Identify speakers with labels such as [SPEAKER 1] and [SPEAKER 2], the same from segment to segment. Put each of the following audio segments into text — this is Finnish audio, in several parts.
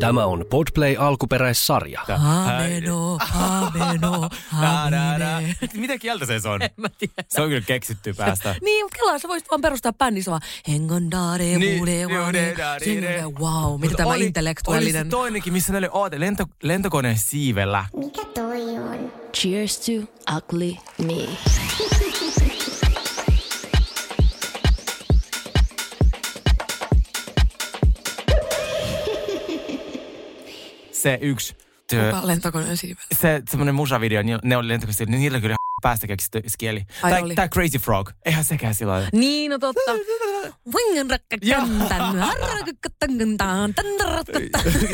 [SPEAKER 1] Tämä on Podplay alkuperäissarja.
[SPEAKER 2] Ameno, ameno, amine.
[SPEAKER 3] Mitä kieltä se on?
[SPEAKER 2] oh, niin. eh. Mä tiedän.
[SPEAKER 3] Se on kyllä keksitty päästä.
[SPEAKER 2] Niin, mutta kelaa, sä voisit vaan perustaa bändin, se vaan hengon daare,
[SPEAKER 3] Niin,
[SPEAKER 2] muule,
[SPEAKER 3] juude,
[SPEAKER 2] vaane,
[SPEAKER 3] daare,
[SPEAKER 2] sinne,
[SPEAKER 3] daare.
[SPEAKER 2] wow, No, mitä
[SPEAKER 3] Mut
[SPEAKER 2] tämä
[SPEAKER 3] oli- Oli
[SPEAKER 2] intellektuaalinen.
[SPEAKER 3] se toinenkin, missä ne oli oote, lento, lentokoneen siivellä.
[SPEAKER 4] Mikä toi on?
[SPEAKER 5] Cheers to ugly me.
[SPEAKER 3] Se yksi, työ,
[SPEAKER 2] Kuka on lentokoneen siivellä?
[SPEAKER 3] se semmonen musavideo, ni- ne oli lentokoneen siivellä, niin niillä kyllä päästä keksitty kieli.
[SPEAKER 2] Ai
[SPEAKER 3] Tai,
[SPEAKER 2] oli.
[SPEAKER 3] tai Crazy Frog, eihän sekään silloin.
[SPEAKER 2] Niin, no totta.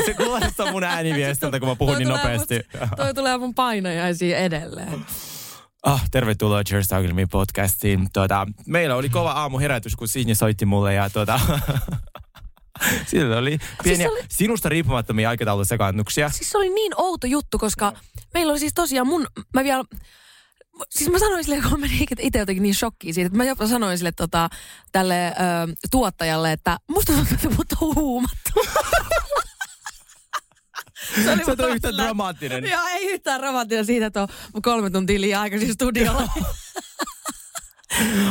[SPEAKER 3] se kuulostaa mun ääniviestiltä, kun mä puhun niin
[SPEAKER 2] Toi tulee
[SPEAKER 3] nopeasti.
[SPEAKER 2] mut- Toi tulee mun painajaisiin edelleen.
[SPEAKER 3] Ah, tervetuloa Cheers Talking podcastiin. Tuota, meillä oli kova aamu herätys, kun Sinja soitti mulle ja tuota, Sillä oli pieniä
[SPEAKER 2] Siis oli-
[SPEAKER 3] sinusta riippumattomia aikataulusekaannuksia.
[SPEAKER 2] Siis se oli niin outo juttu, koska meillä oli siis tosiaan mun, mä vielä, siis mä sanoin sille, kun mä menin itse jotenkin niin shokkiin siitä, että mä jopa sanoin sille tota, tälle ö, tuottajalle, että musta tuntuu, että mut on huumattu. se oli
[SPEAKER 3] Sä et
[SPEAKER 2] vaan
[SPEAKER 3] ole yhtään
[SPEAKER 2] sillä-
[SPEAKER 3] dramaattinen.
[SPEAKER 2] Joo, ei yhtään dramaattinen siitä, että on mun kolme tuntia liian aikaisin studiolla.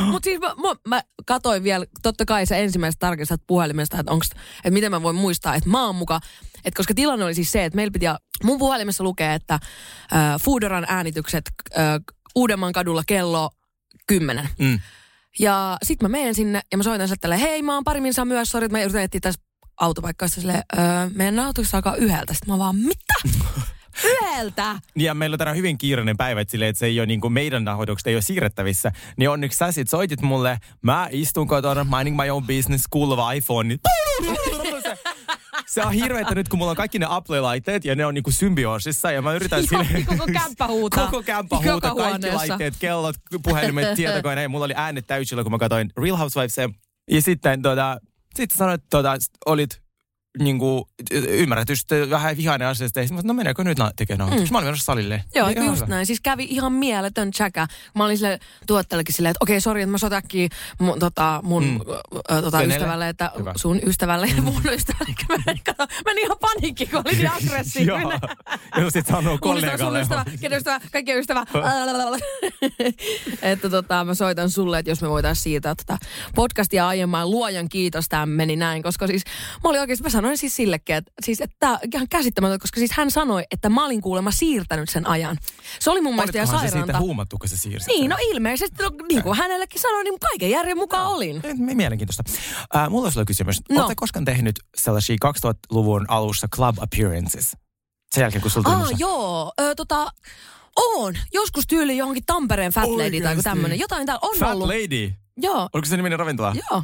[SPEAKER 2] Mutta siis mä, mä, mä katoin vielä, totta kai sä ensimmäiset tarkistat puhelimesta, että, onks, että miten mä voin muistaa, että mä oon muka. Että koska tilanne oli siis se, että meillä piti, mun puhelimessa lukee, että äh, Foodoran äänitykset äh, Uudenmaan kadulla kello 10.
[SPEAKER 3] Mm.
[SPEAKER 2] Ja sit mä menen sinne ja mä soitan sille tälle, hei mä oon pari minsaa myös, sori, että mä yritän etsiä tässä autopaikkaa. Sitten Silleen, öö, meidän nautukset alkaa yhdeltä. Sitten mä vaan, mitä? yhdeltä?
[SPEAKER 3] Ja meillä on tänään hyvin kiireinen päivä, että, silleen, että se ei ole niin kuin meidän nahoitukset, ei ole siirrettävissä. Niin onneksi sä sit soitit mulle, mä istun kotona, minding my own business, kuuluva iPhone. Niin... Se, se on hirveetä nyt, kun mulla on kaikki ne Apple-laitteet ja ne on niinku symbioosissa ja mä yritän
[SPEAKER 2] Joo, niin
[SPEAKER 3] sille...
[SPEAKER 2] koko kämppä huutaa.
[SPEAKER 3] Koko kämppä
[SPEAKER 2] Joka
[SPEAKER 3] huutaa, kaikki
[SPEAKER 2] huoneessa.
[SPEAKER 3] laitteet, kellot, puhelimet, tietokone. Ja mulla oli äänet täysillä, kun mä katsoin Real Housewivesia. Ja sitten tota, sitten sanoit, että tota, olit niinku, y- ymmärretystä vähän vihainen asiasta. Ja sit mä sanoin, no meneekö nyt la- tekemään mm. Mä olin menossa salille.
[SPEAKER 2] Joo,
[SPEAKER 3] Niin,
[SPEAKER 2] Eikä just
[SPEAKER 3] hyvä.
[SPEAKER 2] näin. Siis kävi ihan mieletön chäkä. Mä olin sille tuottajallekin silleen, että okei, sori, että mä soitan äkkiä mun, tota, mun
[SPEAKER 3] Mm.
[SPEAKER 2] ö, ö, tota,
[SPEAKER 3] Venelle.
[SPEAKER 2] ystävälle, että
[SPEAKER 3] Hyvä. Mm.
[SPEAKER 2] sun ystävälle ja mun ystävälle. Mä menin- kato, mä menin ihan paniikki, kun olin niin aggressiivinen.
[SPEAKER 3] Joo, sit sanoo
[SPEAKER 2] Mun ystävä, sun
[SPEAKER 3] kollegalle.
[SPEAKER 2] ystävä, kenen ystävä, kaikkien ystävä. että tota, mä soitan sulle, että jos me voitaisiin siirtää tätä podcastia aiemmin. Luojan kiitos, tämä meni näin. Koska siis mä olin oikeasti, mä sanoin siis sillekin, että siis, että tää on ihan käsittämätöntä, koska siis hän sanoi, että mä olin kuulemma siirtänyt sen ajan. Se oli mun mielestä ihan
[SPEAKER 3] Olitkohan se siitä
[SPEAKER 2] sairaanta.
[SPEAKER 3] huumattu, kun se siirsi?
[SPEAKER 2] Niin,
[SPEAKER 3] sen?
[SPEAKER 2] no ilmeisesti, no, niin kuin hänellekin sanoi, niin kaiken järjen mukaan olin.
[SPEAKER 3] Eh, Mielenkiintoista. Äh, mulla on sulle kysymys.
[SPEAKER 2] No.
[SPEAKER 3] No. Oletko koskaan tehnyt sellaisia 2000-luvun alussa club appearances? Sen jälkeen, kun sulta tuli
[SPEAKER 2] Aa,
[SPEAKER 3] musa.
[SPEAKER 2] joo, ö, tota, on. Joskus tyyli johonkin Tampereen Fat Lady tai
[SPEAKER 3] Oikeesti?
[SPEAKER 2] tämmöinen. Jotain täällä on
[SPEAKER 3] Fat
[SPEAKER 2] ollut.
[SPEAKER 3] Lady.
[SPEAKER 2] Joo,
[SPEAKER 3] Oliko se niminen ravintola?
[SPEAKER 2] joo.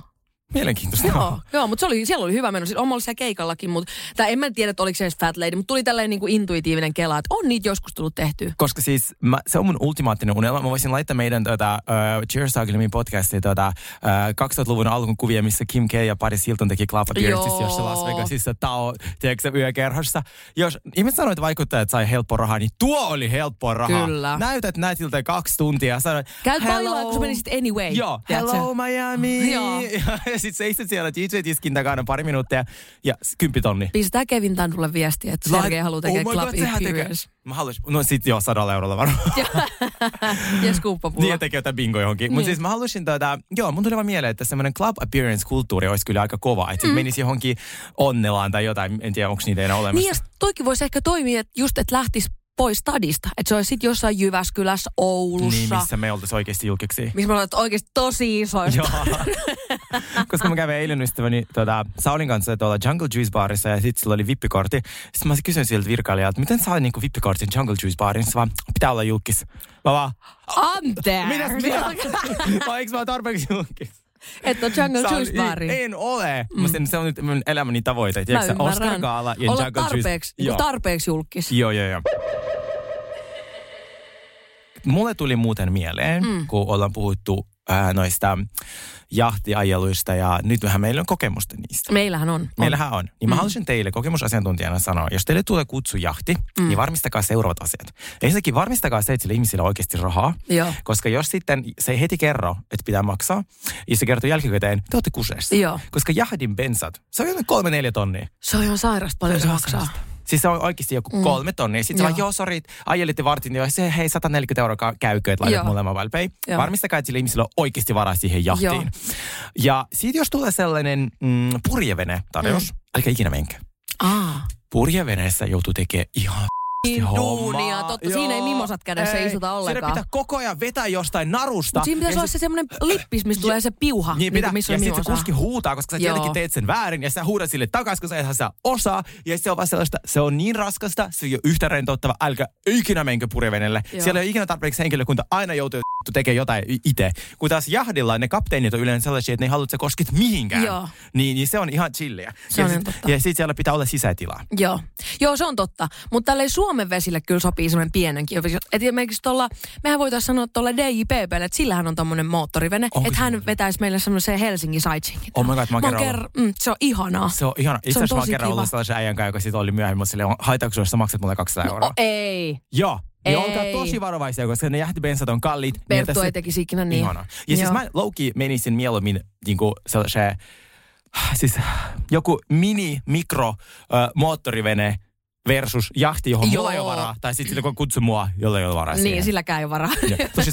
[SPEAKER 3] Mielenkiintoista.
[SPEAKER 2] Joo, joo mutta se oli, siellä oli hyvä meno. Siis on ollut siellä keikallakin, mutta tai en mä tiedä, että oliko se edes Fat Lady, mutta tuli tällainen niinku intuitiivinen kela, että on niitä joskus tullut tehtyä.
[SPEAKER 3] Koska siis mä, se on mun ultimaattinen unelma. Mä voisin laittaa meidän tota, uh, Cheers Talking podcastiin tota, uh, 2000-luvun alkun kuvia, missä Kim K ja Paris Hilton teki Club Appearances,
[SPEAKER 2] Joo.
[SPEAKER 3] jossa Las Vegasissa tao, tiedätkö, yökerhossa. Jos ihmiset sanoo, että vaikuttajat sai helppoa rahaa, niin tuo oli helppoa rahaa.
[SPEAKER 2] Kyllä.
[SPEAKER 3] Näytät näytiltä kaksi tuntia. Sanoit,
[SPEAKER 2] Käy
[SPEAKER 3] "Hello."
[SPEAKER 2] bailaa, kun sä menisit anyway.
[SPEAKER 3] Joo,
[SPEAKER 2] tiedätkö?
[SPEAKER 3] hello Miami.
[SPEAKER 2] Joo.
[SPEAKER 3] ja sit seistet siellä DJ-tiskin takana pari minuuttia ja s- kymppitonni.
[SPEAKER 2] Pistää Kevin Tandulle viestiä, että Sergei haluaa tekee
[SPEAKER 3] Oh my
[SPEAKER 2] Club
[SPEAKER 3] God, sehän tekee.
[SPEAKER 2] Experience.
[SPEAKER 3] Mä haluaisin, no sit joo, sadalla eurolla varmaan.
[SPEAKER 2] Ja
[SPEAKER 3] Niin,
[SPEAKER 2] skuuppapulla.
[SPEAKER 3] ja tekee jotain bingo johonkin. Mutta
[SPEAKER 2] Niin.
[SPEAKER 3] siis mä halusin tota, joo, mun tuli vaan mieleen, että semmoinen club appearance-kulttuuri olisi kyllä aika kova. Että mm. menisi johonkin onnelaan tai jotain, en tiedä onko niitä enää olemassa.
[SPEAKER 2] Niin, ja sit toikin voisi ehkä toimia, että just, että lähtisi pois stadista. Että se olisi sitten jossain Jyväskylässä, Oulussa.
[SPEAKER 3] niin missä me oltaisiin oikeasti julkiksi.
[SPEAKER 2] missä me ollaan että oikeasti tosi isoista.
[SPEAKER 3] Joo. Koska mä kävin eilen ystäväni tota, Saulin kanssa tuolla Jungle Juice Barissa ja sitten sillä oli vippikortti. Sitten mä kysyin siltä virkailijalta, miten saa niinku vippikortin Jungle Juice Barin? Se vaan, pitää olla julkis. Mä vaan,
[SPEAKER 2] Anteeksi!
[SPEAKER 3] mitä? mitä? Oliko mä tarpeeksi julkis?
[SPEAKER 2] Että on Jungle
[SPEAKER 3] Saan-
[SPEAKER 2] Juice Bari.
[SPEAKER 3] niin- Ei, en ole. Mm. Mä sen, se on nyt mun elämäni tavoite.
[SPEAKER 2] Mä
[SPEAKER 3] tiedätkö sä,
[SPEAKER 2] ymmärrän.
[SPEAKER 3] Oscar-gaala ja
[SPEAKER 2] Olla
[SPEAKER 3] Jungle
[SPEAKER 2] tarpeeksi,
[SPEAKER 3] Juice.
[SPEAKER 2] niinku tarpeeksi julkis.
[SPEAKER 3] Joo, joo, joo. Mulle tuli muuten mieleen, mm. kun ollaan puhuttu ää, noista jahtiajeluista ja nythän meillä on kokemusta niistä.
[SPEAKER 2] Meillähän on. on.
[SPEAKER 3] Meillähän on. Niin mä mm. haluaisin teille kokemusasiantuntijana sanoa, jos teille tulee kutsu jahti, mm. niin varmistakaa seuraavat asiat. Ensinnäkin varmistakaa se, että sillä ihmisillä on oikeasti rahaa.
[SPEAKER 2] Joo.
[SPEAKER 3] Koska jos sitten se ei heti kerro, että pitää maksaa, ja se kertoo jälkikäteen, te olette kuseessa.
[SPEAKER 2] Joo.
[SPEAKER 3] Koska jahdin bensat, se on jotain kolme neljä tonnia.
[SPEAKER 2] Se on ihan sairasta paljon se maksaa.
[SPEAKER 3] Siis se on oikeasti joku mm. kolme tonnia. Sitten joo.
[SPEAKER 2] Joo.
[SPEAKER 3] vaan, joo, sori, ajelitte vartin, niin se hei 140 euroa ka- käykö, että laitat
[SPEAKER 2] Joo.
[SPEAKER 3] mulle mobile pay.
[SPEAKER 2] Joo.
[SPEAKER 3] Varmistakaa, että sillä ihmisillä on oikeasti varaa siihen jahtiin.
[SPEAKER 2] Joo.
[SPEAKER 3] Ja sitten jos tulee sellainen mm, purjevene tarjous, mm. älkää ikinä menkö.
[SPEAKER 2] Aa.
[SPEAKER 3] Purjeveneessä joutuu tekemään ihan
[SPEAKER 2] Niin
[SPEAKER 3] hommaa.
[SPEAKER 2] duunia, totta. Siinä ei mimosat kädessä istuta
[SPEAKER 3] Siinä
[SPEAKER 2] ollenkaan.
[SPEAKER 3] pitää koko ajan vetää jostain narusta.
[SPEAKER 2] Mut siinä
[SPEAKER 3] ja
[SPEAKER 2] pitäisi olla
[SPEAKER 3] sit-
[SPEAKER 2] se semmoinen lippis, missä tulee se piuha,
[SPEAKER 3] niin,
[SPEAKER 2] niinku,
[SPEAKER 3] pitää.
[SPEAKER 2] missä
[SPEAKER 3] ja
[SPEAKER 2] on
[SPEAKER 3] sitten se
[SPEAKER 2] mimosaa.
[SPEAKER 3] kuski huutaa, koska sä
[SPEAKER 2] Joo.
[SPEAKER 3] tietenkin teet sen väärin ja sä huudat sille takaisin, kun sä ethän sä osaa. Ja se on vaan sellaista, se on niin raskasta, se ei ole yhtä rentouttava, älkää ikinä menkö purjevenelle.
[SPEAKER 2] Joo.
[SPEAKER 3] Siellä ei ole ikinä tarpeeksi henkilökunta, aina joutuu vittu tekemään jotain itse. Kun taas jahdilla ne kapteenit on yleensä sellaisia, että ne ei halua, että sä kosket mihinkään.
[SPEAKER 2] Joo.
[SPEAKER 3] Niin, niin se on ihan chilliä.
[SPEAKER 2] Se
[SPEAKER 3] ja
[SPEAKER 2] on
[SPEAKER 3] sit-
[SPEAKER 2] ihan totta.
[SPEAKER 3] Ja sitten siellä pitää olla sisätilaa.
[SPEAKER 2] Joo. Joo, se on totta. Mutta tälle Suomen vesille kyllä sopii semmoinen pienenkin. Et esimerkiksi tuolla, mehän voitaisiin sanoa tuolla DJPPlle, että sillähän on tommonen moottorivene.
[SPEAKER 3] Onko
[SPEAKER 2] Että hän vetäisi meille semmoiseen Helsingin sightseeingin.
[SPEAKER 3] Oh my god, mä oon kerran ollut.
[SPEAKER 2] mm, se on ihanaa.
[SPEAKER 3] Se on ihana. Itse
[SPEAKER 2] on
[SPEAKER 3] asiassa mä oon
[SPEAKER 2] tosi
[SPEAKER 3] kerran
[SPEAKER 2] kiva.
[SPEAKER 3] ollut sellaisen äijän kanssa, joka sit oli myöhemmin, mutta silleen, haitaanko sulla, jos sä maksat mulle 200
[SPEAKER 2] No,
[SPEAKER 3] euroa?
[SPEAKER 2] o- ei.
[SPEAKER 3] Joo.
[SPEAKER 2] Ei.
[SPEAKER 3] Ja olkaa tosi varovaisia, koska ne jähtibensat on kalliit. niin
[SPEAKER 2] Perttu
[SPEAKER 3] tässä-
[SPEAKER 2] ei tekisi ikinä niin.
[SPEAKER 3] Ihanaa. Ja siis
[SPEAKER 2] Joo.
[SPEAKER 3] mä Loki menisin mieluummin niinku sellaiseen, siis joku mini, mikro ö, moottorivene versus jahti, johon mulla ei ole
[SPEAKER 2] Joo.
[SPEAKER 3] varaa. Tai sitten silloin, kun kutsu mua, jolla ei ole varaa
[SPEAKER 2] Niin,
[SPEAKER 3] siihen.
[SPEAKER 2] silläkään ei ole varaa.
[SPEAKER 3] Joo, tosi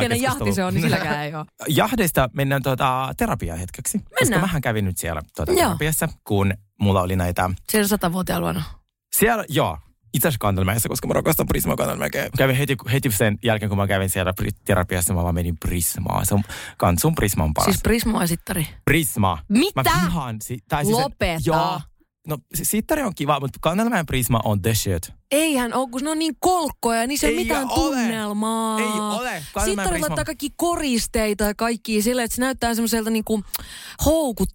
[SPEAKER 2] Kenen
[SPEAKER 3] keskustelu. Äh,
[SPEAKER 2] jahti se on, niin silläkään ei ole.
[SPEAKER 3] Jahdeista mennään tuota, terapiaan hetkeksi. Koska
[SPEAKER 2] Mennään.
[SPEAKER 3] mähän kävin nyt siellä tuota,
[SPEAKER 2] Joo.
[SPEAKER 3] terapiassa, kun mulla oli näitä
[SPEAKER 2] Siellä satavuotiaan luona.
[SPEAKER 3] siellä, joo. Itse asiassa Kantelmäessä, koska mä rakastan Prismaa Kantelmäkeä. Kävin heti, heti sen jälkeen, kun mä kävin siellä pri- terapiassa, mä vaan menin Prismaan. Se on, kans on Prisma on paras.
[SPEAKER 2] Siis
[SPEAKER 3] Siis...
[SPEAKER 2] Prisma vai Sittari?
[SPEAKER 3] Prisma.
[SPEAKER 2] Mitä?
[SPEAKER 3] Mä vihaan. Si- tai siis,
[SPEAKER 2] Lopeta.
[SPEAKER 3] joo. No, si- Sittari on kiva, mutta Kantelmäen Prisma on the shit.
[SPEAKER 2] Eihän ole, kun ne on niin kolkkoja ja niissä ei ole
[SPEAKER 3] Ei
[SPEAKER 2] mitään
[SPEAKER 3] ole.
[SPEAKER 2] tunnelmaa.
[SPEAKER 3] Ei ole. Kalman
[SPEAKER 2] Sitten
[SPEAKER 3] Prisma-
[SPEAKER 2] laittaa kaikki koristeita ja kaikki sillä, että se näyttää semmoiselta niinku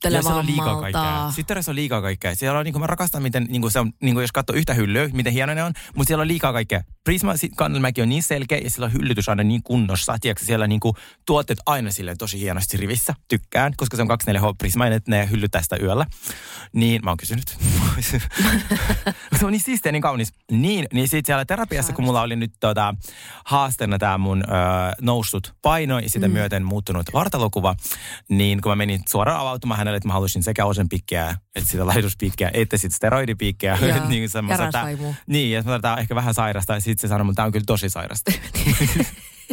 [SPEAKER 3] Ja siellä on liikaa kaikkea.
[SPEAKER 2] houkuttelevammalta.
[SPEAKER 3] Sitten on liikaa kaikkea. Siellä on, niin kuin, mä rakastan, miten, niin kuin se on, niin kuin, jos katsoo yhtä hyllyä, miten hieno ne on, mutta siellä on liikaa kaikkea. Prisma sit- Kannelmäki on niin selkeä ja siellä on hyllytys aina niin kunnossa. Tiedätkö, siellä niin kuin, tuotteet aina silleen tosi hienosti rivissä. Tykkään, koska se on 24H Prisma ja ne- ne hyllytää sitä yöllä. Niin, mä oon kysynyt. se on niin siistiä, niin kaunis. Niin, niin sitten siellä terapiassa, kun mulla oli nyt tota, haasteena tämä mun ö, noussut paino ja sitä mm. myöten muuttunut vartalokuva, niin kun mä menin suoraan avautumaan hänelle, että mä halusin sekä osenpiikkiä, että sitä laihduspiikkiä, että sitten steroidipiikkiä.
[SPEAKER 2] Joo,
[SPEAKER 3] Et niin, semmoista,
[SPEAKER 2] ja
[SPEAKER 3] tää-
[SPEAKER 2] rasvaimua.
[SPEAKER 3] niin, ja tämä on ehkä vähän sairasta. Ja sitten se sanoi, että tämä on kyllä tosi sairasta.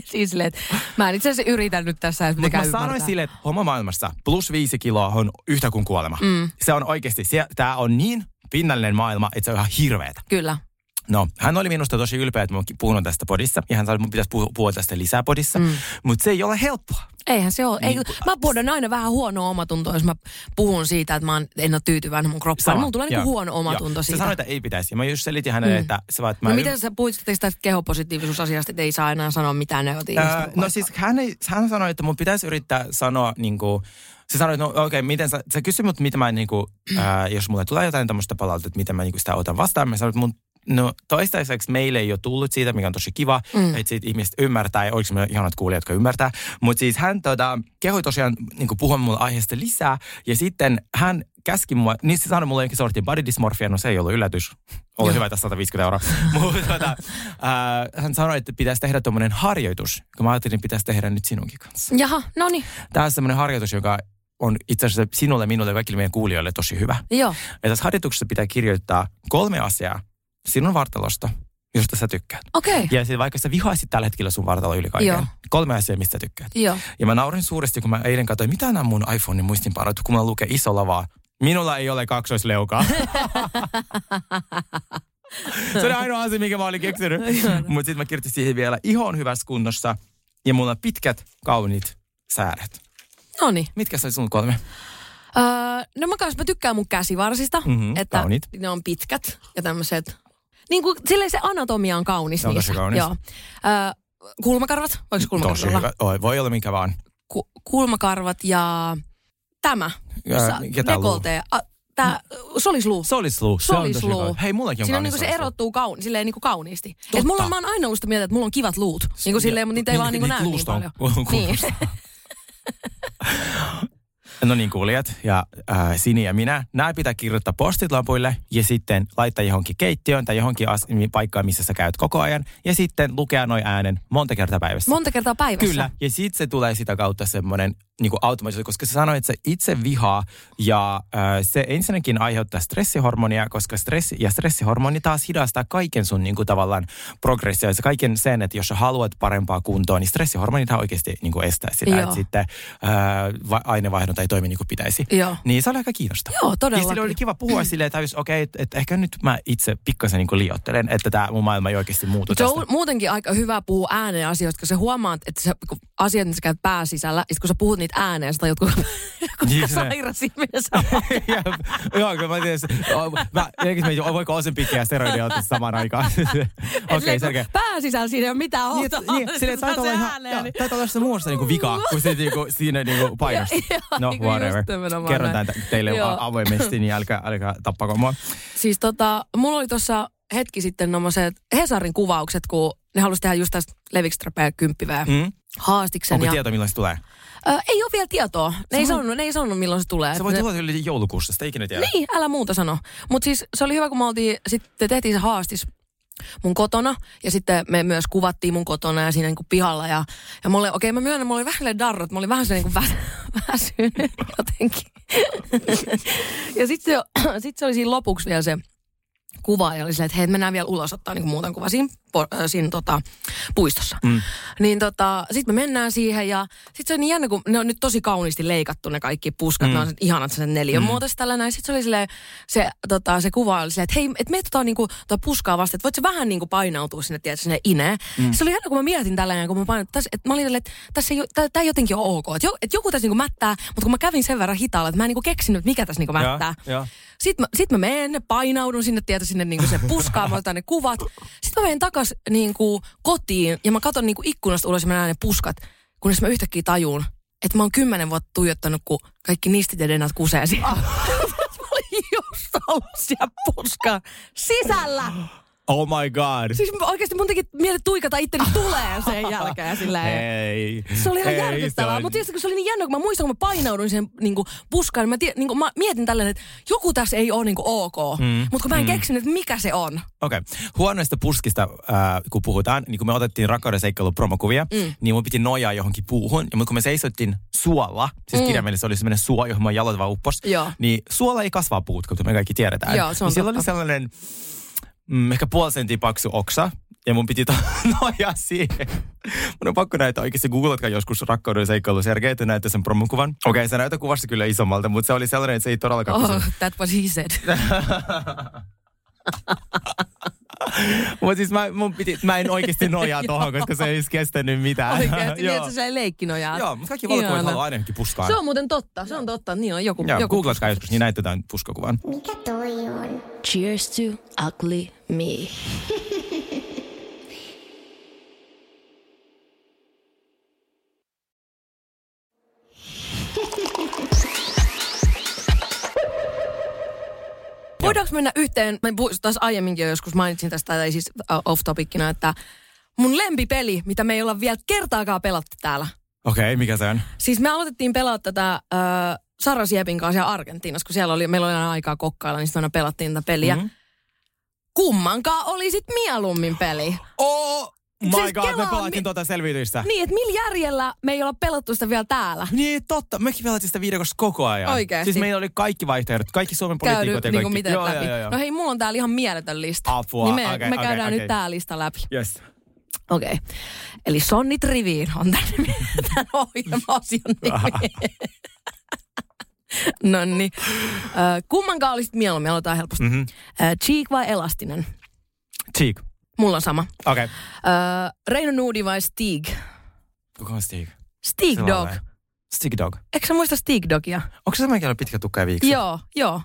[SPEAKER 2] siis silleen, että mä en itse asiassa yritän nyt tässä, että
[SPEAKER 3] Mutta
[SPEAKER 2] mikä
[SPEAKER 3] Niin, mä sanoin
[SPEAKER 2] ymmärtää.
[SPEAKER 3] sille, että homma maailmassa plus viisi kiloa on yhtä kuin kuolema. Mm. Se on oikeasti, tämä on niin pinnallinen maailma, että se on ihan hirveetä.
[SPEAKER 2] Kyllä.
[SPEAKER 3] No, hän oli minusta tosi ylpeä, että mä oonkin puhunut tästä podissa. Ja hän sanoi, että mun pitäisi puhua, puhua tästä lisää podissa. Mm. Mutta se ei ole helppoa.
[SPEAKER 2] Eihän se ole. Ei,
[SPEAKER 3] Niin,
[SPEAKER 2] niin,
[SPEAKER 3] kun-
[SPEAKER 2] mä puodan aina vähän huonoa omatuntoa, jos mä puhun siitä, että mä oon- en ole tyytyväinen mun kroppaan. Mulla tulee
[SPEAKER 3] Joo.
[SPEAKER 2] niinku huono omatunto
[SPEAKER 3] Joo.
[SPEAKER 2] siitä.
[SPEAKER 3] Se sanoi, että ei pitäisi. Ja mä just selitin hänelle, mm. että se vaan, että mä...
[SPEAKER 2] no miten sä puhuit sitä kehopositiivisuusasiasta, että ei saa enää sanoa mitään negatiivista?
[SPEAKER 3] Öö, no siis hän, ei, hän sanoi, että mun pitäisi yrittää sanoa niin kuin, se sanoi, että no okei, okay, miten sä, sä kysyi mut, mitä mä niin kuin,
[SPEAKER 2] Mm.
[SPEAKER 3] ää, jos mulle tulee jotain tämmöistä palautetta, että miten mä niin kuin sitä otan vastaan. Mä sanoin, että mun, no toistaiseksi meille ei ole tullut siitä, mikä on tosi kiva, mm. että siitä ihmiset ymmärtää, ja oliko meillä ihanat kuulijat, jotka ymmärtää. Mutta siis hän tota, kehui tosiaan niin kuin puhua mulle aiheesta lisää, ja sitten hän käski mua, niin se sanoi mulle jonkin sortin body dysmorphia, no se ei ollut yllätys. Oli hyvä tässä 150 euroa. Mutta tota, ää, hän sanoi, että pitäisi tehdä tuommoinen harjoitus, kun mä ajattelin, että pitäisi tehdä nyt sinunkin kanssa.
[SPEAKER 2] Jaha, no niin.
[SPEAKER 3] Tämä on semmoinen harjoitus, joka on itse asiassa sinulle, minulle ja kaikille meidän kuulijoille tosi hyvä.
[SPEAKER 2] Joo.
[SPEAKER 3] Ja tässä harjoituksessa pitää kirjoittaa kolme asiaa sinun vartalosta, josta sä tykkäät.
[SPEAKER 2] Okei.
[SPEAKER 3] Ja sitten vaikka sä vihaisit tällä hetkellä sun vartalo yli kaiken,
[SPEAKER 2] Joo.
[SPEAKER 3] kolme asiaa, mistä sä tykkäät.
[SPEAKER 2] Joo.
[SPEAKER 3] Ja mä naurin suuresti, kun mä eilen katsoin, mitä nämä mun iPhonein muistinpanot, kun mä lukee isolla vaan, minulla ei ole kaksoisleukaa. Se oli ainoa asia, mikä mä olin keksinyt. Mutta sitten mä kirjoitin siihen vielä, iho on hyvässä kunnossa ja mulla on pitkät, kauniit sääret.
[SPEAKER 2] No niin.
[SPEAKER 3] Mitkä se oli sun kolme?
[SPEAKER 2] Öö, no mä, kans, mä tykkään mun käsivarsista,
[SPEAKER 3] Mhm,
[SPEAKER 2] mm-hmm, että
[SPEAKER 3] kauniit.
[SPEAKER 2] ne on pitkät ja tämmöiset. Niin kuin silleen se anatomia on kaunis
[SPEAKER 3] Se on tosi
[SPEAKER 2] niissä.
[SPEAKER 3] kaunis.
[SPEAKER 2] Joo. Öö, kulmakarvat, voiko kulmakarvat
[SPEAKER 3] Tosi
[SPEAKER 2] olla?
[SPEAKER 3] hyvä. Oi, voi olla minkä vaan.
[SPEAKER 2] Ku, kulmakarvat ja tämä.
[SPEAKER 3] Ja
[SPEAKER 2] Sa-
[SPEAKER 3] ketä luu?
[SPEAKER 2] dekoltee. A, tää, solisluu.
[SPEAKER 3] Solisluu. Se on tosi
[SPEAKER 2] Solisluu.
[SPEAKER 3] hyvä. Hei, mullekin on
[SPEAKER 2] Siinä on
[SPEAKER 3] kaunis
[SPEAKER 2] niinku se
[SPEAKER 3] solisluu.
[SPEAKER 2] erottuu kaun, silleen niinku kauniisti. Et
[SPEAKER 3] Totta.
[SPEAKER 2] mulla on, mä oon aina ollut sitä mieltä, että mulla on kivat luut. Niinku silleen, mutta niitä ei vaan niinku näy niin
[SPEAKER 3] luusta on-
[SPEAKER 2] paljon.
[SPEAKER 3] on
[SPEAKER 2] Niin.
[SPEAKER 3] kunnossa. No niin kuulijat ja äh, Sini ja minä, nämä pitää kirjoittaa postitlapuille ja sitten laittaa johonkin keittiöön tai johonkin as- paikkaan, missä sä käyt koko ajan. Ja sitten lukea noin äänen monta kertaa päivässä.
[SPEAKER 2] Monta kertaa päivässä.
[SPEAKER 3] Kyllä, ja sitten se tulee sitä kautta semmoinen niin automaattisesti, koska sä sanoit, että se itse vihaa ja äh, se ensinnäkin aiheuttaa stressihormonia, koska stressi ja stressihormoni taas hidastaa kaiken sun niin kuin, tavallaan progressio, se kaiken sen, että jos sä haluat parempaa kuntoa, niin stressihormonithan oikeasti niin kuin estää sitä,
[SPEAKER 2] Joo.
[SPEAKER 3] että sitten äh, va- ainevaihdunta ei toimi niin kuin pitäisi.
[SPEAKER 2] Joo.
[SPEAKER 3] Niin se oli aika kiinnostavaa.
[SPEAKER 2] Joo,
[SPEAKER 3] Ja
[SPEAKER 2] todellakin.
[SPEAKER 3] silloin oli kiva puhua silleen, että okei, okay, että et ehkä nyt mä itse pikkasen niin kuin liioittelen, että tämä mun maailma ei oikeasti muutu
[SPEAKER 2] Se
[SPEAKER 3] tästä.
[SPEAKER 2] on muutenkin aika hyvä puhua ääneen asioista, koska sä huomaat, että sä, kun asiat, mitä sä käyt pääsisällä, ja sit kun sä puhut niitä ääneen, sä tajut, kuinka
[SPEAKER 3] Niin
[SPEAKER 2] kuinka
[SPEAKER 3] se-
[SPEAKER 2] sairas ihminen sä oot.
[SPEAKER 3] ja, joo, kyllä mä tiedän. se- o- Mä, eikä mä, voiko Ozempicia ja steroidia ottaa samaan aikaan? Okei,
[SPEAKER 2] Silleen, kun
[SPEAKER 3] selkeä.
[SPEAKER 2] Pääsisällä siinä ei ole mitään
[SPEAKER 3] Niin,
[SPEAKER 2] outoa.
[SPEAKER 3] niin, silleen, taitaa olla ihan, joo,
[SPEAKER 2] niin-
[SPEAKER 3] taitaa olla se muussa niinku vikaa, kun se niinku, siinä niinku painosta.
[SPEAKER 2] Joo,
[SPEAKER 3] No,
[SPEAKER 2] niinku just
[SPEAKER 3] whatever.
[SPEAKER 2] nimenomaan
[SPEAKER 3] Kerron
[SPEAKER 2] näin.
[SPEAKER 3] tämän teille
[SPEAKER 2] Joo.
[SPEAKER 3] a- avoimesti, niin älkää, älkää tappako mua.
[SPEAKER 2] Siis tota, mulla oli tuossa hetki sitten nommoiset Hesarin kuvaukset, kun ne halusi tehdä just tästä Levikstrapeä kymppiveä
[SPEAKER 3] Mm?
[SPEAKER 2] haastiksen.
[SPEAKER 3] Onko
[SPEAKER 2] ja,
[SPEAKER 3] tieto, milloin se tulee?
[SPEAKER 2] Ö, ei ole vielä tietoa. Ne ei,
[SPEAKER 3] voi-
[SPEAKER 2] sanonut, ne ei sanonut, milloin se tulee.
[SPEAKER 3] Se voi
[SPEAKER 2] Ne-
[SPEAKER 3] tulla yli joulukuussa, sitä ei ikinä tiedä.
[SPEAKER 2] Niin, älä muuta sano. Mutta siis se oli hyvä, kun me oltiin, sitten tehtiin se haastis mun kotona ja sitten me myös kuvattiin mun kotona ja siinä niinku pihalla ja, ja mulle, okei mä myönnän, mulla oli vähän silleen darrat, mä olin vähän silleen niinku vä- väsynyt jotenkin. ja sitten se, sit se oli siinä lopuksi vielä se kuva ja oli silleen, että hei, mennään vielä ulos ottaa niinku muuten kuva siinä, po- äh, siinä tota, puistossa. Mm. Niin tota, sitten me mennään siihen ja sitten se on niin jännä, kun ne on nyt tosi kauniisti leikattu ne kaikki puskat, mm. ne on sen- ihanat sen neljän mm. muotoista tällä näin. Sitten se oli silleen, se, tota, se kuva oli silleen, että hei, et me tota, niinku, tota puskaa vasta, että voit se vähän niinku painautua sinne, tiedätkö, sinne ineen. Mm. Se oli jännä, kun mä mietin tällä näin, kun mä painoin, tässä, että mä olin tälleen, että tässä ei, tämä jotenkin ole ok, että, jo, että joku tässä niinku mättää, mutta kun mä kävin sen verran hitaalla, että mä en niinku keksinyt, että mikä tässä niinku
[SPEAKER 3] Joo,
[SPEAKER 2] mättää.
[SPEAKER 3] joo.
[SPEAKER 2] Sitten mä, sit mä menen, painaudun sinne, tietä sinne niinku se puskaan, mä otan ne kuvat. Sitten mä menen takas niinku kotiin ja mä katson niinku ikkunasta ulos ja mä näen ne puskat, kunnes mä yhtäkkiä tajun, että mä oon kymmenen vuotta tuijottanut, kun kaikki nistit ja denat kusee siellä. Mä olin just ollut siellä puskaan sisällä.
[SPEAKER 3] Oh my god.
[SPEAKER 2] Siis oikeasti mun teki mieli tuikata itteni tulee sen jälkeen silleen.
[SPEAKER 3] Hei.
[SPEAKER 2] Se oli ihan
[SPEAKER 3] Hei, se
[SPEAKER 2] järkyttävää.
[SPEAKER 3] on-
[SPEAKER 2] Mutta tietysti kun se oli niin jännä, kun mä muistan, kun mä painauduin sen niin kuin, puskaan, niin mä, tie, niin kuin, mä mietin tällainen, että joku tässä ei ole niin kuin, ok. Mm. Mutta kun mä en mm. keksinyt, että mikä se on.
[SPEAKER 3] Okei. Okay. Huonoista puskista, äh, kun puhutaan, niin kun me otettiin rakkauden seikkailun promokuvia, mm. niin mun piti nojaa johonkin puuhun. Ja mut kun me seisottiin suolla, siis mm. kirjaimellisesti oli semmoinen suo, johon mä jalat vaan uppos,
[SPEAKER 2] Joo.
[SPEAKER 3] niin suolla ei kasvaa puut, kuten me kaikki tiedetään.
[SPEAKER 2] Joo, se on
[SPEAKER 3] niin siellä
[SPEAKER 2] totta.
[SPEAKER 3] oli sellainen mm, ehkä puoli senttiä paksu oksa, ja mun piti to- nojaa siihen. Mun on pakko näyttää oikeasti, googlatkaa joskus rakkauden seikkailu Sergei, että näette sen promokuvan. Okei, okay, se näyttää kuvassa kyllä isommalta, mutta se oli sellainen, että se ei todellakaan pysynyt
[SPEAKER 2] Oh, that was he said.
[SPEAKER 3] Mutta siis mä, mun piti, mä en oikeasti nojaa tohon, koska se ei olisi kestänyt mitään.
[SPEAKER 2] Oikeasti, niin
[SPEAKER 3] Joo.
[SPEAKER 2] että se leikkinojaat.
[SPEAKER 3] Joo, mutta kaikki valokuvat
[SPEAKER 2] Ihana.
[SPEAKER 3] haluaa aina johonkin puskaan.
[SPEAKER 2] Se on muuten totta, se on totta. Niin on joku.
[SPEAKER 3] Joo,
[SPEAKER 2] joku.
[SPEAKER 3] googlatkaa joskus, niin näette tämän puskakuvan.
[SPEAKER 4] Mikä toi on?
[SPEAKER 5] Cheers to ugly me.
[SPEAKER 2] Voidaanko mennä yhteen, mä puhuin taas aiemminkin jo joskus mainitsin tästä, tai siis uh, off topicina, että mun lempipeli, mitä me ei olla vielä kertaakaan pelattu täällä,
[SPEAKER 3] Okei, okay, mikä se on?
[SPEAKER 2] Siis me aloitettiin pelaa tätä äh, Sara Siepin kanssa siellä Argentiinassa, kun siellä oli, meillä oli aina aikaa kokkailla, niin sitten aina pelattiin tätä peliä.
[SPEAKER 3] Mhm.
[SPEAKER 2] Mm-hmm. Kummankaan oli sit mieluummin peli.
[SPEAKER 3] Oh my
[SPEAKER 2] Siis
[SPEAKER 3] god,
[SPEAKER 2] kelaa,
[SPEAKER 3] me pelattiin
[SPEAKER 2] mi-
[SPEAKER 3] mi- tuota selvitystä.
[SPEAKER 2] Niin, että millä järjellä me ei olla pelattu sitä vielä täällä?
[SPEAKER 3] Niin totta, mekin pelattiin sitä viidekossa koko ajan.
[SPEAKER 2] Oikeasti.
[SPEAKER 3] Siis meillä oli kaikki vaihtoehdot, kaikki Suomen
[SPEAKER 2] Käydy
[SPEAKER 3] poliitikot ja
[SPEAKER 2] niin
[SPEAKER 3] kaikki.
[SPEAKER 2] kuin miten
[SPEAKER 3] joo,
[SPEAKER 2] läpi.
[SPEAKER 3] Joo, joo, joo.
[SPEAKER 2] No hei, mulla on täällä ihan mieletön lista.
[SPEAKER 3] Apua,
[SPEAKER 2] Niin me,
[SPEAKER 3] okei,
[SPEAKER 2] me
[SPEAKER 3] okei,
[SPEAKER 2] käydään nyt
[SPEAKER 3] okei.
[SPEAKER 2] tää lista läpi.
[SPEAKER 3] Yes.
[SPEAKER 2] Okei. Okay. Eli Sonnit riviin on tämän, tämän ohjelmaosion nimi. no niin. Kummankaan olisit mieluummin? Aloitetaan helposti. Mm-hmm. Cheek vai elastinen?
[SPEAKER 3] Cheek.
[SPEAKER 2] Mulla on sama.
[SPEAKER 3] Okei. Okay.
[SPEAKER 2] Ö, Reino Nuudi vai Stig?
[SPEAKER 3] Kuka on Stig?
[SPEAKER 2] Stig Dog.
[SPEAKER 3] Sellainen. Stig Dog.
[SPEAKER 2] Eikö sä muista Stig Dogia?
[SPEAKER 3] Onko se semmoinen, jolla on pitkä tukka ja viiksi?
[SPEAKER 2] Joo, joo.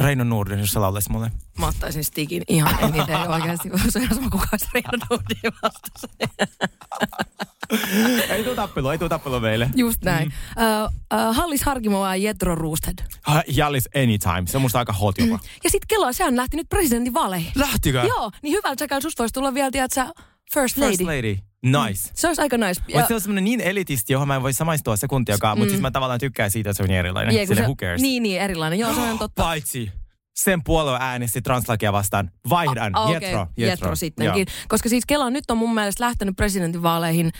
[SPEAKER 3] Reino Nordin, jos sä laulaisit mulle.
[SPEAKER 2] Mä ottaisin Stigin ihan eniten oikeasti. Se on ihan sama kuka olisi Reino Nuudia vastaan.
[SPEAKER 3] ei tuu tappelua, ei tuu tappelua meille.
[SPEAKER 2] Just näin. Mm. Ö, ö, Hallis Harkimo vai Jetro Roosted?
[SPEAKER 3] Ha- Ah, Jallis anytime. Se on musta aika hot jopa.
[SPEAKER 2] Ja sit Kela, sehän lähti nyt presidentin vaaleihin.
[SPEAKER 3] Mm. Lähtikö?
[SPEAKER 2] Joo, niin hyvällä säkällä susta voisi tulla vielä, tiedätkö, sä, first lady.
[SPEAKER 3] First lady. Nice.
[SPEAKER 2] Se olisi aika nice. Ja- Mm.
[SPEAKER 3] Mutta se on semmoinen niin elitisti, johon mä en voi samaistua sekuntiakaan, mutta siis mä tavallaan tykkään siitä, että se on niin erilainen.
[SPEAKER 2] Jee, kun
[SPEAKER 3] Sille
[SPEAKER 2] se-
[SPEAKER 3] who cares?
[SPEAKER 2] Niin, niin, erilainen. Joo, se on totta.
[SPEAKER 3] Paitsi sen puolue äänesti translakia vastaan. Vaihdan.
[SPEAKER 2] Ah,
[SPEAKER 3] Oh,
[SPEAKER 2] okei,
[SPEAKER 3] Jetro. Jetro.
[SPEAKER 2] Jetro sittenkin. Joo. Koska siis Kela nyt on mun mielestä lähtenyt presidentinvaaleihin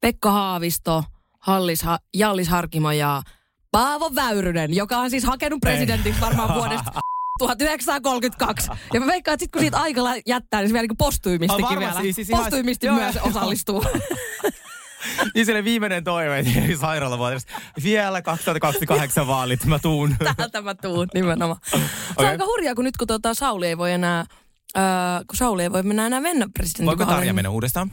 [SPEAKER 2] Pekka Haavisto, Hallis, ha- Jallis Harkimo ja Paavo Väyrynen, joka on siis hakenut presidentin varmaan vuodesta 1932. Ja mä veikkaan, että sit kun siitä aika lä- jättää, niin se vielä niin postyymistikin
[SPEAKER 3] Ah, varmasti,
[SPEAKER 2] vielä.
[SPEAKER 3] siis ihan-
[SPEAKER 2] postyymisti
[SPEAKER 3] joo,
[SPEAKER 2] myös
[SPEAKER 3] joo.
[SPEAKER 2] osallistuu.
[SPEAKER 3] Joo. Niin sille viimeinen toive niin sairaalavuodesta. Vielä 2028 vaalit mä tuun.
[SPEAKER 2] Täältä mä tuun nimenomaan. Se on
[SPEAKER 3] Okei.
[SPEAKER 2] aika hurjaa, kun nyt kun tota, Sauli ei voi enää... Öö, kun Sauli ei voi mennä enää mennä presidentinvaaleihin.
[SPEAKER 3] Voiko Tarja mennä uudestaan?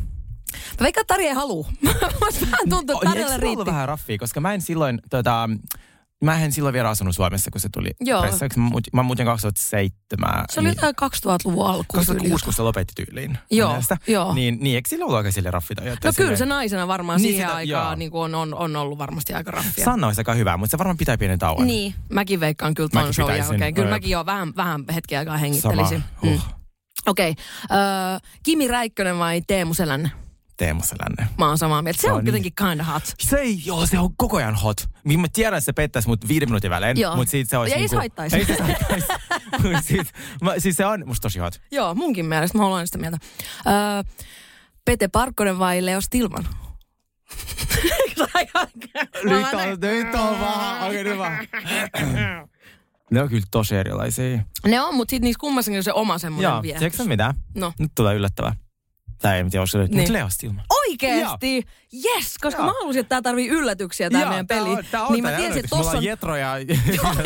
[SPEAKER 2] Mä veikkaan, että Tarja ei halua. Musta vähän tuntuu, että Tarjalle
[SPEAKER 3] Eikö se ollut
[SPEAKER 2] riitti.
[SPEAKER 3] vähän raffia, koska mä en silloin, tota, mä en silloin vielä asunut Suomessa, kun se tuli.
[SPEAKER 2] Joo.
[SPEAKER 3] Pressaksi. Mä, muut- mä muutin 2007.
[SPEAKER 2] Se oli jotain 2000-luvun alku.
[SPEAKER 3] 2006, kun se lopetti tyyliin.
[SPEAKER 2] Joo,
[SPEAKER 3] Mun mielestä.
[SPEAKER 2] joo.
[SPEAKER 3] Niin, niin eikö sillä ollut aika sille raffita?
[SPEAKER 2] No kyllä se naisena varmaan
[SPEAKER 3] Niin
[SPEAKER 2] niin siihen
[SPEAKER 3] sitä- joo.
[SPEAKER 2] aikaan niin on, on, on ollut varmasti aika raffia.
[SPEAKER 3] Sanna olisi aika hyvä, mutta se varmaan pitää pienen tauon.
[SPEAKER 2] niin. Mäkin veikkaan kyllä ton
[SPEAKER 3] Mäkin
[SPEAKER 2] show
[SPEAKER 3] pitäisin.
[SPEAKER 2] jälkeen. Kyllä
[SPEAKER 3] Joo.
[SPEAKER 2] mäkin jo vähän, vähän hetki aikaa
[SPEAKER 3] Sama.
[SPEAKER 2] hengittelisin.
[SPEAKER 3] Huh.
[SPEAKER 2] Mm. Okei. Okay. Öö, Kimi Räikkönen vai Teemu Selänne?
[SPEAKER 3] Teemu Selänne.
[SPEAKER 2] Mä oon samaa mieltä. Se
[SPEAKER 3] No
[SPEAKER 2] on
[SPEAKER 3] niin.
[SPEAKER 2] kuitenkin kinda hot.
[SPEAKER 3] Se ei, joo, se on koko ajan hot. Niin Mä tiedän, että se pettäisi mut viiden minuutin välein,
[SPEAKER 2] Joo.
[SPEAKER 3] mutta siitä se olisi... niinku
[SPEAKER 2] Ja ei se haittaisi.
[SPEAKER 3] Ei se haittaisi. Mut siitä- mä- siis se on musta tosi hot.
[SPEAKER 2] Joo, munkin mielestä. Mä olen sitä mieltä. Öö, Pete Parkkonen vai Leo Stilman?
[SPEAKER 3] Nyt on, nyt on vaan. Okei, nyt vaan. Ne on kyllä tosi erilaisia.
[SPEAKER 2] Ne on, mutta sitten niissä kummassakin on se oma semmoinen
[SPEAKER 3] Joo,
[SPEAKER 2] vielä.
[SPEAKER 3] tiedätkö sä mitä?
[SPEAKER 2] No.
[SPEAKER 3] Nyt tulee yllättävää. Tai en tiedä, onko se nyt,
[SPEAKER 2] Niin.
[SPEAKER 3] mutta Leo Stilman.
[SPEAKER 2] Oikeesti? Jes, koska
[SPEAKER 3] Joo.
[SPEAKER 2] mä halusin, että tää tarvii yllätyksiä tää meidän peli. niin mä tiesin, että tossa on
[SPEAKER 3] Jetro ja...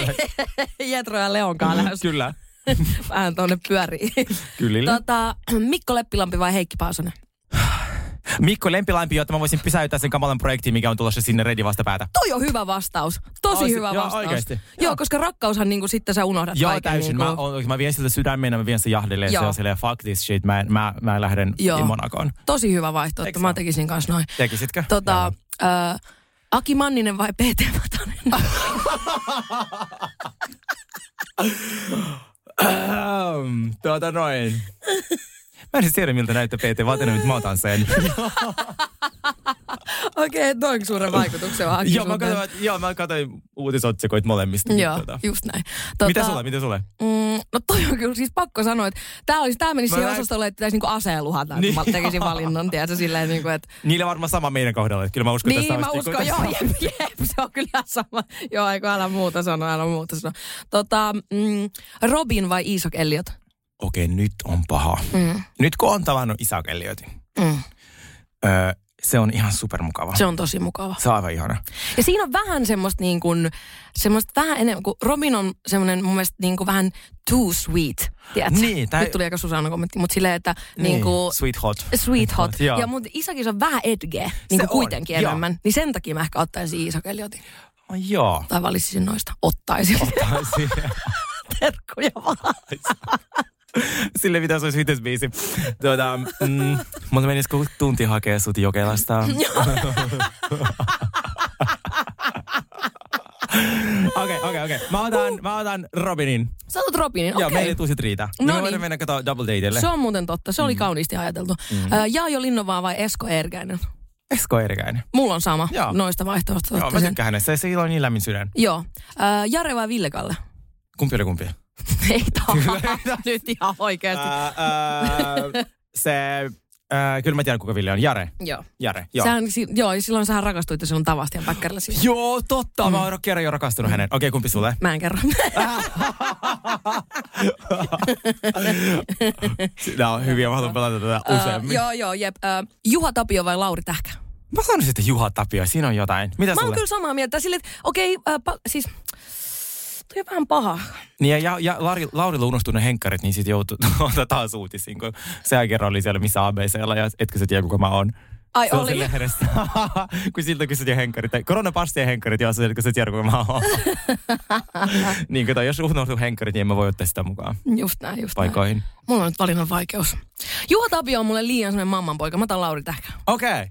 [SPEAKER 2] Jetro ja Leonkaan lähes
[SPEAKER 3] Kyllä.
[SPEAKER 2] vähän tonne pyörii.
[SPEAKER 3] Kyllä.
[SPEAKER 2] tota, Mikko Leppilampi vai Heikki Paasonen?
[SPEAKER 3] Mikko Lempilampi, jotta mä voisin pysäyttää sen kamalan projektiin, mikä on tulossa sinne Redi vastapäätä.
[SPEAKER 2] Toi on hyvä vastaus. Tosi
[SPEAKER 3] Ois-
[SPEAKER 2] hyvä
[SPEAKER 3] joo,
[SPEAKER 2] vastaus.
[SPEAKER 3] oikeesti.
[SPEAKER 2] Joo, koska rakkaushan niinku sitten sä unohdat
[SPEAKER 3] Joo,
[SPEAKER 2] kaiken.
[SPEAKER 3] täysin. Mä,
[SPEAKER 2] Niinku.
[SPEAKER 3] oon- mä vien siltä sydämeen ja mä vien sen jahdille. Ja
[SPEAKER 2] Joo.
[SPEAKER 3] se on silleen, fuck this shit, mä, en- mä, mä lähden
[SPEAKER 2] Joo.
[SPEAKER 3] Monakoon.
[SPEAKER 2] Tosi hyvä vaihtoehto.
[SPEAKER 3] Eikö
[SPEAKER 2] Mä
[SPEAKER 3] se?
[SPEAKER 2] tekisin kanssa noin.
[SPEAKER 3] Tekisitkö?
[SPEAKER 2] Tota, äh, Aki Manninen vai PT Vatanen?
[SPEAKER 3] Ähm, tuota noin. Mä en edes tiedä, miltä näyttää PT Vatanen, mutta mä otan sen.
[SPEAKER 2] Okei, okay, noin suuren vaikutuksen on Aki
[SPEAKER 3] joo, mä
[SPEAKER 2] sun
[SPEAKER 3] katsoin, joo, mä katsoin uutisotsikoita molemmista.
[SPEAKER 2] tehnyt. Joo,
[SPEAKER 3] Tota.
[SPEAKER 2] just näin.
[SPEAKER 3] Mitä sulle, mitä sulle?
[SPEAKER 2] Mm, no toi on kyllä siis pakko sanoa, että tää, olisi, tää menisi
[SPEAKER 3] Mä
[SPEAKER 2] siihen
[SPEAKER 3] näin-
[SPEAKER 2] osastolle, että pitäisi niinku aseen luhata, niin.
[SPEAKER 3] Niin.
[SPEAKER 2] kun mä tekisin valinnan, tiedätkö, silleen niinku, että...
[SPEAKER 3] Niillä varmaan sama meidän kohdalla, että kyllä mä uskon,
[SPEAKER 2] Niin,
[SPEAKER 3] että
[SPEAKER 2] mä
[SPEAKER 3] tästä olisi- niinku-
[SPEAKER 2] uskon, joo, jep, jep, se on kyllä sama. Joo, eikö, älä muuta sano, älä muuta sano. Tota, mm, Robin vai Isok Elliot?
[SPEAKER 3] Okei, nyt on paha. Mm. Nyt kun on tavannut Isaac Elliotin,
[SPEAKER 2] Mm.
[SPEAKER 3] öö, se on ihan supermukava.
[SPEAKER 2] Se on tosi mukava.
[SPEAKER 3] Se on aivan ihana.
[SPEAKER 2] Ja siinä on vähän semmoista niin kuin, semmoista vähän enemmän, kun Robin on semmoinen mun mielestä niin kuin vähän too sweet, tiedätkö?
[SPEAKER 3] Niin, tai-
[SPEAKER 2] Nyt tuli aika Susanna kommentti, mutta silleen, että niin kuin,
[SPEAKER 3] Sweet hot.
[SPEAKER 2] Sweet Hot.
[SPEAKER 3] Joo.
[SPEAKER 2] Ja mun isäkin se on vähän edge, niin
[SPEAKER 3] on,
[SPEAKER 2] kuin kuitenkin
[SPEAKER 3] joo.
[SPEAKER 2] enemmän. Niin sen takia mä ehkä ottaisin isokeliotin.
[SPEAKER 3] Oh, joo.
[SPEAKER 2] Tai valitsisin noista. Ottaisin. Terkkuja vaan.
[SPEAKER 3] Sille mitä se olisi viides biisi. Tuota, mm, mutta menisikö tunti hakea sut Jokelasta? Okei, okei, okei. Mä otan, mä otan Robinin.
[SPEAKER 2] Sä oot Robinin,
[SPEAKER 3] Joo,
[SPEAKER 2] okei.
[SPEAKER 3] meillä ei tule sit riitä.
[SPEAKER 2] No
[SPEAKER 3] Me
[SPEAKER 2] niin.
[SPEAKER 3] voidaan mennä katsoa Double Dateille.
[SPEAKER 2] se on muuten totta. Se oli
[SPEAKER 3] Mm-hmm.
[SPEAKER 2] kauniisti ajateltu. Mm. Jaajo Linnovaa vai Esko Erkäinen?
[SPEAKER 3] Esko Erikäinen.
[SPEAKER 2] Mulla on sama
[SPEAKER 3] Joo.
[SPEAKER 2] noista vaihtoehtoista.
[SPEAKER 3] Joo, mä
[SPEAKER 2] Ottaisin-
[SPEAKER 3] tykkään hänestä. Se- Sillä on niin lämmin sydän.
[SPEAKER 2] Joo. Äh, Jare vai Ville Kalle?
[SPEAKER 3] Kumpi oli kumpi?
[SPEAKER 2] Ei tää nyt ihan oikeasti.
[SPEAKER 3] Ää, ää, se, ää, kyllä mä tiedän kuka Ville on. Jare.
[SPEAKER 2] Joo.
[SPEAKER 3] Jare, joo.
[SPEAKER 2] Joo. Sähän, si- joo, ja silloin sähän rakastuit jo silloin tavasti ja päkkärillä siis.
[SPEAKER 3] Joo, totta. Mä oon kerran jo rakastunut hänen. Okei, kumpi sulle?
[SPEAKER 2] Mä en kerro.
[SPEAKER 3] Nämä on hyviä, mä haluan pelata tätä
[SPEAKER 2] Äh,
[SPEAKER 3] useammin.
[SPEAKER 2] joo, joo, jep. Äh, Juha Tapio vai Lauri Tähkä?
[SPEAKER 3] Mä sanoisin, että Juha Tapio, siinä on jotain. Mitä
[SPEAKER 2] Mä oon
[SPEAKER 3] sulle?
[SPEAKER 2] kyllä samaa mieltä. Sille, että okei, okay, pa- siis toi on vähän paha.
[SPEAKER 3] Niin ja, ja Lauri, Laurilla unostui ne henkkarit, niin sit joutui ottaa taas uutisiin, kun sehän kerran oli siellä missä ABCllä ja etkö sä tiedä kuka mä oon.
[SPEAKER 2] Ai
[SPEAKER 3] Se on sen
[SPEAKER 2] oli.
[SPEAKER 3] lehdessä. kun siltä kysyttiin henkkarit. tai Koronapassi ja henkkarit, joo, sä etkö sä tiedä kuka mä oon. niin kato, jos unohtuu henkkarit, niin en mä voi ottaa sitä mukaan
[SPEAKER 2] Just näin, just näin.
[SPEAKER 3] paikoihin.
[SPEAKER 2] Mulla on nyt valinnan vaikeus. Juha Tapio on mulle liian semmonen mammanpoika. Mä otan Lauri Tähkä.
[SPEAKER 3] Okei. Okay.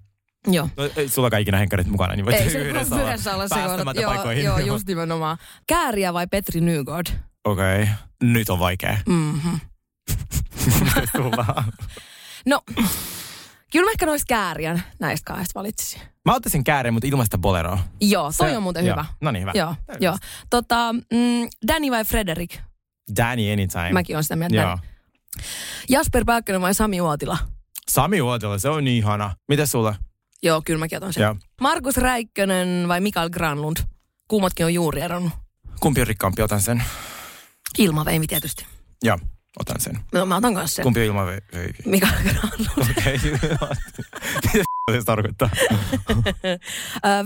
[SPEAKER 2] Joo.
[SPEAKER 3] No, ei sulla kai ikinä henkkarit mukana, niin voit
[SPEAKER 2] Ei se
[SPEAKER 3] yhdessä,
[SPEAKER 2] voi yhdessä olla se
[SPEAKER 3] päästämättä
[SPEAKER 2] Joo,
[SPEAKER 3] paikoihin.
[SPEAKER 2] joo, just nimenomaan. Kääriä vai Petri Nygård? Mm-hmm.
[SPEAKER 3] Okei, okay. nyt on vaikea.
[SPEAKER 2] Mhm.
[SPEAKER 3] Sulla.
[SPEAKER 2] No, Kyllä mä ehkä noista kääriän näistä kahdesta valitsisin.
[SPEAKER 3] Mä ottaisin käärin, mutta ilmaista boleroa.
[SPEAKER 2] Joo, toi
[SPEAKER 3] Se-
[SPEAKER 2] on muuten
[SPEAKER 3] joo.
[SPEAKER 2] hyvä.
[SPEAKER 3] No niin, hyvä.
[SPEAKER 2] Joo,
[SPEAKER 3] Täydellistä.
[SPEAKER 2] joo. Tota, mm, Danny vai Frederik?
[SPEAKER 3] Danny Anytime.
[SPEAKER 2] Mäkin on sitä mieltä.
[SPEAKER 3] Joo.
[SPEAKER 2] näin. Jasper Pääkkönen vai Sami Uotila?
[SPEAKER 3] Sami Uotila, se on niin ihana. Mitä sulla?
[SPEAKER 2] Joo, kyllä mäkin otan sen.
[SPEAKER 3] Joo.
[SPEAKER 2] Markus Räikkönen vai Mikael Granlund? Kummatkin on juuri eronnut.
[SPEAKER 3] Kumpi on rikkaampi? Otan sen.
[SPEAKER 2] Ilmaveimi tietysti.
[SPEAKER 3] Joo, otan sen.
[SPEAKER 2] No mä otan kanssa sen.
[SPEAKER 3] Kumpi on ilman vei? vei- vei-
[SPEAKER 2] Mikael Granlund.
[SPEAKER 3] Okei. Mitä se tarkoittaa?
[SPEAKER 2] Ö,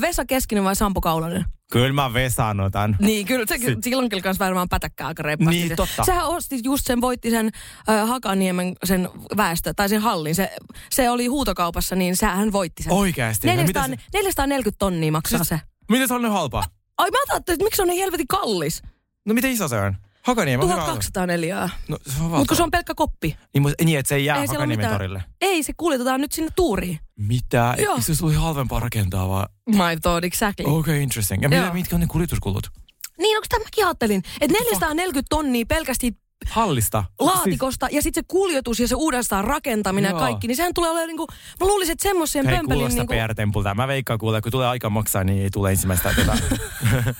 [SPEAKER 2] Vesa Keskinen vai Sampo Kaulonen?
[SPEAKER 3] Kyllä mä Vesan otan.
[SPEAKER 2] Niin, kyllä. Se,
[SPEAKER 3] Si-
[SPEAKER 2] silloin kyllä kans varmaan pätäkkää aika reippaasti.
[SPEAKER 3] Niin,
[SPEAKER 2] Se-
[SPEAKER 3] totta.
[SPEAKER 2] Sehän ostit just sen, voitti sen äh, Hakaniemen sen väestö, tai sen hallin. Se, se oli huutokaupassa, niin sähän voitti sen.
[SPEAKER 3] Oikeasti. No, mitä,
[SPEAKER 2] 400,
[SPEAKER 3] se,
[SPEAKER 2] 440 tonnia maksaa
[SPEAKER 3] Siis-
[SPEAKER 2] se.
[SPEAKER 3] mitä se on nyt halpa?
[SPEAKER 2] Ai mä ajattelin, että miksi se on niin helvetin kallis?
[SPEAKER 3] No miten iso se on? Hakaniemi on hyvä auto.
[SPEAKER 2] 1204.
[SPEAKER 3] No se on
[SPEAKER 2] Mutta
[SPEAKER 3] valtava.
[SPEAKER 2] kun se on pelkkä koppi.
[SPEAKER 3] Niin, mut- niin että se ei jää
[SPEAKER 2] Ei siellä ole
[SPEAKER 3] Hakaniemen
[SPEAKER 2] mitään.
[SPEAKER 3] torille.
[SPEAKER 2] Ei, se kuljetetaan nyt sinne tuuriin.
[SPEAKER 3] Mitä?
[SPEAKER 2] Joo.
[SPEAKER 3] Joo. Se olisi ollut halvempaa rakentaa vaan.
[SPEAKER 2] My thought exactly.
[SPEAKER 3] Okei, okay, interesting. Ja mitä,
[SPEAKER 2] Joo.
[SPEAKER 3] mitkä on ne kuljetuskulut?
[SPEAKER 2] Niin, onko tämä mäkin ajattelin, että 440 tonnia pelkästään
[SPEAKER 3] Hallista.
[SPEAKER 2] laatikosta ja sitten se kuljetus ja se uudestaan rakentaminen ja
[SPEAKER 3] siis- Joo.
[SPEAKER 2] kaikki, niin sehän tulee olemaan niinku, mä luulisin, että semmoisen
[SPEAKER 3] Hei,
[SPEAKER 2] pömpelin
[SPEAKER 3] kuulostaa
[SPEAKER 2] niinku,
[SPEAKER 3] niinku... PR-tempulta. Mä veikkaan kuulee, kun tulee aika maksaa, niin ei tule ensimmäistä, tota,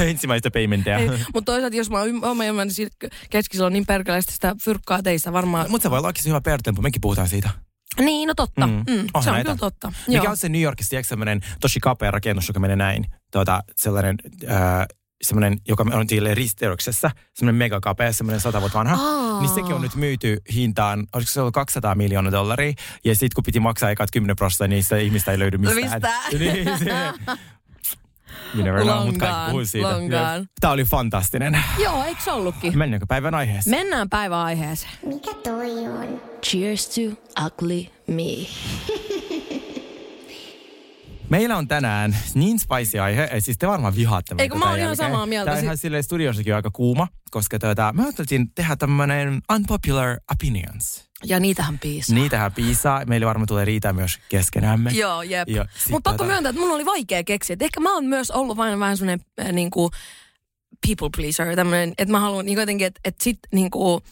[SPEAKER 3] ensimmäistä paymenttia.
[SPEAKER 2] mutta toisaalta jos mä oon ymm- oon ymmärrän, niin keskisellä on niin perkeleistä sitä fyrkkaa teistä varmaan.
[SPEAKER 3] Mutta se voi olla oikeasti hyvä PR-tempu, mekin puhutaan siitä.
[SPEAKER 2] Niin, no totta.
[SPEAKER 3] Mm.
[SPEAKER 2] Mm.
[SPEAKER 3] Onhan
[SPEAKER 2] Se on
[SPEAKER 3] näitä.
[SPEAKER 2] kyllä totta.
[SPEAKER 3] Mikä
[SPEAKER 2] Joo.
[SPEAKER 3] on se New Yorkissa, tiedätkö, semmoinen tosi kapea rakennus, joka menee näin? Tuota, sellainen, äh, semmoinen, joka on tiille risteyksessä, semmoinen mega kapea, semmoinen sata vuotta vanha.
[SPEAKER 2] Aa.
[SPEAKER 3] Niin sekin on nyt myyty hintaan, olisiko se ollut 200 miljoonaa dollaria, ja sitten kun piti maksaa ekat 10 prosenttia, niin sitä ihmistä ei löydy mistään.
[SPEAKER 2] Mistään.
[SPEAKER 3] niin, se, you never know, mutta kaikki
[SPEAKER 2] Lonkaan,
[SPEAKER 3] puhuu siitä.
[SPEAKER 2] lonkaan.
[SPEAKER 3] Jep. Tämä oli fantastinen.
[SPEAKER 2] Joo, eikö se ollutkin?
[SPEAKER 3] Mennäänkö päivän aiheeseen?
[SPEAKER 2] Mennään päiväaiheeseen.
[SPEAKER 4] Mikä toi on?
[SPEAKER 5] Cheers to ugly me.
[SPEAKER 3] Meillä on tänään niin spicy aihe, että siis te varmaan vihaatte
[SPEAKER 2] Ei, kun
[SPEAKER 3] tätä
[SPEAKER 2] mä oon ihan
[SPEAKER 3] jälkeen.
[SPEAKER 2] samaa mieltä.
[SPEAKER 3] Tää on ihan silleen studiossakin aika kuuma, koska tuota, mä ajattelin tehdä tämmönen unpopular opinions.
[SPEAKER 2] Ja niitähän piisaa.
[SPEAKER 3] Niitähän piisaa, meillä varmaan tulee riitaa myös keskenämme.
[SPEAKER 2] Joo, jep.
[SPEAKER 3] Ja sit
[SPEAKER 2] Mutta pakko
[SPEAKER 3] tota-
[SPEAKER 2] myöntää, että mun oli vaikea keksiä. Et ehkä mä oon myös ollut vain vähän semmoinen äh, niinku people pleaser, tämmönen, että mä haluan niin jotenkin, että et sit niinku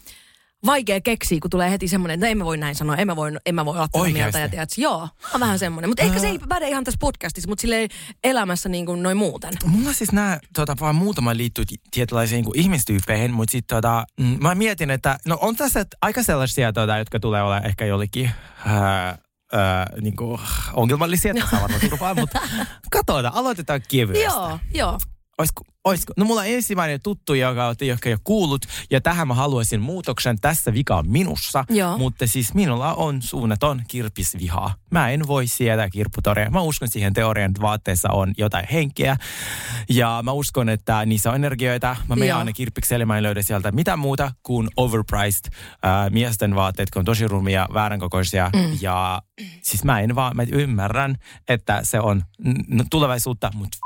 [SPEAKER 2] vaikea keksiä, kun tulee heti semmoinen, että no en mä voi näin sanoa, en mä voi, en mä voi olla tätä
[SPEAKER 3] Oikeesti? Ah.
[SPEAKER 2] mieltä. Ja tiedät, joo, mä oon vähän semmoinen. Mutta ehkä se ei päde ihan tässä podcastissa, mutta silleen elämässä niin kuin noin muuten.
[SPEAKER 3] Mulla siis nämä tota, vaan muutama liittyy ti- tietynlaisiin niin kuin ihmistyyppeihin, mutta sitten tota, mm, mä mietin, että no on tässä aika sellaisia, tota, jotka tulee olla ehkä jollekin ää, ää, niin kuin, ongelmallisia, että saa varmaan niinku turpaan, mutta katsotaan, aloitetaan kevyesti.
[SPEAKER 2] No. Joo, joo.
[SPEAKER 3] Oisko, oisko? No mulla on ensimmäinen tuttu, joka olette ehkä jo kuullut, ja tähän mä haluaisin muutoksen. Tässä vika on minussa,
[SPEAKER 2] Joo.
[SPEAKER 3] mutta siis minulla on suunnaton kirpisvihaa. Mä en voi sietää kirpputoria. Mä uskon siihen teoriaan, että vaatteessa on jotain henkeä, ja mä uskon, että niissä on energioita. Mä menen
[SPEAKER 2] Joo.
[SPEAKER 3] aina kirppikselle, mä en löydä sieltä mitään muuta kuin overpriced ää, miesten vaatteet, kun on tosi rumia, vääränkokoisia, mm. ja siis mä en vaan, mä ymmärrän, että se on n- tulevaisuutta, mutta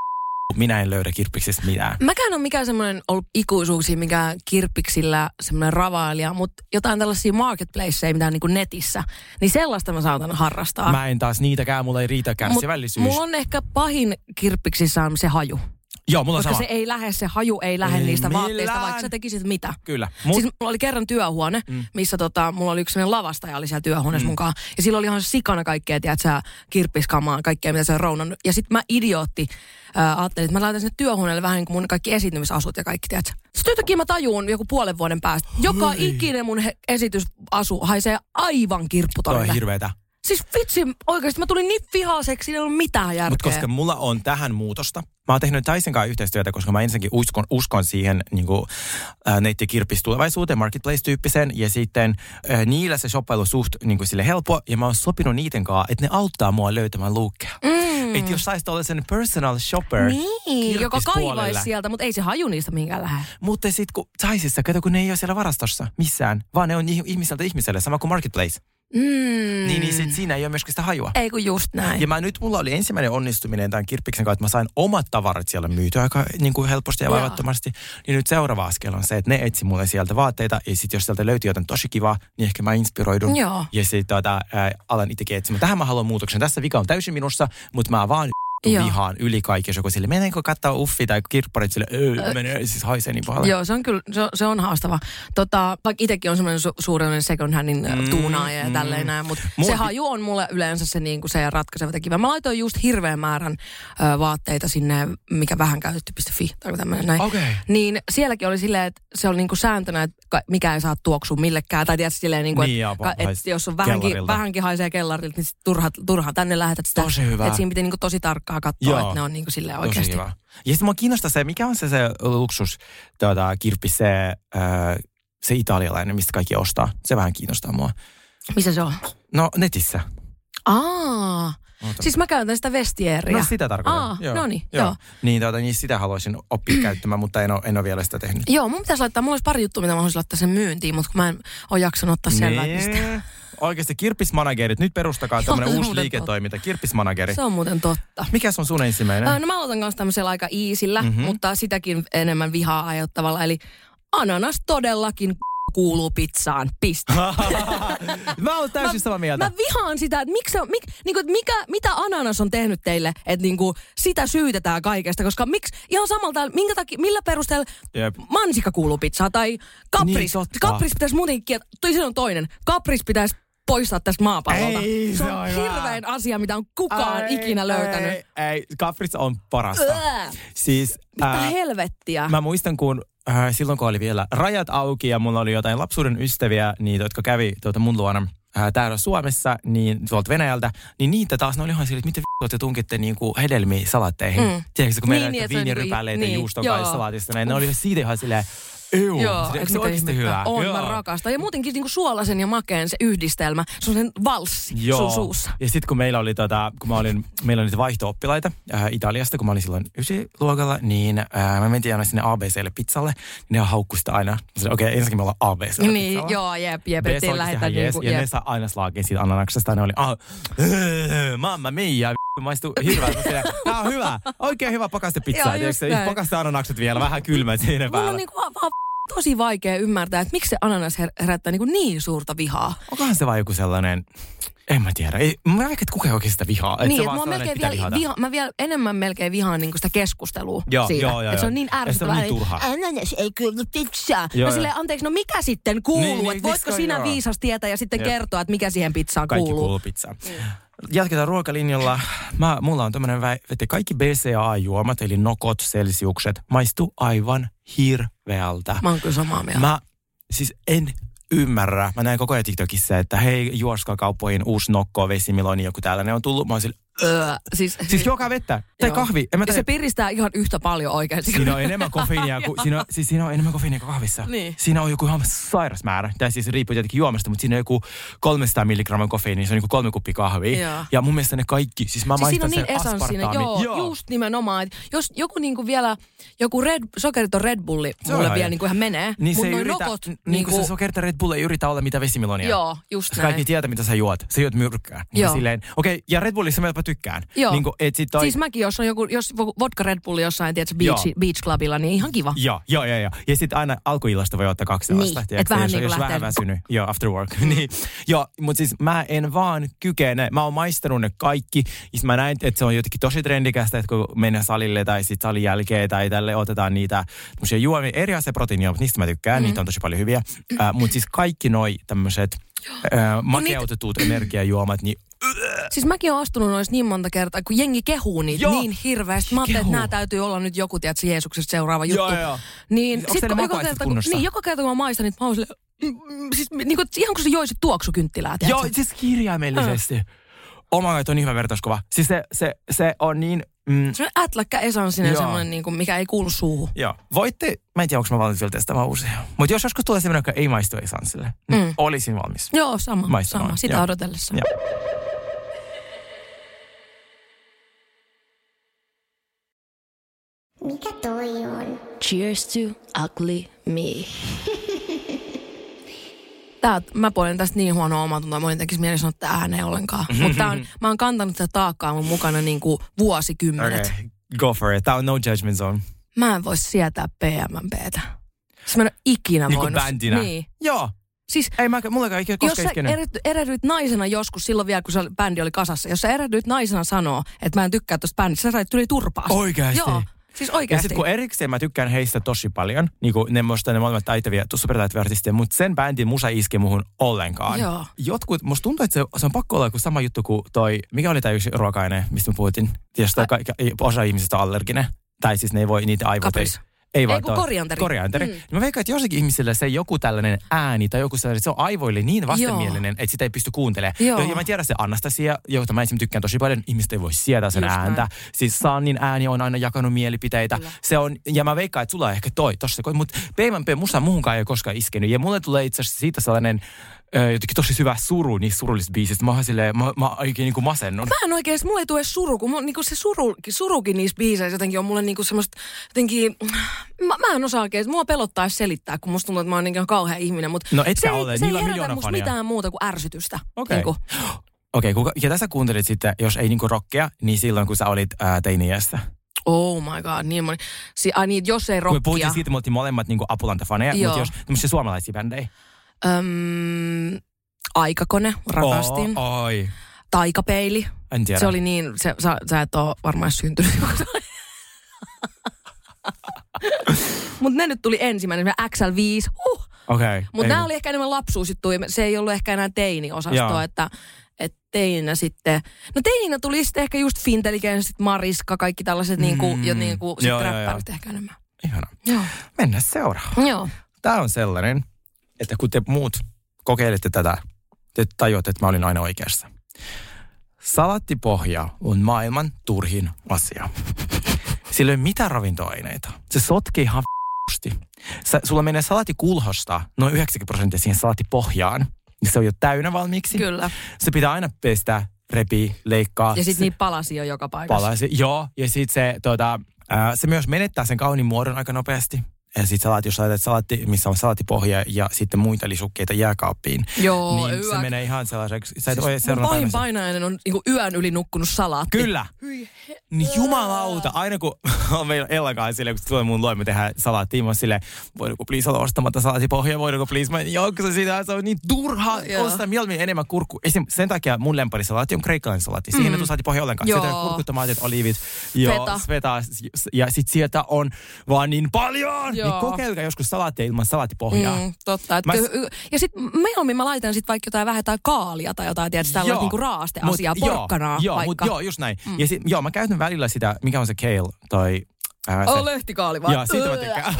[SPEAKER 3] minä en löydä kirppiksistä mitään.
[SPEAKER 2] Mäkään on mikään semmoinen ollut ikuisuuksia, mikä kirppiksillä semmoinen ravailija, mutta jotain tällaisia marketplaceja, mitä on niin kuin netissä, niin sellaista mä saatan harrastaa.
[SPEAKER 3] Mä en taas niitäkään, mulla ei riitä
[SPEAKER 2] Ah. Mut
[SPEAKER 3] kärsivällisyys.
[SPEAKER 2] Mulla on ehkä pahin kirppiksissä on se haju.
[SPEAKER 3] Joo, mulla on
[SPEAKER 2] Koska
[SPEAKER 3] sama.
[SPEAKER 2] se ei lähde, se haju ei lähde
[SPEAKER 3] Ei
[SPEAKER 2] niistä
[SPEAKER 3] millään.
[SPEAKER 2] vaatteista, vaikka sä tekisit mitä.
[SPEAKER 3] Kyllä.
[SPEAKER 2] Mut...
[SPEAKER 3] Mut-
[SPEAKER 2] Siis mulla oli kerran työhuone, mm. missä tota, mulla oli yksi sellainen lavastaja oli siellä työhuoneessa mm. mukaan. Ja sillä oli ihan sikana kaikkea, tiedät sä, kirppiskamaa, kaikkea mitä se on rounannut. Ja sit mä idiootti äh, ajattelin, että mä laitan sinne työhuoneelle vähän niin kuin mun kaikki esiintymisasut ja kaikki, tiedät sä. Sitten yhtäkkiä mä tajuun joku puolen vuoden päästä, joka ikinen mun he- esitysasu haisee aivan
[SPEAKER 3] Toi on
[SPEAKER 2] kirpputorille.
[SPEAKER 3] hirveetä.
[SPEAKER 2] Siis vitsi, oikeasti mä tulin niin vihaaseksi, ei ollut mitään järkeä.
[SPEAKER 3] Mutta koska mulla on tähän muutosta, mä oon tehnyt Taisen kanssa yhteistyötä, koska mä ensinnäkin uskon, uskon siihen niin kuin, äh, neittikirppis tulevaisuuteen, marketplace-tyyppiseen, ja sitten äh, niillä se shoppailu suht niin kuin sille helppo, ja mä oon sopinut niiden kanssa, että ne auttaa mua löytämään luukkea. Mm. Että jos saisi tällaisen personal shopper
[SPEAKER 2] Niin, joka kaivaisi
[SPEAKER 3] kirppispuolelle.
[SPEAKER 2] sieltä, mutta ei se haju niistä mihinkään lähde.
[SPEAKER 3] Mutta sitten kun Taisissa, kato kun ne ei ole siellä varastossa missään, vaan ne on ih- ihmiseltä ihmiselle, sama kuin marketplace.
[SPEAKER 2] Mm.
[SPEAKER 3] Niin, niin sit siinä ei ole myöskään sitä hajua.
[SPEAKER 2] Ei kun just näin.
[SPEAKER 3] Ja mä nyt, mulla oli ensimmäinen onnistuminen tämän kirppiksen kanssa, että mä sain omat tavarat siellä myytyä aika niin kuin helposti ja
[SPEAKER 2] Joo.
[SPEAKER 3] vaivattomasti. Niin nyt seuraava askel on se, että ne etsi mulle sieltä vaatteita ja sitten jos sieltä löytyy jotain tosi kivaa, niin ehkä mä inspiroidun. tuota,
[SPEAKER 2] Joo.
[SPEAKER 3] Ja sitten tota, ää, alan itsekin etsimään. Tähän mä haluan muutoksen. Tässä vika on täysin minussa, mutta mä vaan
[SPEAKER 2] Joo.
[SPEAKER 3] vihaan yli kaiken, jos joku sille, meneekö kattaa uffi tai kirpparit sille, öö, menee, siis haisee niin paljon.
[SPEAKER 2] Joo, se on kyllä, se on, se on haastava. Tota, vaikka itsekin on semmoinen su- suurinen second handin mm, tuunaaja ja tälleen näin, mutta
[SPEAKER 3] Mua-
[SPEAKER 2] se haju on mulle yleensä se, niin kuin se ratkaiseva tekijä. Mä laitoin just hirveän määrän ö, vaatteita sinne, mikä vähän käytetty.fi tai tämmöinen näin.
[SPEAKER 3] Okei.
[SPEAKER 2] Niin sielläkin oli silleen, että se oli niin kuin sääntönä, että ka- mikä ei saa tuoksua millekään. Tai tiedätkö silleen, niin kuin,
[SPEAKER 3] Niin, ja
[SPEAKER 2] että, ka-
[SPEAKER 3] haist-
[SPEAKER 2] että jos on vähänkin,
[SPEAKER 3] kellarilta.
[SPEAKER 2] vähänkin haisee kellarilta, niin sit turha, turha tänne lähetät sitä.
[SPEAKER 3] Tosi hyvä.
[SPEAKER 2] Että siinä piti niin kuin tosi tarkkaa katsoa,
[SPEAKER 3] Joo.
[SPEAKER 2] että ne on niin kuin silleen
[SPEAKER 3] Tosi
[SPEAKER 2] oikeasti.
[SPEAKER 3] hyvä. Ja sitten mua kiinnostaa se, mikä on se, se luksus, tota, kirppi, se, ö, se italialainen, mistä kaikki ostaa. Se vähän kiinnostaa mua.
[SPEAKER 2] Missä se on?
[SPEAKER 3] No netissä.
[SPEAKER 2] Aa,
[SPEAKER 3] Oota.
[SPEAKER 2] siis mä käytän sitä vestieeriä.
[SPEAKER 3] No sitä tarkoitan.
[SPEAKER 2] Aa, no niin, joo.
[SPEAKER 3] Niin, tota, niin sitä haluaisin oppia käyttämään, mutta en ole, en ole vielä sitä tehnyt.
[SPEAKER 2] Joo, mun pitäisi laittaa, mulla olisi pari juttua, mitä mä haluaisin laittaa sen myyntiin, mutta kun mä en ole jaksanut ottaa
[SPEAKER 3] Niin.
[SPEAKER 2] selvää, että mistä.
[SPEAKER 3] Nee. Oikeasti kirppismanagerit, nyt perustakaa
[SPEAKER 2] siis Joo,
[SPEAKER 3] tämmöinen
[SPEAKER 2] se
[SPEAKER 3] uusi
[SPEAKER 2] muuten
[SPEAKER 3] liiketoiminta, kirppismanageri.
[SPEAKER 2] Se on muuten totta.
[SPEAKER 3] Mikä on sun ensimmäinen?
[SPEAKER 2] Ää, No mä aloitan kanssa tämmöisellä aika iisillä,
[SPEAKER 3] Niin. Mhm.
[SPEAKER 2] mm-hmm. mutta sitäkin enemmän vihaa aiheuttavalla. Eli ananas todellakin kuuluu pizzaan, piste.
[SPEAKER 3] mä oon täysin samaa mieltä.
[SPEAKER 2] no- Mä vihaan sitä, että, miksi se on, mik, niinku, että mikä, mitä ananas on tehnyt teille, että niinku, sitä syytetään kaikesta, koska miksi, ihan samalta, minkä takia, millä perusteella
[SPEAKER 3] Jep.
[SPEAKER 2] mansikka kuuluu pizzaan tai kapris.
[SPEAKER 3] Niin, totta.
[SPEAKER 2] kapris pitäisi muutenkin kieltää, toi se on toinen, kapris pitäisi poistaa tästä maapallolta.
[SPEAKER 3] Ei, se
[SPEAKER 2] se on
[SPEAKER 3] on hyvä.
[SPEAKER 2] hirveän asia, mitä on kukaan
[SPEAKER 3] Ai,
[SPEAKER 2] ikinä löytänyt.
[SPEAKER 3] Ei, ei. Kapris on parasta.
[SPEAKER 2] Ää,
[SPEAKER 3] Siis,
[SPEAKER 2] Mitä
[SPEAKER 3] ää,
[SPEAKER 2] helvettiä?
[SPEAKER 3] Mä muistan, kun äh, silloin kun oli vielä rajat auki ja mulla oli jotain lapsuuden ystäviä, niitä, jotka kävi tuota mun luona äh, täällä Suomessa, niin tuolta Venäjältä, niin niitä taas ne oli ihan sille, että miten vittu te tunkitte niinku hedelmiä salatteihin. Mm.
[SPEAKER 2] Mm.
[SPEAKER 3] Tiedätkö, kun meillä
[SPEAKER 2] Niin,
[SPEAKER 3] niin,
[SPEAKER 2] niin,
[SPEAKER 3] näitä
[SPEAKER 2] että se on niinku-
[SPEAKER 3] viinirypäleitä niin,
[SPEAKER 2] niin,
[SPEAKER 3] juustokaa
[SPEAKER 2] joo.
[SPEAKER 3] salaatista, näin, ne oli siitä ihan silleen, Joo,
[SPEAKER 2] Joo,
[SPEAKER 3] Eikö
[SPEAKER 2] et
[SPEAKER 3] se
[SPEAKER 2] mitä
[SPEAKER 3] oikeasti
[SPEAKER 2] ihmettä.
[SPEAKER 3] hyvää?
[SPEAKER 2] On,
[SPEAKER 3] Joo.
[SPEAKER 2] mä rakastan. Ja muutenkin niinku suolasen ja makeen se yhdistelmä, se on sen valssi sun suussa.
[SPEAKER 3] Ja sitten kun meillä oli, tota, kun mä olin, meillä oli niitä vaihto-oppilaita äh, Italiasta, kun mä olin silloin ysiluokalla, niin äh, mä mentiin aina sinne ABClle pizzalle. Niin ne haukkuivat sitä aina. Mä sanoin, Okei, okay, ensinnäkin me ollaan ABClle
[SPEAKER 2] Niin,
[SPEAKER 3] pizzalla.
[SPEAKER 2] joo, jep, jep.
[SPEAKER 3] Bes
[SPEAKER 2] ettei
[SPEAKER 3] oikeasti
[SPEAKER 2] lähetä
[SPEAKER 3] ihan jees,
[SPEAKER 2] niinku,
[SPEAKER 3] ja
[SPEAKER 2] jep.
[SPEAKER 3] ne saa aina slaakin siitä ananaksesta. Ne oli, ah, öö, mamma mia, vittu, maistuu hyvältä. Silleen, Tää on hyvä, oikein hyvä pakaste
[SPEAKER 2] Joo,
[SPEAKER 3] pizzaa.
[SPEAKER 2] just
[SPEAKER 3] tiedätkö,
[SPEAKER 2] näin.
[SPEAKER 3] pakaste ananakset vielä, vähän kylmä siinä
[SPEAKER 2] Mulla
[SPEAKER 3] päällä.
[SPEAKER 2] on niinku vaan, vaan tosi vaikea ymmärtää, että miksi se ananas her- herättää niinku niin suurta vihaa.
[SPEAKER 3] Onkohan se vaan joku sellainen, en mä tiedä. Ei, mä väitän, että kukaan ei oikein sitä vihaa. Et
[SPEAKER 2] niin,
[SPEAKER 3] se
[SPEAKER 2] että
[SPEAKER 3] vaan
[SPEAKER 2] mua
[SPEAKER 3] sellainen,
[SPEAKER 2] melkein
[SPEAKER 3] että pitää
[SPEAKER 2] vielä,
[SPEAKER 3] vihata.
[SPEAKER 2] viha, mä vielä enemmän melkein vihaan niinku sitä keskustelua
[SPEAKER 3] Joo,
[SPEAKER 2] siitä.
[SPEAKER 3] joo, joo,
[SPEAKER 2] Et se
[SPEAKER 3] joo.
[SPEAKER 2] on niin
[SPEAKER 3] Ja se on
[SPEAKER 2] ärsyttävää.
[SPEAKER 3] niin turhaa.
[SPEAKER 2] Ananas ei kuulu pizzaa.
[SPEAKER 3] Joo,
[SPEAKER 2] Joo,
[SPEAKER 3] joo.
[SPEAKER 2] no silleen, anteeksi, no mikä sitten kuuluu?
[SPEAKER 3] Niin, niin,
[SPEAKER 2] Niin, että voitko
[SPEAKER 3] miksi-
[SPEAKER 2] sinä
[SPEAKER 3] joo.
[SPEAKER 2] viisas tietää ja sitten
[SPEAKER 3] Jep.
[SPEAKER 2] kertoa, että mikä siihen pizzaan
[SPEAKER 3] Kaikki
[SPEAKER 2] kuuluu? Niin.
[SPEAKER 3] kuuluu pizzaan. Jatketaan ruokalinjalla. Mä, mulla on tämmöinen väite, että kaikki BCAA-juomat, eli nokot, selsiukset, maistuu aivan hirveältä.
[SPEAKER 2] Mä oon kyllä samaa mieltä.
[SPEAKER 3] Mä siis en ymmärrä. Mä näin koko ajan TikTokissa, että hei, juoskaa kauppoihin uusi nokko, vesimiloni, joku tällainen on tullut. Mä oon sille,
[SPEAKER 2] Öö, siis,
[SPEAKER 3] siis juokaa vettä tai
[SPEAKER 2] Joo.
[SPEAKER 3] kahvi. En mä tiedä.
[SPEAKER 2] se piristää ihan yhtä paljon oikeasti.
[SPEAKER 3] Siinä on enemmän kofeiinia kuin, siinä on, siis siinä on enemmän kofeiinia kuin kahvissa.
[SPEAKER 2] Niin.
[SPEAKER 3] Siinä on joku ihan sairas määrä. Tai siis riippuu tietenkin juomasta, mutta siinä on joku 300 milligramman kofeiinia, se on niin kuin kolme kuppia kahvia.
[SPEAKER 2] Joo.
[SPEAKER 3] Ja mun mielestä ne kaikki, siis mä
[SPEAKER 2] Siis siinä
[SPEAKER 3] maistan
[SPEAKER 2] on niin
[SPEAKER 3] sen
[SPEAKER 2] esan siinä,
[SPEAKER 3] aspartaamin.
[SPEAKER 2] joo, joo, just nimenomaan. Et jos joku niinku vielä, joku red, sokeriton Red Bulli
[SPEAKER 3] Se on
[SPEAKER 2] mulle
[SPEAKER 3] ihan
[SPEAKER 2] vielä
[SPEAKER 3] jees.
[SPEAKER 2] niinku ihan menee,
[SPEAKER 3] Niin se
[SPEAKER 2] mutta
[SPEAKER 3] ei
[SPEAKER 2] noi
[SPEAKER 3] yritä,
[SPEAKER 2] rokot niinku-
[SPEAKER 3] n- niin kuin se sokerta Red Bull ei yritä olla mitään vesimilonia.
[SPEAKER 2] Joo, just
[SPEAKER 3] Koska
[SPEAKER 2] näin.
[SPEAKER 3] Kaikki tietää, mitä sä juot. Sä juot myrkkää. Niin
[SPEAKER 2] Joo.
[SPEAKER 3] silleen, okei, ja Red Bullissa mä jopa tykkään.
[SPEAKER 2] Joo.
[SPEAKER 3] Niin kuin, et sit toi,
[SPEAKER 2] Siis mäkin, jos on joku, jos vodka Red Bulli jossain, tiedätkö,
[SPEAKER 3] Joo.
[SPEAKER 2] beach, beach clubilla, niin ihan kiva.
[SPEAKER 3] Joo, joo, joo, joo. Ja sitten aina alkuillasta voi ottaa kaksi
[SPEAKER 2] Niin,
[SPEAKER 3] sellaista.
[SPEAKER 2] et
[SPEAKER 3] tiedätkö,
[SPEAKER 2] vähän
[SPEAKER 3] jos,
[SPEAKER 2] niinku
[SPEAKER 3] jos vähän
[SPEAKER 2] lähtee-
[SPEAKER 3] väsynyt. Joo, after work. niin. Joo, mutta siis mä en vaan kykene. Mä oon maistanut ne kaikki. Ja sit mä näin, että se on jotenkin tosi trendikästä, että kun mennään salille tai sitten salin jälkeen tai tälle otetaan niitä tämmöisiä juomia. Eri asia proteiinia, mutta niistä mä tykkään.
[SPEAKER 2] Mm-hmm.
[SPEAKER 3] Niitä on tosi paljon hyviä. Äh, mutta siis kaikki noi tämmöiset äh,
[SPEAKER 2] No
[SPEAKER 3] makeutetut energiajuomat, niin
[SPEAKER 2] Siis mäkin oon astunut noissa niin monta kertaa, kun jengi kehuu niitä
[SPEAKER 3] Joo.
[SPEAKER 2] joo. niin hirveästi. Mä ajattelin,
[SPEAKER 3] Kehuu.
[SPEAKER 2] että nämä täytyy olla nyt joku, tiedätkö, Jeesuksesta seuraava juttu.
[SPEAKER 3] Joo, joo.
[SPEAKER 2] Niin,
[SPEAKER 3] Onks
[SPEAKER 2] sit,
[SPEAKER 3] teillä
[SPEAKER 2] kun- joka
[SPEAKER 3] makuaiset
[SPEAKER 2] kerta, kun,
[SPEAKER 3] kunnossa?
[SPEAKER 2] niin, joka kerta kun mä maistan, niin mä oon silleen, mm, mm, siis, niin kuin, ihan kun sä joisit tuoksukynttilää, tiedätkö?
[SPEAKER 3] Joo, siis
[SPEAKER 2] Ah.
[SPEAKER 3] kirjaimellisesti. Oh my god, on niin hyvä vertauskuva. Siis se, se, se on niin... Mm,
[SPEAKER 2] Se on ätläkkä esansinen
[SPEAKER 3] Joo.
[SPEAKER 2] semmoinen, niin kuin, mikä ei kuulu suuhun.
[SPEAKER 3] Joo. Voitte, mä en tiedä, onko mä valmis vielä testaamaan uusia. Mutta jos joskus tulee semmoinen, joka ei maistu Esanssille, niin mm. olisin valmis.
[SPEAKER 2] Joo, sama.
[SPEAKER 3] Maistan
[SPEAKER 2] sama.
[SPEAKER 3] noin,
[SPEAKER 2] Sitä
[SPEAKER 3] joo.
[SPEAKER 2] odotellessa.
[SPEAKER 3] Joo.
[SPEAKER 4] Mikä toi on?
[SPEAKER 5] Cheers to ugly me.
[SPEAKER 2] Tää, mä puolen tästä niin huonoa omatuntoa, mun ei tekisi mieli sanoa tää ääneen ollenkaan. Mutta tää on, mä oon kantanut tätä taakkaa mun mukana niin kuin vuosikymmenet. Okay.
[SPEAKER 3] go for it. Tää on no judgment zone.
[SPEAKER 2] Mä en voi sietää PMMPtä. Siis mä en ole ikinä
[SPEAKER 3] Niin kuin
[SPEAKER 2] voinut.
[SPEAKER 3] bändinä. siis
[SPEAKER 2] Niin.
[SPEAKER 3] Joo.
[SPEAKER 2] Siis
[SPEAKER 3] Ei mä, mullakaan ei
[SPEAKER 2] jos
[SPEAKER 3] koskaan
[SPEAKER 2] sä
[SPEAKER 3] iskenyt.
[SPEAKER 2] erehdy- erehdyit naisena joskus silloin vielä, kun se bändi oli kasassa, jos sä erehdyit naisena sanoa, että mä en tykkää tosta bändistä, sä sait yli turpaa.
[SPEAKER 3] Oikeasti?
[SPEAKER 2] Joo, siis
[SPEAKER 3] Ja
[SPEAKER 2] oikeasti.
[SPEAKER 3] sitten kun e- erikseen mä tykkään heistä tosi paljon, niin kuin ne musta ne molemmat taitavia, tu- supertaitavia artisteja, mutta sen bändin musa ei iske muhun ollenkaan.
[SPEAKER 2] Joo.
[SPEAKER 3] Jotkut, musta tuntuu, että se, se on pakko olla joku sama juttu kuin toi, mikä oli tämä yksi ruoka-aine, mistä me puhuttiin, josta kaikki, osa ihmisistä on allerginen. Tai siis ne ei voi, niitä aivot
[SPEAKER 2] Kapris.
[SPEAKER 3] ei. Ei vaan
[SPEAKER 2] Ei, kun
[SPEAKER 3] toi-
[SPEAKER 2] korianteri.
[SPEAKER 3] Korianteri.
[SPEAKER 2] Mm.
[SPEAKER 3] Mm. Mä veikkaan, että jossakin ihmisillä se joku tällainen ääni tai joku sellainen, se on aivoille niin vastenmielinen, että sitä ei pysty kuuntelemaan.
[SPEAKER 2] Joo.
[SPEAKER 3] Ja mä tiedän se Anastasia, jota mä esimerkiksi tykkään tosi paljon, ihmiset ei voi sietää sen
[SPEAKER 2] Just näin.
[SPEAKER 3] ääntä. Siis Sannin ääni on aina jakanut mielipiteitä.
[SPEAKER 2] Kyllä.
[SPEAKER 3] Kyllä. Se on, ja mä veikkaan, että sulla on ehkä toi tossa, mutta PMP musta muuhunkaan ei ole koskaan iskenyt. Ja mulle tulee itse asiassa siitä sellainen ö, jotenkin tosi syvä suru niistä surullisista biisistä. Mä, oon silleen, mä, mä oikein niin kuin masennun.
[SPEAKER 2] Mä en oikein, mulla ei tule suru, kun mun, niin se suru, surukin niissä biiseissä jotenkin on mulle niin semmoista, jotenkin, mä, mä en osaa oikein, että mua pelottaa edes selittää, kun musta tuntuu, että mä oon niin ihan kauhea ihminen, mutta
[SPEAKER 3] No et
[SPEAKER 2] se,
[SPEAKER 3] sä ole,
[SPEAKER 2] ei, se ei
[SPEAKER 3] niillä on
[SPEAKER 2] herätä
[SPEAKER 3] miljoona
[SPEAKER 2] musta
[SPEAKER 3] fania.
[SPEAKER 2] mitään muuta kuin ärsytystä.
[SPEAKER 3] Okei.
[SPEAKER 2] Niinku.
[SPEAKER 3] Okei, kuka, ja tässä kuuntelit sitten, jos ei niinku rockia, niin silloin kun sä olit ää, teiniässä.
[SPEAKER 2] Oh my god, niin moni. Si, ai niin, jos ei
[SPEAKER 3] Kun me
[SPEAKER 2] rockia.
[SPEAKER 3] puhuttiin siitä, me oltiin molemmat niinku apulantafaneja,
[SPEAKER 2] Joo.
[SPEAKER 3] mutta jos tämmöisiä suomalaisia bändejä.
[SPEAKER 2] Öm, aikakone, rakastin.
[SPEAKER 3] Oo, Oi,
[SPEAKER 2] Taikapeili.
[SPEAKER 3] en tiedä.
[SPEAKER 2] Se oli niin, se, sä, sä et ole varmaan edes syntynyt. Mutta ne nyt tuli ensimmäinen, XL5. Huh.
[SPEAKER 3] Okei.
[SPEAKER 2] Mutta
[SPEAKER 3] ei-
[SPEAKER 2] nämä oli ehkä enemmän lapsuusjuttuja. Se ei ollut ehkä enää
[SPEAKER 3] Joo.
[SPEAKER 2] teiniosastoa, että et teininä sitten... No teininä tuli sitten ehkä just Fintelligenssit, Mariska, kaikki tällaiset mm. niinku, jo
[SPEAKER 3] Mm.
[SPEAKER 2] niinku, sit
[SPEAKER 3] Joo, joo,
[SPEAKER 2] räppärit ehkä enemmän.
[SPEAKER 3] Ihana.
[SPEAKER 2] Joo.
[SPEAKER 3] Mennään seuraavaan.
[SPEAKER 2] Joo.
[SPEAKER 3] Tämä on sellainen, että kun te muut kokeilette tätä, te tajuatte, että mä olin aina oikeassa. Salattipohja on maailman turhin asia. Sillä ei ole mitään ravintoaineita. Se sotkee ihan p***sti. Sä, sulla menee salatikulhosta noin 90 prosenttia siihen salatipohjaan. Niin se on jo täynnä valmiiksi.
[SPEAKER 2] Kyllä.
[SPEAKER 3] Se pitää aina pestä, repii, leikkaa.
[SPEAKER 2] Ja
[SPEAKER 3] Se-
[SPEAKER 2] sitten niitä palasi jo joka paikassa.
[SPEAKER 3] palasi. Joo, ja sitten se, tota, ää, se myös menettää sen kauniin muodon aika nopeasti. Ja sitten salaatti, jos laitat salaatti, missä on salaattipohja ja sitten muita lisukkeita jääkaappiin,
[SPEAKER 2] Joo,
[SPEAKER 3] niin se
[SPEAKER 2] yö.
[SPEAKER 3] menee ihan sellaiseksi. Sä
[SPEAKER 2] Siis
[SPEAKER 3] et siis, ole
[SPEAKER 2] mun
[SPEAKER 3] seuraavana
[SPEAKER 2] pahin
[SPEAKER 3] päivänä-
[SPEAKER 2] painajainen on niinku yön yli nukkunut salaatti.
[SPEAKER 3] Kyllä. Niin jumalauta, aina kun on meillä Ellakaan silleen, kun se tulee mun luo, me tehdään salaattia, mä oon silleen, voidaanko please olla ostamatta salaattipohjaa, voidaanko please, mä jaksa sitä, se on niin turha,
[SPEAKER 2] Joo.
[SPEAKER 3] osta mieluummin enemmän kurkku. Esim, sen takia mun lemparisalaatti on kreikkalainen salaatti, siihen mm. ei tule salaattipohja ollenkaan.
[SPEAKER 2] Joo.
[SPEAKER 3] Sieltä on kurkkutomaatit, oliivit, joo,
[SPEAKER 2] Feta.
[SPEAKER 3] sveta, ja sit sieltä on vaan niin paljon.
[SPEAKER 2] Joo.
[SPEAKER 3] Niin kokeilkaa joskus salaatteja ilman salaattipohjaa.
[SPEAKER 2] Mm, totta. Että
[SPEAKER 3] Mä-
[SPEAKER 2] kyllä- ja sitten mieluummin mä laitan sitten vaikka jotain vähän tai kaalia tai jotain, tiedätkö, tällaista
[SPEAKER 3] Joo.
[SPEAKER 2] niinku raasteasiaa,
[SPEAKER 3] Mut
[SPEAKER 2] porkkanaa
[SPEAKER 3] joo,
[SPEAKER 2] vaikka.
[SPEAKER 3] Mut, joo, just näin. Mm. Ja sit, joo, mä käytän välillä sitä, mikä on se kale, toi... Äh, se,
[SPEAKER 2] Oh, lehtikaali vaan.
[SPEAKER 3] Joo, siitä mä tykkään.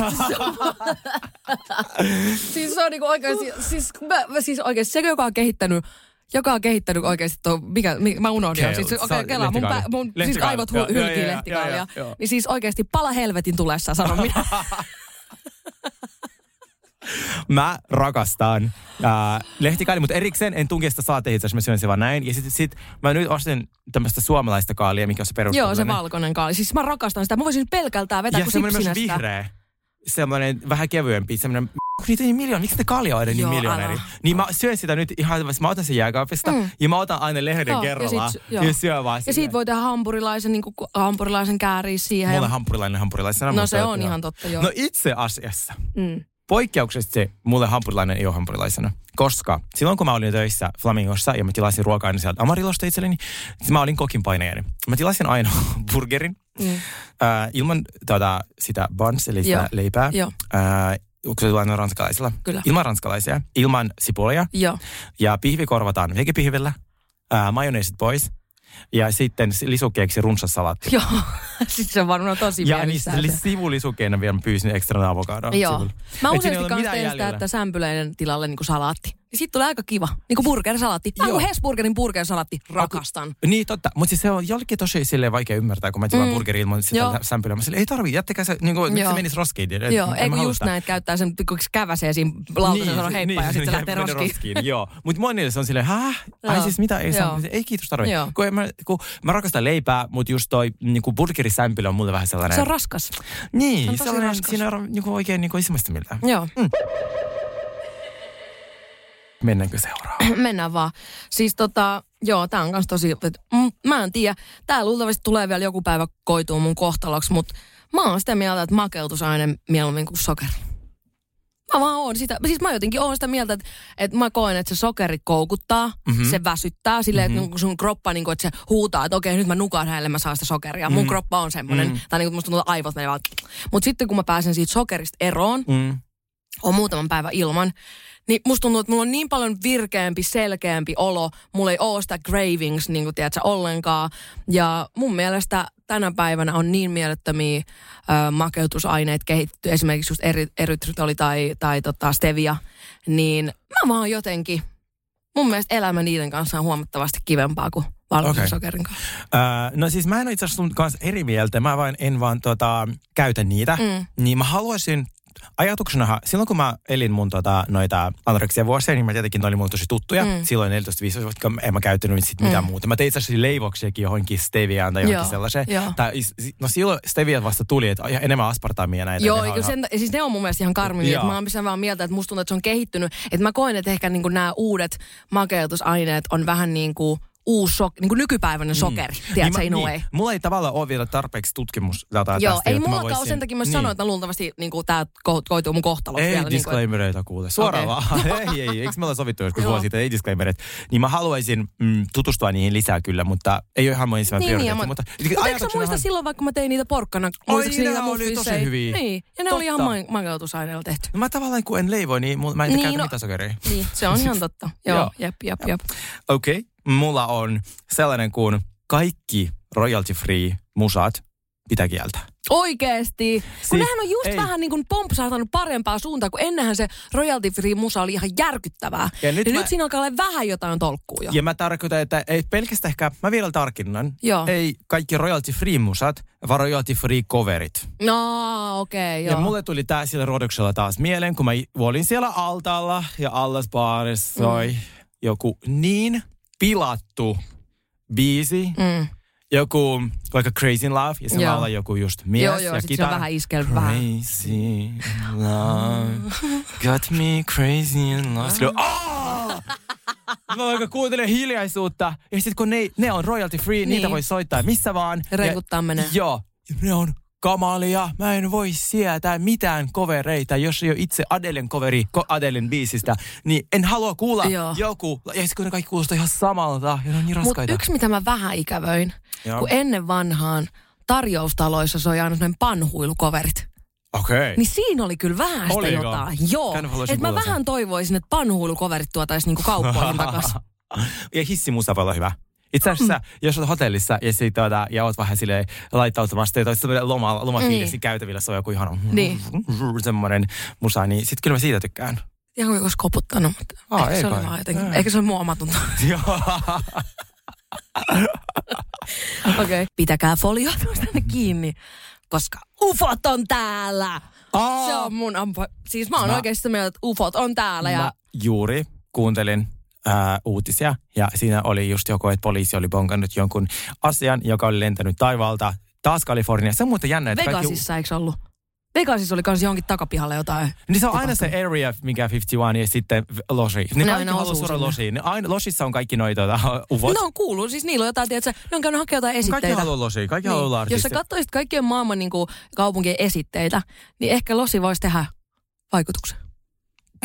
[SPEAKER 2] siis se on niinku oikeasti, siis, mä, mä- siis oikeasti se, joka on kehittänyt joka on kehittänyt oikeasti tuo, mikä, mi- mä unohdin.
[SPEAKER 3] Kale.
[SPEAKER 2] Kale. Siis,
[SPEAKER 3] Sä-
[SPEAKER 2] okay, kelaa, mun, pä,
[SPEAKER 3] lehtikaalia.
[SPEAKER 2] mun siis
[SPEAKER 3] Lehtikaalia.
[SPEAKER 2] aivot
[SPEAKER 3] Joo,
[SPEAKER 2] hu-
[SPEAKER 3] joo,
[SPEAKER 2] hylkii
[SPEAKER 3] joo, joo,
[SPEAKER 2] lehtikaalia.
[SPEAKER 3] joo, joo.
[SPEAKER 2] Niin siis oikeasti pala helvetin tulessa, sanon minä.
[SPEAKER 3] Mä rakastan äh, lehtikaalia, mutta erikseen en tunke sitä saateihin, jos mä syön sen vaan näin. Ja sitten sit, mä nyt ostin tämmöistä suomalaista kaalia, mikä on se perus.
[SPEAKER 2] Joo, se valkoinen kaali. Siis mä rakastan sitä. Mä voisin pelkältää vetää
[SPEAKER 3] Ja
[SPEAKER 2] kuin
[SPEAKER 3] semmoinen myös
[SPEAKER 2] sipsinästä.
[SPEAKER 3] vihreä. Semmoinen vähän kevyempi, semmoinen kun niitä on niin miljoona, miksi ne kaljaa aina niin
[SPEAKER 2] Joo,
[SPEAKER 3] miljooneri?
[SPEAKER 2] älä.
[SPEAKER 3] Niin mä syön sitä nyt ihan, mä otan sen jääkaapista mm. ja mä otan aina lehden
[SPEAKER 2] Joo,
[SPEAKER 3] joo,
[SPEAKER 2] ja
[SPEAKER 3] kerrallaan
[SPEAKER 2] sit- joo.
[SPEAKER 3] ja, ja syön vaan
[SPEAKER 2] Ja
[SPEAKER 3] silleen.
[SPEAKER 2] siitä voi tehdä hampurilaisen, niin kuin hampurilaisen kääriä siihen.
[SPEAKER 3] Mulle
[SPEAKER 2] ja...
[SPEAKER 3] hampurilainen hampurilaisena.
[SPEAKER 2] No
[SPEAKER 3] mutta-
[SPEAKER 2] se on
[SPEAKER 3] joo.
[SPEAKER 2] ihan totta, joo.
[SPEAKER 3] No itse asiassa.
[SPEAKER 2] Mm.
[SPEAKER 3] Poikkeuksellisesti mulle hampurilainen ei ole hampurilaisena, koska silloin kun mä olin töissä Flamingossa ja mä tilasin ruokaa aina sieltä Amarilosta itselleni, siis mä olin kokin painajani. Mä tilasin aina burgerin
[SPEAKER 2] Mm.
[SPEAKER 3] äh, ilman tota, sitä buns, eli sitä
[SPEAKER 2] Joo.
[SPEAKER 3] leipää.
[SPEAKER 2] Joo.
[SPEAKER 3] Äh, kun se tulee aina ranskalaisilla.
[SPEAKER 2] Kyllä.
[SPEAKER 3] Ilman ranskalaisia, ilman sipulia
[SPEAKER 2] Joo.
[SPEAKER 3] ja pihvi korvataan vegepihvillä, äh, majoneesit pois ja sitten lisukkeeksi runsas salatti.
[SPEAKER 2] Joo. Sitten se on varmaan tosi
[SPEAKER 3] Ja
[SPEAKER 2] mielissään se.
[SPEAKER 3] niistä li- sivulisukkeina vielä pyysin ekstra avokadoa.
[SPEAKER 2] Joo.
[SPEAKER 3] sivulle.
[SPEAKER 2] Mä
[SPEAKER 3] Et siinä ei
[SPEAKER 2] useasti
[SPEAKER 3] ole
[SPEAKER 2] kanssa
[SPEAKER 3] mitään
[SPEAKER 2] teen sitä,
[SPEAKER 3] jäljellä.
[SPEAKER 2] että sämpyläinen tilalle niin kuin salaatti. Niin siitä tulee aika kiva. Niin kuin burgerisalaatti. Mä
[SPEAKER 3] Joo.
[SPEAKER 2] kuin Hesburgerin burgerisalaatti rakastan.
[SPEAKER 3] Niin totta, mutta siis se on jollekin tosi silleen vaikea ymmärtää, kun mä tilaan
[SPEAKER 2] Mm.
[SPEAKER 3] mm. burgeri ilman sitä
[SPEAKER 2] Joo.
[SPEAKER 3] Joo. sämpylää. Mä silleen, ei tarvii, jättäkää se, niin kuin, miksi
[SPEAKER 2] Joo.
[SPEAKER 3] se menisi roskiin. Et-
[SPEAKER 2] Joo,
[SPEAKER 3] en
[SPEAKER 2] ei
[SPEAKER 3] mä
[SPEAKER 2] kun
[SPEAKER 3] halua
[SPEAKER 2] just
[SPEAKER 3] sitä.
[SPEAKER 2] näin, että käyttää sen pikkuksi käväseen siinä lautasella niin, sanoo heippa ja sitten se lähtee
[SPEAKER 3] menee
[SPEAKER 2] roskiin.
[SPEAKER 3] Joo, mutta monille se on silleen, häh? Ai
[SPEAKER 2] Joo.
[SPEAKER 3] siis mitä, ei, saa,
[SPEAKER 2] Joo.
[SPEAKER 3] ei kiitos tarvitse.
[SPEAKER 2] Joo.
[SPEAKER 3] Kun, en mä, kun mä rakastan leipää, mutta just toi niin kuin burgerisämpylä on mulle vähän sellainen.
[SPEAKER 2] Se on raskas.
[SPEAKER 3] niin,
[SPEAKER 2] se on tosi
[SPEAKER 3] sellainen,
[SPEAKER 2] raskas.
[SPEAKER 3] siinä on niin kuin oikein niin kuin isomasta miltään.
[SPEAKER 2] Joo.
[SPEAKER 3] Mennäänkö seuraavaan?
[SPEAKER 2] Mennään vaan. Siis tota, joo, tää on kans tosi, et, mm, mä en tiedä. Tää luultavasti tulee vielä joku päivä koituu mun kohtaloksi, mutta mä oon sitä mieltä, että makeutusaine mieluummin kuin sokeri. Mä vaan oon sitä, siis mä jotenkin oon sitä mieltä, että, että mä koen, että se sokeri koukuttaa, mm-hmm. se väsyttää silleen, mm-hmm. että sun kroppa, niin kuin, että se huutaa, että okei, nyt mä nukaan hänelle, mä saan sitä sokeria. Mm-hmm. Mun kroppa on semmoinen, mm-hmm. tai niin kuin musta tuntuu, että aivot menee vaan. Mutta sitten kun mä pääsen siitä sokerista eroon,
[SPEAKER 3] Mm.
[SPEAKER 2] on muutaman päivän ilman, niin musta tuntuu, että mulla on niin paljon virkeämpi, selkeämpi olo. Mulla ei oo sitä cravings, niin kuin tiedätkö, ollenkaan. Ja mun mielestä tänä päivänä on niin mielettömiä ö, makeutusaineet kehitetty, esimerkiksi just eri, erytritoli tai, tai tota stevia, niin mä vaan jotenkin, mun mielestä elämä niiden kanssa on huomattavasti kivempaa kuin
[SPEAKER 3] Okei.
[SPEAKER 2] valkoisokerin kanssa.
[SPEAKER 3] Äh, no siis mä en ole itse asiassa sun kanssa eri mieltä, mä vain en vaan tota, käytä niitä. Mm. Niin mä haluaisin, ajatuksenahan, silloin kun mä elin mun tota, noita anoreksia vuosia, niin mä tietenkin ne oli mulle tosi tuttuja. Mm. Silloin 14-15 vuotta, kun en mä käyttänyt sit mitään mm. muuta. Mä tein itse asiassa leivoksiakin johonkin steviaan tai johonkin
[SPEAKER 2] Joo,
[SPEAKER 3] sellaiseen.
[SPEAKER 2] joo.
[SPEAKER 3] Tai, is- si- no silloin stevia vasta tuli, että ihan enemmän aspartamia näitä.
[SPEAKER 2] Joo,
[SPEAKER 3] ne on
[SPEAKER 2] eikö
[SPEAKER 3] ihan-
[SPEAKER 2] sen, siis ne on mun mielestä ihan karmivia.
[SPEAKER 3] Joo.
[SPEAKER 2] että Mä oon missä vaan mieltä, että musta tuntuu, että se on kehittynyt. Että mä koen, että ehkä niinku nämä uudet makeutusaineet on vähän niin kuin uusi so, niinku nykypäiväinen sokeri. Mm. Tiedätkö, niin,
[SPEAKER 3] mä-
[SPEAKER 2] anyway. Niin.
[SPEAKER 3] Mulla ei tavallaan ole vielä tarpeeksi tutkimusdataa
[SPEAKER 2] Joo,
[SPEAKER 3] tästä.
[SPEAKER 2] ei
[SPEAKER 3] jotta mä
[SPEAKER 2] mullakaan ole sen takia, mä niin. sanoin, että luultavasti niinku, tämä koituu mun kohtaloksi
[SPEAKER 3] Ei
[SPEAKER 2] vielä. Niinku, et-
[SPEAKER 3] disclaimereita kuule. Suoraan
[SPEAKER 2] Okei.
[SPEAKER 3] okay. vaan. ei, ei, eikö me olla sovittu joskus
[SPEAKER 2] Joo.
[SPEAKER 3] vuosi sitten, ei disclaimereita. Niin mä haluaisin mm, tutustua niihin lisää kyllä, mutta ei ole ihan mun ensimmäinen
[SPEAKER 2] niin, niin, ja
[SPEAKER 3] prioriteetti.
[SPEAKER 2] mä,
[SPEAKER 3] Mutta,
[SPEAKER 2] mutta, mutta eikö sä muista silloin, vaikka mä tein niitä porkkana? muistaakseni
[SPEAKER 3] niin,
[SPEAKER 2] niitä
[SPEAKER 3] nää oli tosi
[SPEAKER 2] muffisseja?
[SPEAKER 3] hyviä.
[SPEAKER 2] Niin, ja ne oli ihan
[SPEAKER 3] Totta.
[SPEAKER 2] ma- makeutusaineilla tehty.
[SPEAKER 3] No mä tavallaan kun en leivo, niin mul- mä en niin,
[SPEAKER 2] Niin,
[SPEAKER 3] käytä
[SPEAKER 2] no-
[SPEAKER 3] mitään sokeria.
[SPEAKER 2] Niin, se on ihan totta.
[SPEAKER 3] Joo.
[SPEAKER 2] Joo, jep, jep, jep.
[SPEAKER 3] Okei, okay. mulla on sellainen kuin kaikki royalty free musat pitää kieltää.
[SPEAKER 2] Oikeesti. Kun
[SPEAKER 3] Siis-
[SPEAKER 2] nehän on just
[SPEAKER 3] ei.
[SPEAKER 2] ei. vähän niin kuin pompsahtanut parempaa suuntaan, kun ennenhän se royalty free musa oli ihan järkyttävää.
[SPEAKER 3] Ja
[SPEAKER 2] Ja
[SPEAKER 3] nyt
[SPEAKER 2] nyt, ja
[SPEAKER 3] mä-
[SPEAKER 2] nyt siinä alkaa olla vähän jotain tolkkuu jo.
[SPEAKER 3] Ja mä tarkoitan, että ei pelkästään ehkä, mä vielä tarkinnan.
[SPEAKER 2] Joo.
[SPEAKER 3] Ei kaikki royalty free musat, vaan royalty free coverit.
[SPEAKER 2] No, okei, okay,
[SPEAKER 3] Ja
[SPEAKER 2] joo.
[SPEAKER 3] mulle tuli tää sillä rodoksella taas mieleen, kun mä i- olin siellä altaalla ja allas baarissa soi mm. joku niin pilattu biisi, mm. joku vaikka Crazy in Love ja se
[SPEAKER 2] Joo.
[SPEAKER 3] laulaa joku just mies
[SPEAKER 2] Joo, joo,
[SPEAKER 3] ja
[SPEAKER 2] sit se on
[SPEAKER 3] kitara.
[SPEAKER 2] vähän iskellyt vähän.
[SPEAKER 3] Crazy in love, got me crazy in love. Sillä on, "Aah!" Mä vaikka kuuntelen hiljaisuutta ja sitten kun ne, ne on royalty free, niin. niitä
[SPEAKER 2] Niin.
[SPEAKER 3] voi soittaa missä vaan.
[SPEAKER 2] Ja reikuttaa
[SPEAKER 3] Ja-
[SPEAKER 2] menee.
[SPEAKER 3] Joo, ne on kamalia. Mä en voi sietää mitään kovereita, jos ei ole itse Adelen coveri ko- Adelen biisistä. Niin en halua kuulla Joo.
[SPEAKER 2] Joo.
[SPEAKER 3] joku. Ja sitten kun ne kaikki kuulostaa ihan samalta ja ne on niin
[SPEAKER 2] Mutta
[SPEAKER 3] raskaita.
[SPEAKER 2] yksi, mitä mä vähän ikävöin,
[SPEAKER 3] Joo.
[SPEAKER 2] joo. kun ennen vanhaan tarjoustaloissa soi aina sellainen panhuilukoverit.
[SPEAKER 3] Okei.
[SPEAKER 2] Niin siinä oli kyllä vähän sitä
[SPEAKER 3] Oliko?
[SPEAKER 2] jotain. Joo.
[SPEAKER 3] Tänne haluaisin
[SPEAKER 2] Et mä
[SPEAKER 3] kuulla sen.
[SPEAKER 2] vähän toivoisin, että panhuilukoverit tuotaisiin niinku kauppoihin takaisin.
[SPEAKER 3] ja hissimusa voi olla hyvä. Itse asiassa, mm. jos olet hotellissa ja, sit, tuota, ja oot vähän silleen laittautumassa ja toiset loma, lomafiilisi niin.
[SPEAKER 2] Niin.
[SPEAKER 3] käytävillä, se on joku ihana
[SPEAKER 2] Niin.
[SPEAKER 3] semmoinen musa, niin sit kyllä mä siitä tykkään.
[SPEAKER 2] Ihan kuin olisi koputtanut, mutta
[SPEAKER 3] Aa,
[SPEAKER 2] ehkä
[SPEAKER 3] ei
[SPEAKER 2] se oli
[SPEAKER 3] kai.
[SPEAKER 2] vaan jotenkin.
[SPEAKER 3] Ei.
[SPEAKER 2] Ehkä se oli mun omatunto.
[SPEAKER 3] Joo.
[SPEAKER 2] Okei. Pitäkää folioitustanne kiinni, koska ufot on täällä.
[SPEAKER 3] Aa.
[SPEAKER 2] Se on mun ampa. Siis mä oon
[SPEAKER 3] Oh. Mä-
[SPEAKER 2] mä... oikeasti sitä mieltä, että ufot on täällä. Ja...
[SPEAKER 3] Mä juuri kuuntelin ää, uutisia ja siinä oli just joku, että poliisi oli bonkannut jonkun asian, joka oli lentänyt taivaalta taas Kaliforniaan. Se on muuten jännä, että kaikki...
[SPEAKER 2] Vegasissa eikö ollut? Vegasissa oli kans johonkin takapihalle jotain.
[SPEAKER 3] Niin se on aina se area, mikä 51 ja sitten v- losi. Ne,
[SPEAKER 2] Ne
[SPEAKER 3] kaikki
[SPEAKER 2] aina
[SPEAKER 3] haluaa
[SPEAKER 2] osuu
[SPEAKER 3] suoraan
[SPEAKER 2] sinne.
[SPEAKER 3] losiin. Ne aina, losissa on kaikki noita tota, uvot.
[SPEAKER 2] Ne on kuullut, siis niillä on jotain, tiedätkö, ne on käynyt hakemaan jotain
[SPEAKER 3] kaikki
[SPEAKER 2] esitteitä. Niin,
[SPEAKER 3] haluaa losiin, kaikki haluaa olla
[SPEAKER 2] Jos sä
[SPEAKER 3] artisti.
[SPEAKER 2] katsoisit kaikkien maailman niin kuin, kaupunkien esitteitä, niin ehkä Losi voisi tehdä vaikutuksen.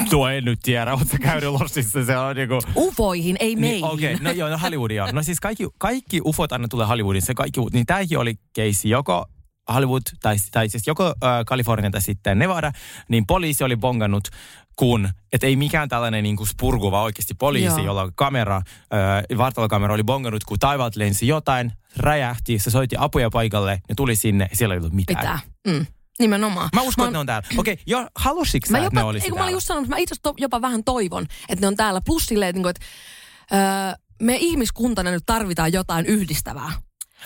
[SPEAKER 3] Tuo en nyt tiedä, oot sä käynyt losissa, se on niinku...
[SPEAKER 2] Ufoihin, ei meihin.
[SPEAKER 3] Niin, Okei, okay. no joo, no Hollywoodia. No siis kaikki, kaikki ufot aina tulee Hollywoodin. Se kaikki, niin tämäkin oli keissi joko Hollywood, tai, tai siis joko äh, Kalifornia tai sitten Nevada, niin poliisi oli bongannut kun, että ei mikään tällainen niin kuin spurgu, vaan oikeasti poliisi,
[SPEAKER 2] Joo.
[SPEAKER 3] jolla on kamera, äh, vartalokamera oli bongannut, kun taivaalta lensi jotain, räjähti, se soitti apuja paikalle, ne tuli sinne, ja siellä ei ollut mitään.
[SPEAKER 2] Pitää. Mm. Nimenomaan.
[SPEAKER 3] Mä uskon, että ne on täällä. Okei, okay, halusitko sä,
[SPEAKER 2] Mä
[SPEAKER 3] että ne
[SPEAKER 2] jopa,
[SPEAKER 3] olisi
[SPEAKER 2] ei, kun mä olin
[SPEAKER 3] täällä?
[SPEAKER 2] just sanonut, että mä itse asiassa to- jopa vähän toivon, että ne on täällä. Plus silleen, niin kuin, että öö, me ihmiskuntana nyt tarvitaan jotain yhdistävää.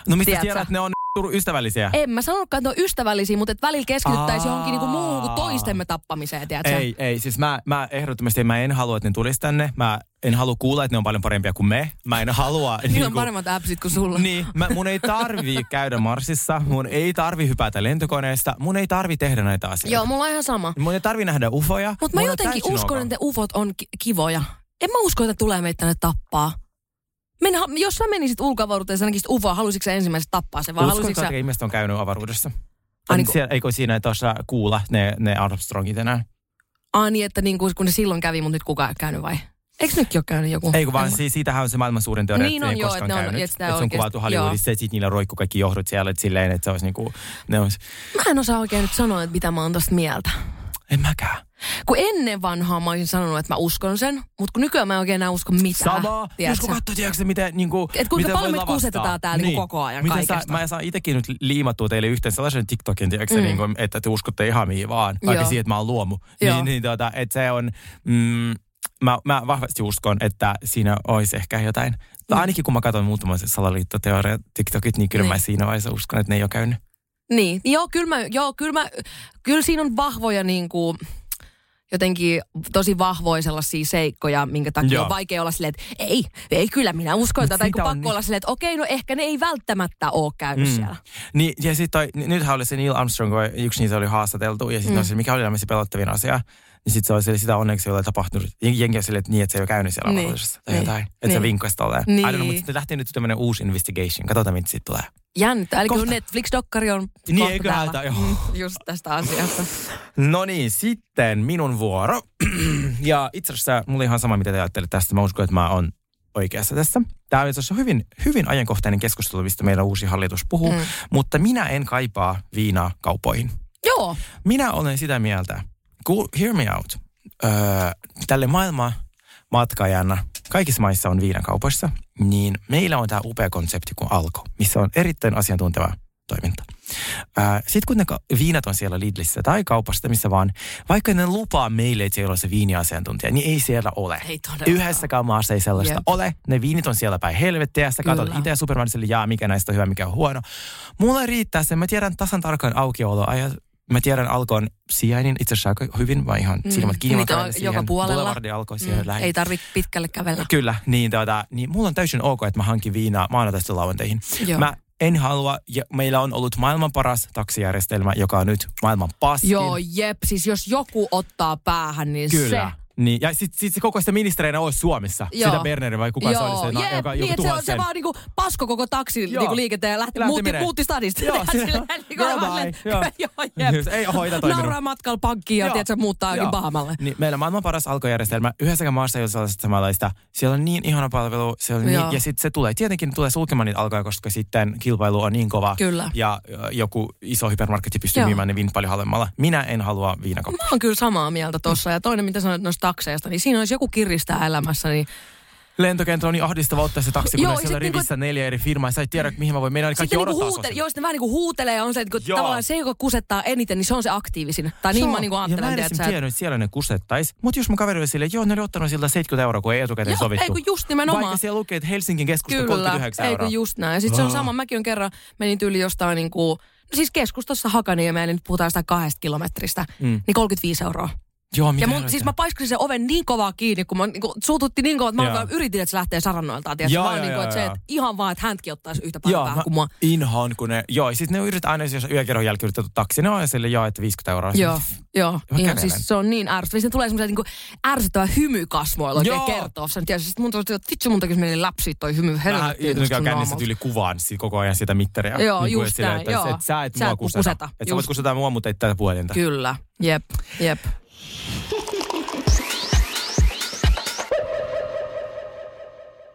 [SPEAKER 3] No mistä
[SPEAKER 2] Tiedät
[SPEAKER 3] tiedät,
[SPEAKER 2] sä?
[SPEAKER 3] että ne on Turun ystävällisiä?
[SPEAKER 2] En mä sanonutkaan, että ne on ystävällisiä, mutta että välillä keskityttäisiin
[SPEAKER 3] Aa.
[SPEAKER 2] johonkin niin kuin muuhun kuin toistemme tappamiseen, tiedätkö?
[SPEAKER 3] Ei, ei. Siis mä, mä ehdottomasti mä en halua, että ne tulisi tänne. Mä en halua kuulla, että ne on paljon parempia kuin me. Mä en halua...
[SPEAKER 2] Niillä
[SPEAKER 3] niinku-
[SPEAKER 2] Niin on paremmat appsit kuin sulla.
[SPEAKER 3] Niin, mä, mun ei tarvi käydä Marsissa, mun ei tarvi hypätä lentokoneesta, mun ei tarvi tehdä näitä asioita.
[SPEAKER 2] Joo, mulla on ihan sama.
[SPEAKER 3] Mun ei tarvi nähdä ufoja.
[SPEAKER 2] Mutta mä
[SPEAKER 3] Mulla on
[SPEAKER 2] jotenkin
[SPEAKER 3] täysin
[SPEAKER 2] uskon,
[SPEAKER 3] ok.
[SPEAKER 2] että ufot on ki- kivoja. En mä usko, että tulee meitä tänne tappaa. Mennä, jos sä menisit ulkoavaruuteen, sä näkisit ufoa, halusitko sä ensimmäisenä tappaa sen? Vai
[SPEAKER 3] Uskon,
[SPEAKER 2] halusitko
[SPEAKER 3] että
[SPEAKER 2] sä...
[SPEAKER 3] ihmiset on käynyt avaruudessa.
[SPEAKER 2] Ai niin
[SPEAKER 3] Ai, niin
[SPEAKER 2] kuin-
[SPEAKER 3] siellä, eikö siinä tuossa kuulla ne, ne Armstrongit enää?
[SPEAKER 2] Ah niin, että niin kuin, kun ne silloin kävi, mutta nyt kukaan ei ole käynyt vai? Eikö nytkin ole käynyt joku?
[SPEAKER 3] Ei kun vaan, siis siitähän on se maailman suurin teoria,
[SPEAKER 2] Oh, Niin
[SPEAKER 3] että se ei
[SPEAKER 2] on, joo,
[SPEAKER 3] koskaan
[SPEAKER 2] että ne on-
[SPEAKER 3] käynyt.
[SPEAKER 2] että sitä
[SPEAKER 3] Että se on
[SPEAKER 2] oikeasti-
[SPEAKER 3] kuvattu Hollywoodissa ja sit niillä roikkuu kaikki johdot siellä, että silleen, että se olisi niinku, ne olisi,
[SPEAKER 2] Mä en osaa oikein nyt sanoa, että mitä mä oon tosta mieltä.
[SPEAKER 3] en mäkään.
[SPEAKER 2] Kun ennen vanhaa mä olisin sanonut, että mä uskon sen, mutta kun nykyään mä en oikein enää usko mitään.
[SPEAKER 3] Sama. Jos
[SPEAKER 2] tiedätkö?
[SPEAKER 3] kun katsoo, tiedätkö, se, miten, niin kuin,
[SPEAKER 2] Et kuinka
[SPEAKER 3] miten
[SPEAKER 2] paljon
[SPEAKER 3] voi
[SPEAKER 2] me
[SPEAKER 3] lavastaa. Niin.
[SPEAKER 2] kusetetaan täällä niinku koko ajan
[SPEAKER 3] miten
[SPEAKER 2] kaikesta.
[SPEAKER 3] Sä, mä saan itsekin nyt liimattua teille yhteen sellaisen TikTokin, tiedätkö, mm. niin kuin, että te uskotte ihan mihin vaan, vaikka
[SPEAKER 2] Joo.
[SPEAKER 3] siihen, että mä oon luomu.
[SPEAKER 2] Joo.
[SPEAKER 3] Niin, niin tota, että se on, mm, mä, mä vahvasti uskon, että siinä olisi ehkä jotain. Tai ainakin kun mä katson muutaman salaliittoteoria TikTokit, niin kyllä
[SPEAKER 2] Mm. Niin.
[SPEAKER 3] mä siinä vaiheessa uskon, että ne ei ole käynyt.
[SPEAKER 2] Niin, joo, kyllä, mä, joo, kyllä, mä, kyllä siinä on vahvoja niin kuin, jotenkin tosi vahvoja sellaisia seikkoja, minkä takia
[SPEAKER 3] Joo.
[SPEAKER 2] joo. on vaikea olla silleen, että ei, ei kyllä minä uskon
[SPEAKER 3] Mut
[SPEAKER 2] tätä, tai kun
[SPEAKER 3] sitä on
[SPEAKER 2] pakko
[SPEAKER 3] niin-
[SPEAKER 2] olla silleen, että okei, no ehkä ne ei välttämättä ole käynyt mm. siellä.
[SPEAKER 3] Niin, ja sitten nythän oli se Neil Armstrong, kun yksi niitä oli haastateltu, ja sitten mm. mikä oli elämässä pelottavin asia. Niin sitten se oli sille, sitä onneksi ei ole tapahtunut. Jen- Jengi on sille, että niin, että se ei ole käynyt siellä
[SPEAKER 2] Niin.
[SPEAKER 3] avaruudessa tai
[SPEAKER 2] Niin.
[SPEAKER 3] jotain. Että se
[SPEAKER 2] Niin.
[SPEAKER 3] vinkkaisi tolleen.
[SPEAKER 2] Niin.
[SPEAKER 3] I don't know, mutta sitten lähtee nyt tämmöinen uusi investigation. Katsotaan, mitä siitä tulee.
[SPEAKER 2] Jännittää, eli kun
[SPEAKER 3] Kohta.
[SPEAKER 2] Netflix-dokkari on
[SPEAKER 3] Niin,
[SPEAKER 2] kohta
[SPEAKER 3] eikö
[SPEAKER 2] täällä.
[SPEAKER 3] haeta, joo.
[SPEAKER 2] Mm, Just tästä asiasta.
[SPEAKER 3] No niin, sitten minun vuoro. ja itse asiassa mulla oli ihan sama, mitä te ajattelette tästä. Mä uskon, että mä oon oikeassa tässä. Tämä on itse asiassa hyvin, hyvin ajankohtainen keskustelu, mistä meillä uusi hallitus puhuu. Mm. Mutta minä en kaipaa viinaa kaupoihin.
[SPEAKER 2] joo,
[SPEAKER 3] Minä olen sitä mieltä, cool, hear me out, öö, tälle maailman matkajana kaikissa maissa on viinakaupoissa, niin meillä on tämä upea konsepti kuin Alko, missä on erittäin asiantunteva toiminta. Sitten kun ne ka- viinat on siellä Lidlissä tai kaupasta, missä vaan, vaikka ne lupaa meille, että siellä on se viiniasiantuntija, niin ei siellä ole.
[SPEAKER 2] Ei todellakaan.
[SPEAKER 3] Yhdessäkään maassa ei sellaista
[SPEAKER 2] Jep.
[SPEAKER 3] ole. Ne viinit on siellä päin helvettiä, sä katsot
[SPEAKER 2] Kyllä.
[SPEAKER 3] itse supermarketille, jaa, mikä näistä on hyvä, mikä on huono. Mulla riittää se, mä tiedän tasan tarkkaan aukioloajat, mä tiedän alkon sijainnin itse asiassa aika hyvin, mä ihan silmät kiinni. mä
[SPEAKER 2] Niitä on Mm.
[SPEAKER 3] kävelen
[SPEAKER 2] Niin, joka
[SPEAKER 3] siihen.
[SPEAKER 2] puolella.
[SPEAKER 3] Boulevardi alkoi siihen
[SPEAKER 2] mm,
[SPEAKER 3] mm,
[SPEAKER 2] ei tarvitse pitkälle kävellä.
[SPEAKER 3] Kyllä, niin, tota, niin mulla on täysin ok, että mä hankin viinaa maanantaista lauanteihin.
[SPEAKER 2] Joo.
[SPEAKER 3] Mä en halua, ja meillä on ollut maailman paras taksijärjestelmä, joka on nyt maailman paskin.
[SPEAKER 2] Joo, jep, siis jos joku ottaa päähän, niin
[SPEAKER 3] Kyllä.
[SPEAKER 2] se.
[SPEAKER 3] Niin, ja sitten sit se koko sitä ministerinä olisi Suomessa.
[SPEAKER 2] Joo.
[SPEAKER 3] Sitä Bernerin vai kuka se
[SPEAKER 2] Joo,
[SPEAKER 3] oli se, na-
[SPEAKER 2] jep,
[SPEAKER 3] joka,
[SPEAKER 2] niin,
[SPEAKER 3] joka
[SPEAKER 2] että se,
[SPEAKER 3] tuhosi
[SPEAKER 2] on,
[SPEAKER 3] sen.
[SPEAKER 2] se vaan niinku pasko koko taksi
[SPEAKER 3] Joo.
[SPEAKER 2] niinku liikenteen ja lähti,
[SPEAKER 3] Lähti
[SPEAKER 2] muutti,
[SPEAKER 3] menee.
[SPEAKER 2] muutti stadista.
[SPEAKER 3] Joo,
[SPEAKER 2] Ja
[SPEAKER 3] se-
[SPEAKER 2] silleen niinku
[SPEAKER 3] Goodbye,
[SPEAKER 2] vaan silleen,
[SPEAKER 3] joo.
[SPEAKER 2] joo, jep.
[SPEAKER 3] Just, ei hoita toi
[SPEAKER 2] Nauraa
[SPEAKER 3] minua.
[SPEAKER 2] matkalla pankkiin ja
[SPEAKER 3] Joo.
[SPEAKER 2] tiedätkö, muuttaa
[SPEAKER 3] Joo.
[SPEAKER 2] jokin Bahamalle.
[SPEAKER 3] Niin, meillä on maailman paras alkojärjestelmä. Yhdessäkään maassa ei ole sellaista samanlaista. Siellä on niin ihana palvelu. Siellä on niin,
[SPEAKER 2] Joo.
[SPEAKER 3] ja sitten se tulee, tietenkin tulee sulkemaan niitä alkoja, koska sitten kilpailu on niin kova.
[SPEAKER 2] Kyllä.
[SPEAKER 3] Ja ö, joku iso hypermarketti pystyy
[SPEAKER 2] Joo.
[SPEAKER 3] myymään ne viinit paljon halvemmalla. Minä en halua viinakauppaa.
[SPEAKER 2] Mä oon kyllä samaa mieltä tossa. Ja toinen, mitä sanoit noista takseista, niin siinä olisi joku kiristää elämässä, niin
[SPEAKER 3] Lentokentällä on niin ahdistava ottaa se taksi, kun
[SPEAKER 2] Joo,
[SPEAKER 3] Joo,
[SPEAKER 2] ja
[SPEAKER 3] siellä
[SPEAKER 2] sit niinku-
[SPEAKER 3] rivissä neljä eri firmaa. Sä et tiedä, mihin mä voin mennä. niin Kaikki
[SPEAKER 2] sitten niinku
[SPEAKER 3] odottaa
[SPEAKER 2] huutele,
[SPEAKER 3] sua.
[SPEAKER 2] joo, sitten vähän niinku huutelee ja on se, että kun
[SPEAKER 3] Joo.
[SPEAKER 2] tavallaan se, joka kusettaa eniten, niin se on se aktiivisin. Tai niin mä niinku ajattelen,
[SPEAKER 3] ja mä en esim.
[SPEAKER 2] tiedätkö, että-
[SPEAKER 3] tiennyt, että siellä ne kusettais. Mutta jos mun kaveri oli silleen, joo, ne oli ottanut siltä 70 euroa, kun ei etukäteen
[SPEAKER 2] Joo,
[SPEAKER 3] sovittu.
[SPEAKER 2] ei kun just nimenomaan.
[SPEAKER 3] Vaikka siellä lukee, että Helsingin keskusta
[SPEAKER 2] Kyllä,
[SPEAKER 3] 39
[SPEAKER 2] eikö
[SPEAKER 3] euroa.
[SPEAKER 2] just näin. Sitten se on sama, mäkin on kerran menin tyyli jostain niin kuin, no siis keskustassa Hakaniemeen, eli nyt puhutaan sitä kahdesta kilometristä, mm. niin 35 euroa.
[SPEAKER 3] Joo, mitä
[SPEAKER 2] Ja mun,
[SPEAKER 3] helvettiä?
[SPEAKER 2] siis mä paiskasin sen oven niin kovaa kiinni, kun mä niin kuin, suututti niin kovaa, että mä
[SPEAKER 3] Joo.
[SPEAKER 2] vaan yritin, että se lähtee sarannoiltaan. Tiedätkö?
[SPEAKER 3] Joo,
[SPEAKER 2] vaan
[SPEAKER 3] joo,
[SPEAKER 2] niin kuin,
[SPEAKER 3] joo,
[SPEAKER 2] että se,
[SPEAKER 3] joo.
[SPEAKER 2] että ihan vaan, että hänkin ottaisi yhtä paljon
[SPEAKER 3] Joo,
[SPEAKER 2] päähän
[SPEAKER 3] mä
[SPEAKER 2] kuin mua.
[SPEAKER 3] inhoan, kun ne, joo, sit ne yritetään aina, jos yökerhon jälkeen yritetään taksi, ne on aina sille, joo, että 50 euroa. Siis
[SPEAKER 2] Joo, joo.
[SPEAKER 3] Mä
[SPEAKER 2] Ihan,
[SPEAKER 3] kävelen.
[SPEAKER 2] siis se on niin ärsyttävä. Siinä tulee semmoisia niin ärsyttävä hymy kasvoilla oikein
[SPEAKER 3] Joo.
[SPEAKER 2] kertoa sen. Tiedätkö, sit mun tuli, että vitsi mun takia meni läpsi toi hymy.
[SPEAKER 3] Mä
[SPEAKER 2] Helvetti,
[SPEAKER 3] nyt
[SPEAKER 2] sun
[SPEAKER 3] käyn niissä
[SPEAKER 2] naamalta.
[SPEAKER 3] tyyli kuvaan sit koko ajan sitä mittaria.
[SPEAKER 2] Joo,
[SPEAKER 3] kuin
[SPEAKER 2] just
[SPEAKER 3] et silleen,
[SPEAKER 2] näin,
[SPEAKER 3] että
[SPEAKER 2] joo.
[SPEAKER 3] Et, sä et mua kuseta. kuseta. Et sä voit
[SPEAKER 2] just.
[SPEAKER 3] kuseta mua, mutta et tätä puhelinta.
[SPEAKER 2] Kyllä, jep, jep.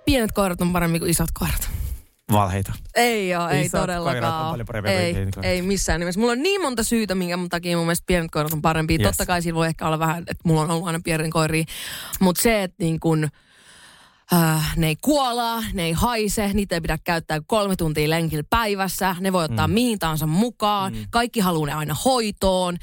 [SPEAKER 2] Pienet koirat on paremmin kuin isot koirat.
[SPEAKER 3] Valheita.
[SPEAKER 2] Ei joo, ei
[SPEAKER 3] Isot koirat on
[SPEAKER 2] todellakaan.
[SPEAKER 3] paljon parempia kuin
[SPEAKER 2] ei,
[SPEAKER 3] pienet koirat.
[SPEAKER 2] ei missään nimessä. Mulla on niin monta syytä, minkä mun takia mun mielestä pienet koirat on parempia.
[SPEAKER 3] Yes.
[SPEAKER 2] Yes. Totta kai siinä voi ehkä olla vähän, että mulla on ollut aina pienen koiria. Mutta se, että niin kun, äh, ne ei kuola, ne ei haise, niitä ei pidä käyttää kuin kolme tuntia lenkillä päivässä. Ne voi ottaa mm. mihin tahansa mukaan. Mm. Kaikki haluaa ne aina hoitoon.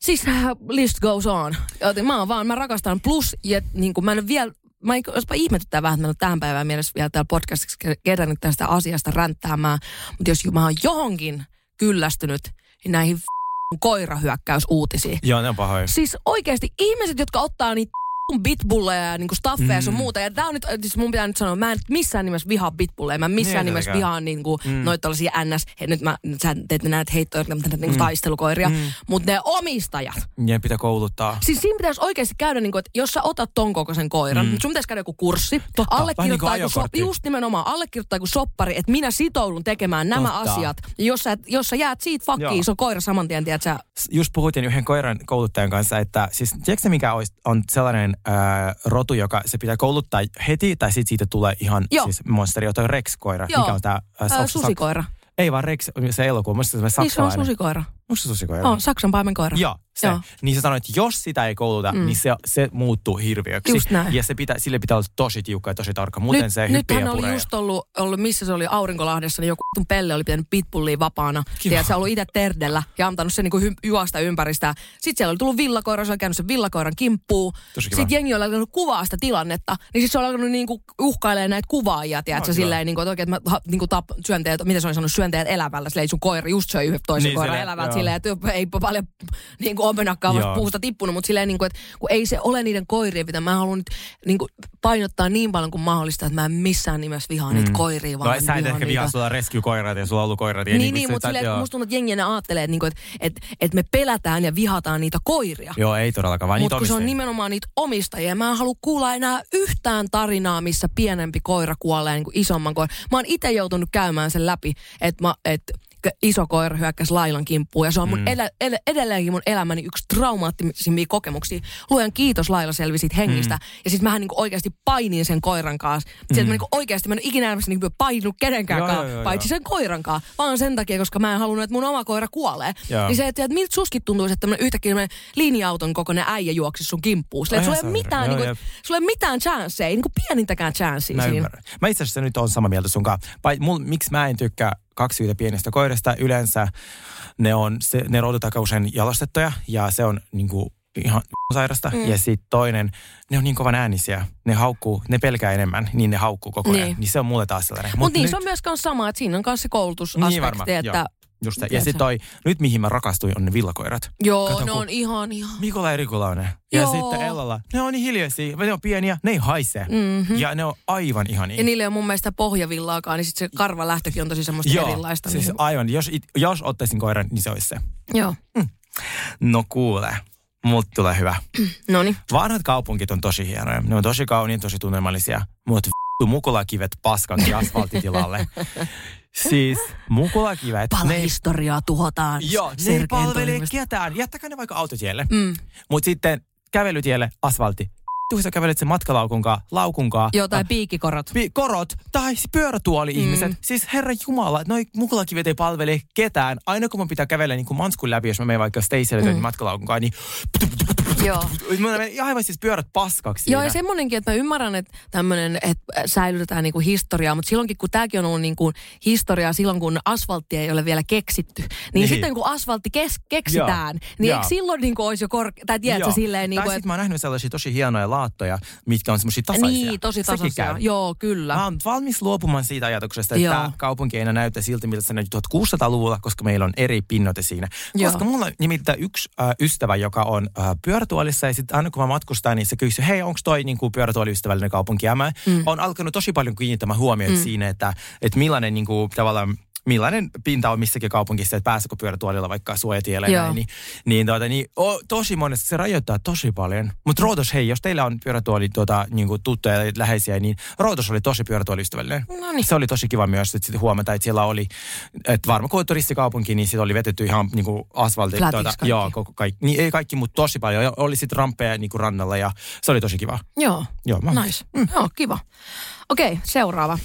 [SPEAKER 2] Siis äh, list goes on. Joten mä oon vaan, mä rakastan plus, ja niin kuin mä en ole vielä, mä en, jospa ihmetyttää vähän, että mä en ole tähän päivään mielessä vielä täällä podcastissa ke- kerännyt tästä asiasta ränttäämään, mutta jos mä oon johonkin kyllästynyt, niin näihin f- koirahyökkäysuutisiin.
[SPEAKER 3] Joo, ne on pahoja.
[SPEAKER 2] Siis oikeasti ihmiset, jotka ottaa niitä kun bitbulleja ja niinku staffeja mm. sun muuta. Ja tää on nyt, siis mun pitää nyt sanoa, mä en missään nimessä vihaa bitbulleja. Mä en missään
[SPEAKER 3] Niin,
[SPEAKER 2] nimessä
[SPEAKER 3] tietenkään.
[SPEAKER 2] vihaa niinku mm. noita tällaisia ns. He, nyt mä, nyt sä teet näitä heittoja, mutta näitä niinku taistelukoiria. Mm. Mutta ne omistajat.
[SPEAKER 3] Niiden pitää kouluttaa.
[SPEAKER 2] Siis siinä pitäisi oikeasti käydä, niin kuin, että jos sä otat ton kokoisen koiran, mm. sun pitäisi käydä joku kurssi.
[SPEAKER 3] Totta, vähän niin kuin
[SPEAKER 2] allekirjoittaa joku
[SPEAKER 3] ajokortti.
[SPEAKER 2] just nimenomaan, allekirjoittaa joku soppari, että minä sitoudun tekemään nämä
[SPEAKER 3] Totta.
[SPEAKER 2] Totta. asiat. Ja jos sä, jos sä jäät siitä
[SPEAKER 3] Joo.
[SPEAKER 2] fakkiin, se on koira saman tien, tiedät sä,
[SPEAKER 3] just puhutin yhden koiran kouluttajan kanssa, että siis tiedätkö sä, mikä ois- on sellainen ää, rotu, joka se pitää kouluttaa heti, tai sitten siitä tulee ihan Joo.
[SPEAKER 2] Joo.
[SPEAKER 3] siis monsteri, jota on Rex-koira.
[SPEAKER 2] Joo.
[SPEAKER 3] Mikä on tämä?
[SPEAKER 2] ää, susikoira.
[SPEAKER 3] Ei vaan Rex, se elokuva, musta se
[SPEAKER 2] Niin se on
[SPEAKER 3] saksalainen.
[SPEAKER 2] susikoira.
[SPEAKER 3] Onko se susikoira?
[SPEAKER 2] On, Saksan paimenkoira.
[SPEAKER 3] Joo, se. Joo.
[SPEAKER 2] Joo.
[SPEAKER 3] Niin se sanoi, että jos sitä ei kouluta, mm. niin se, se muuttuu hirviöksi.
[SPEAKER 2] Just näin.
[SPEAKER 3] Ja se pitää, sille pitää olla tosi tiukka ja tosi tarkka, muuten
[SPEAKER 2] nyt,
[SPEAKER 3] se hyppii
[SPEAKER 2] nythän
[SPEAKER 3] ja
[SPEAKER 2] oli
[SPEAKER 3] puree.
[SPEAKER 2] just ollut, ollut, missä se oli Aurinkolahdessa, niin joku vitun pelle oli pitänyt pitbullia vapaana. Ja se ollut itse terdellä ja antanut sen niinku hy- juosta ympäristään. Sitten siellä oli tullut villakoira, se oli käynyt sen villakoiran kimppuun.
[SPEAKER 3] Tosi kiva.
[SPEAKER 2] Sitten jengi oli alkanut kuvaa sitä tilannetta. Niin siis se oli alkanut niinku uhkailemaan näitä kuvaajia, tiedätkö,
[SPEAKER 3] No,
[SPEAKER 2] no,
[SPEAKER 3] kyllä.
[SPEAKER 2] silleen, niinku, että oikein, että mä ha- niinku tap, syönteet, mitä se oli sanonut, syönteet elävällä. Silleen sun koira just söi yhden toisen
[SPEAKER 3] Niin,
[SPEAKER 2] niin, koiran
[SPEAKER 3] silleen, joo.
[SPEAKER 2] elävältä silleen, että ei paljon niinku omenakkaa
[SPEAKER 3] Joo.
[SPEAKER 2] vasta puusta tippunut, mutta silleen, niin kuin, että kun ei se ole niiden koirien pitää. Mä haluan nyt niin kuin, painottaa niin paljon kuin mahdollista, että mä en missään nimessä vihaa mm. niitä koiria, vaan
[SPEAKER 3] No
[SPEAKER 2] mä
[SPEAKER 3] sä et
[SPEAKER 2] vihaan
[SPEAKER 3] ehkä
[SPEAKER 2] niitä-
[SPEAKER 3] vihaa, sulla on rescue-koirat ja sulla on ollut koirat. ja
[SPEAKER 2] Niin, niin,
[SPEAKER 3] kuin
[SPEAKER 2] niin
[SPEAKER 3] se-
[SPEAKER 2] mutta
[SPEAKER 3] sä-
[SPEAKER 2] silleen, että
[SPEAKER 3] joo.
[SPEAKER 2] musta tuntuu, että jengi aina ajattelee, että, niinku, että, että, että me pelätään ja vihataan niitä koiria.
[SPEAKER 3] Joo, ei todellakaan, vaan niitä
[SPEAKER 2] Mutta kun se on niin
[SPEAKER 3] omistajia.
[SPEAKER 2] nimenomaan niitä omistajia. Mä en halua kuulla enää yhtään tarinaa, missä pienempi koira kuolee niin kuin isomman koiran. Mä oon itse joutunut käymään sen läpi, että mä, et, k- iso koira hyökkäsi lailan kimppuun. Ja se on
[SPEAKER 3] Mm.
[SPEAKER 2] mun elä, elä, edelleenkin mun elämäni yksi traumaattisimpia kokemuksia. Luojan kiitos Laila selvisit
[SPEAKER 3] Mm.
[SPEAKER 2] hengistä. Ja siis mähän niin kuin oikeasti painin sen koiran kanssa. Sieltä mä niin kuin oikeasti mä en ole ikinä elämässä niin painunut kenenkään
[SPEAKER 3] Joo,
[SPEAKER 2] kanssa,
[SPEAKER 3] joo, joo,
[SPEAKER 2] paitsi
[SPEAKER 3] joo.
[SPEAKER 2] sen koiran kanssa. Vaan sen takia, koska mä en halunnut, että mun oma koira kuolee.
[SPEAKER 3] Joo.
[SPEAKER 2] Niin se, että, että miltä suskin tuntuisi, että tämmönen yhtäkkiä tämmönen linja-auton kokoinen äijä juoksi sun kimppuun. Sillä, että
[SPEAKER 3] Aivan
[SPEAKER 2] sulla ei ole
[SPEAKER 3] sairaan.
[SPEAKER 2] mitään,
[SPEAKER 3] Joo,
[SPEAKER 2] niin
[SPEAKER 3] jep.
[SPEAKER 2] kuin, sulla ei ole mitään chanceja, ei niin kuin pienintäkään chancea
[SPEAKER 3] Mä
[SPEAKER 2] siinä.
[SPEAKER 3] ymmärrän. Mä itse asiassa nyt on samaa mieltä sunkaan. Vai mul, miksi mä en tykkää kaksiyhtä pienestä koirasta? Yleensä ne, on, se, ne rodutaan usein jalostettuja ja se on niinku ihan sairasta. Mm. Ja sitten toinen, ne on niin kovan äänisiä. Ne haukkuu, ne pelkää enemmän, niin ne haukkuu koko ajan. Niin,
[SPEAKER 2] Niin.
[SPEAKER 3] niin se on mulle taas sellainen. Mut
[SPEAKER 2] Mutta niin,
[SPEAKER 3] nyt-
[SPEAKER 2] se on myös kans sama, että siinä on myös se koulutusaspekti,
[SPEAKER 3] niin varmaan,
[SPEAKER 2] että
[SPEAKER 3] joo. Just näin. ja
[SPEAKER 2] Tiedätkö?
[SPEAKER 3] sitten toi, nyt mihin mä rakastuin, on ne villakoirat.
[SPEAKER 2] joo,
[SPEAKER 3] Kato,
[SPEAKER 2] ne
[SPEAKER 3] kun- Niin.
[SPEAKER 2] on ihan, ihan.
[SPEAKER 3] Mikola ja Rikulainen. Ja
[SPEAKER 2] Joo.
[SPEAKER 3] sitten Ellalla. Ne on niin hiljaisia, ne on pieniä, ne ei haise. Mm-hmm. Ja ne on aivan ihan
[SPEAKER 2] Ja niillä ei ole mun mielestä pohjavillaakaan, niin sit se karvan lähtökin on tosi semmoista erilaista.
[SPEAKER 3] siis
[SPEAKER 2] niin,
[SPEAKER 3] aivan. Jos, it, jos ottaisin koiran, niin se olisi se.
[SPEAKER 2] joo,
[SPEAKER 3] No kuule, mut tulee hyvä.
[SPEAKER 2] no niin.
[SPEAKER 3] Vanhat kaupunkit on tosi hienoja. Ne on tosi kauniin, tosi tunnelmallisia. Mut vittu mukulakivet paskaksi asfalttitilalle. siis mukulakivet, ne ei
[SPEAKER 2] Palahistoriaa tuhotaan.
[SPEAKER 3] Joo, ne ei
[SPEAKER 2] Sergein
[SPEAKER 3] palvele
[SPEAKER 2] toimesta.
[SPEAKER 3] ketään. Jättäkää ne vaikka autotielle. Mm. Mutta sitten kävelytielle asfaltti. Tuhi sä kävelet sen matkalaukun kanssa, laukun kanssa.
[SPEAKER 2] Joo, tai piikikorot.
[SPEAKER 3] Pi- korot tai s- pyörätuoli-ihmiset. Mm. Siis herra jumala, noi mukulakivet ei palvele ketään. Aina kun mun pitää kävellä niin kuin manskun läpi, jos mä menen vaikka Stacelle mm. matkalaukun kanssa,
[SPEAKER 2] Joo.
[SPEAKER 3] niin mä menen aivan siis pyörät paskaksi
[SPEAKER 2] Joo, ja
[SPEAKER 3] siinä.
[SPEAKER 2] semmoinenkin, että mä ymmärrän, että tämmöinen, että säilytetään niinku historiaa, mutta silloinkin, kun tämäkin on ollut niinku historiaa silloin, kun asfalttia ei ole vielä keksitty, niin,
[SPEAKER 3] Niin.
[SPEAKER 2] niin. sitten kun asfaltti kes- keksitään,
[SPEAKER 3] Joo.
[SPEAKER 2] Joo. niin
[SPEAKER 3] Joo.
[SPEAKER 2] eikö silloin niinku olisi jo korkea, tai tiedätkö
[SPEAKER 3] Joo.
[SPEAKER 2] silleen, niinku,
[SPEAKER 3] tai sit
[SPEAKER 2] että
[SPEAKER 3] mä oon nähnyt sellaisia tosi hienoja laattoja, mitkä on semmoisia tasaisia.
[SPEAKER 2] niin, tosi
[SPEAKER 3] Sekin
[SPEAKER 2] tasaisia.
[SPEAKER 3] käy.
[SPEAKER 2] Joo, kyllä.
[SPEAKER 3] Mä oon valmis luopumaan siitä ajatuksesta, että
[SPEAKER 2] Joo.
[SPEAKER 3] tämä kaupunki ei enää näytä siltä, miltä se näytti 1600-luvulla, koska meillä on eri pinnote siinä.
[SPEAKER 2] Joo.
[SPEAKER 3] Koska mulla on nimittäin yksi äh, ystävä, joka on äh, pyörätuolissa ja sitten aina kun mä matkustan, niin se kysyy, hei, onko toi niin kuin pyörätuoliystävällinen kaupunki? Ja mä mm. on alkanut tosi paljon kiinnittämään huomiota mm. siinä, että, että millainen niin kuin, tavallaan millainen pinta on missäkin kaupunkissa, että pääsekö pyörätuolilla vaikka suojatielle ja
[SPEAKER 2] Joo.
[SPEAKER 3] näin, niin, niin, tuota, niin o, tosi monesti se rajoittaa tosi paljon. Mutta Rootos, hei, jos teillä on pyörätuoli tuota, niin kuin tuttuja ja läheisiä, niin Rootos oli tosi pyörätuoliystävällinen.
[SPEAKER 2] Noniin.
[SPEAKER 3] Se oli tosi kiva myös, että sitten huomata, että siellä oli, että varmaan kun on turistikaupunki, niin siitä oli vetetty ihan niin kuin asfaltit.
[SPEAKER 2] Flatiksi kaikki.
[SPEAKER 3] joo, koko, kaikki, niin, ei kaikki, mutta tosi paljon. Ja oli sitten ramppeja niin kuin rannalla ja se oli tosi kiva.
[SPEAKER 2] Joo,
[SPEAKER 3] Joo, mä...
[SPEAKER 2] nice. Joo, kiva. Okei, seuraava.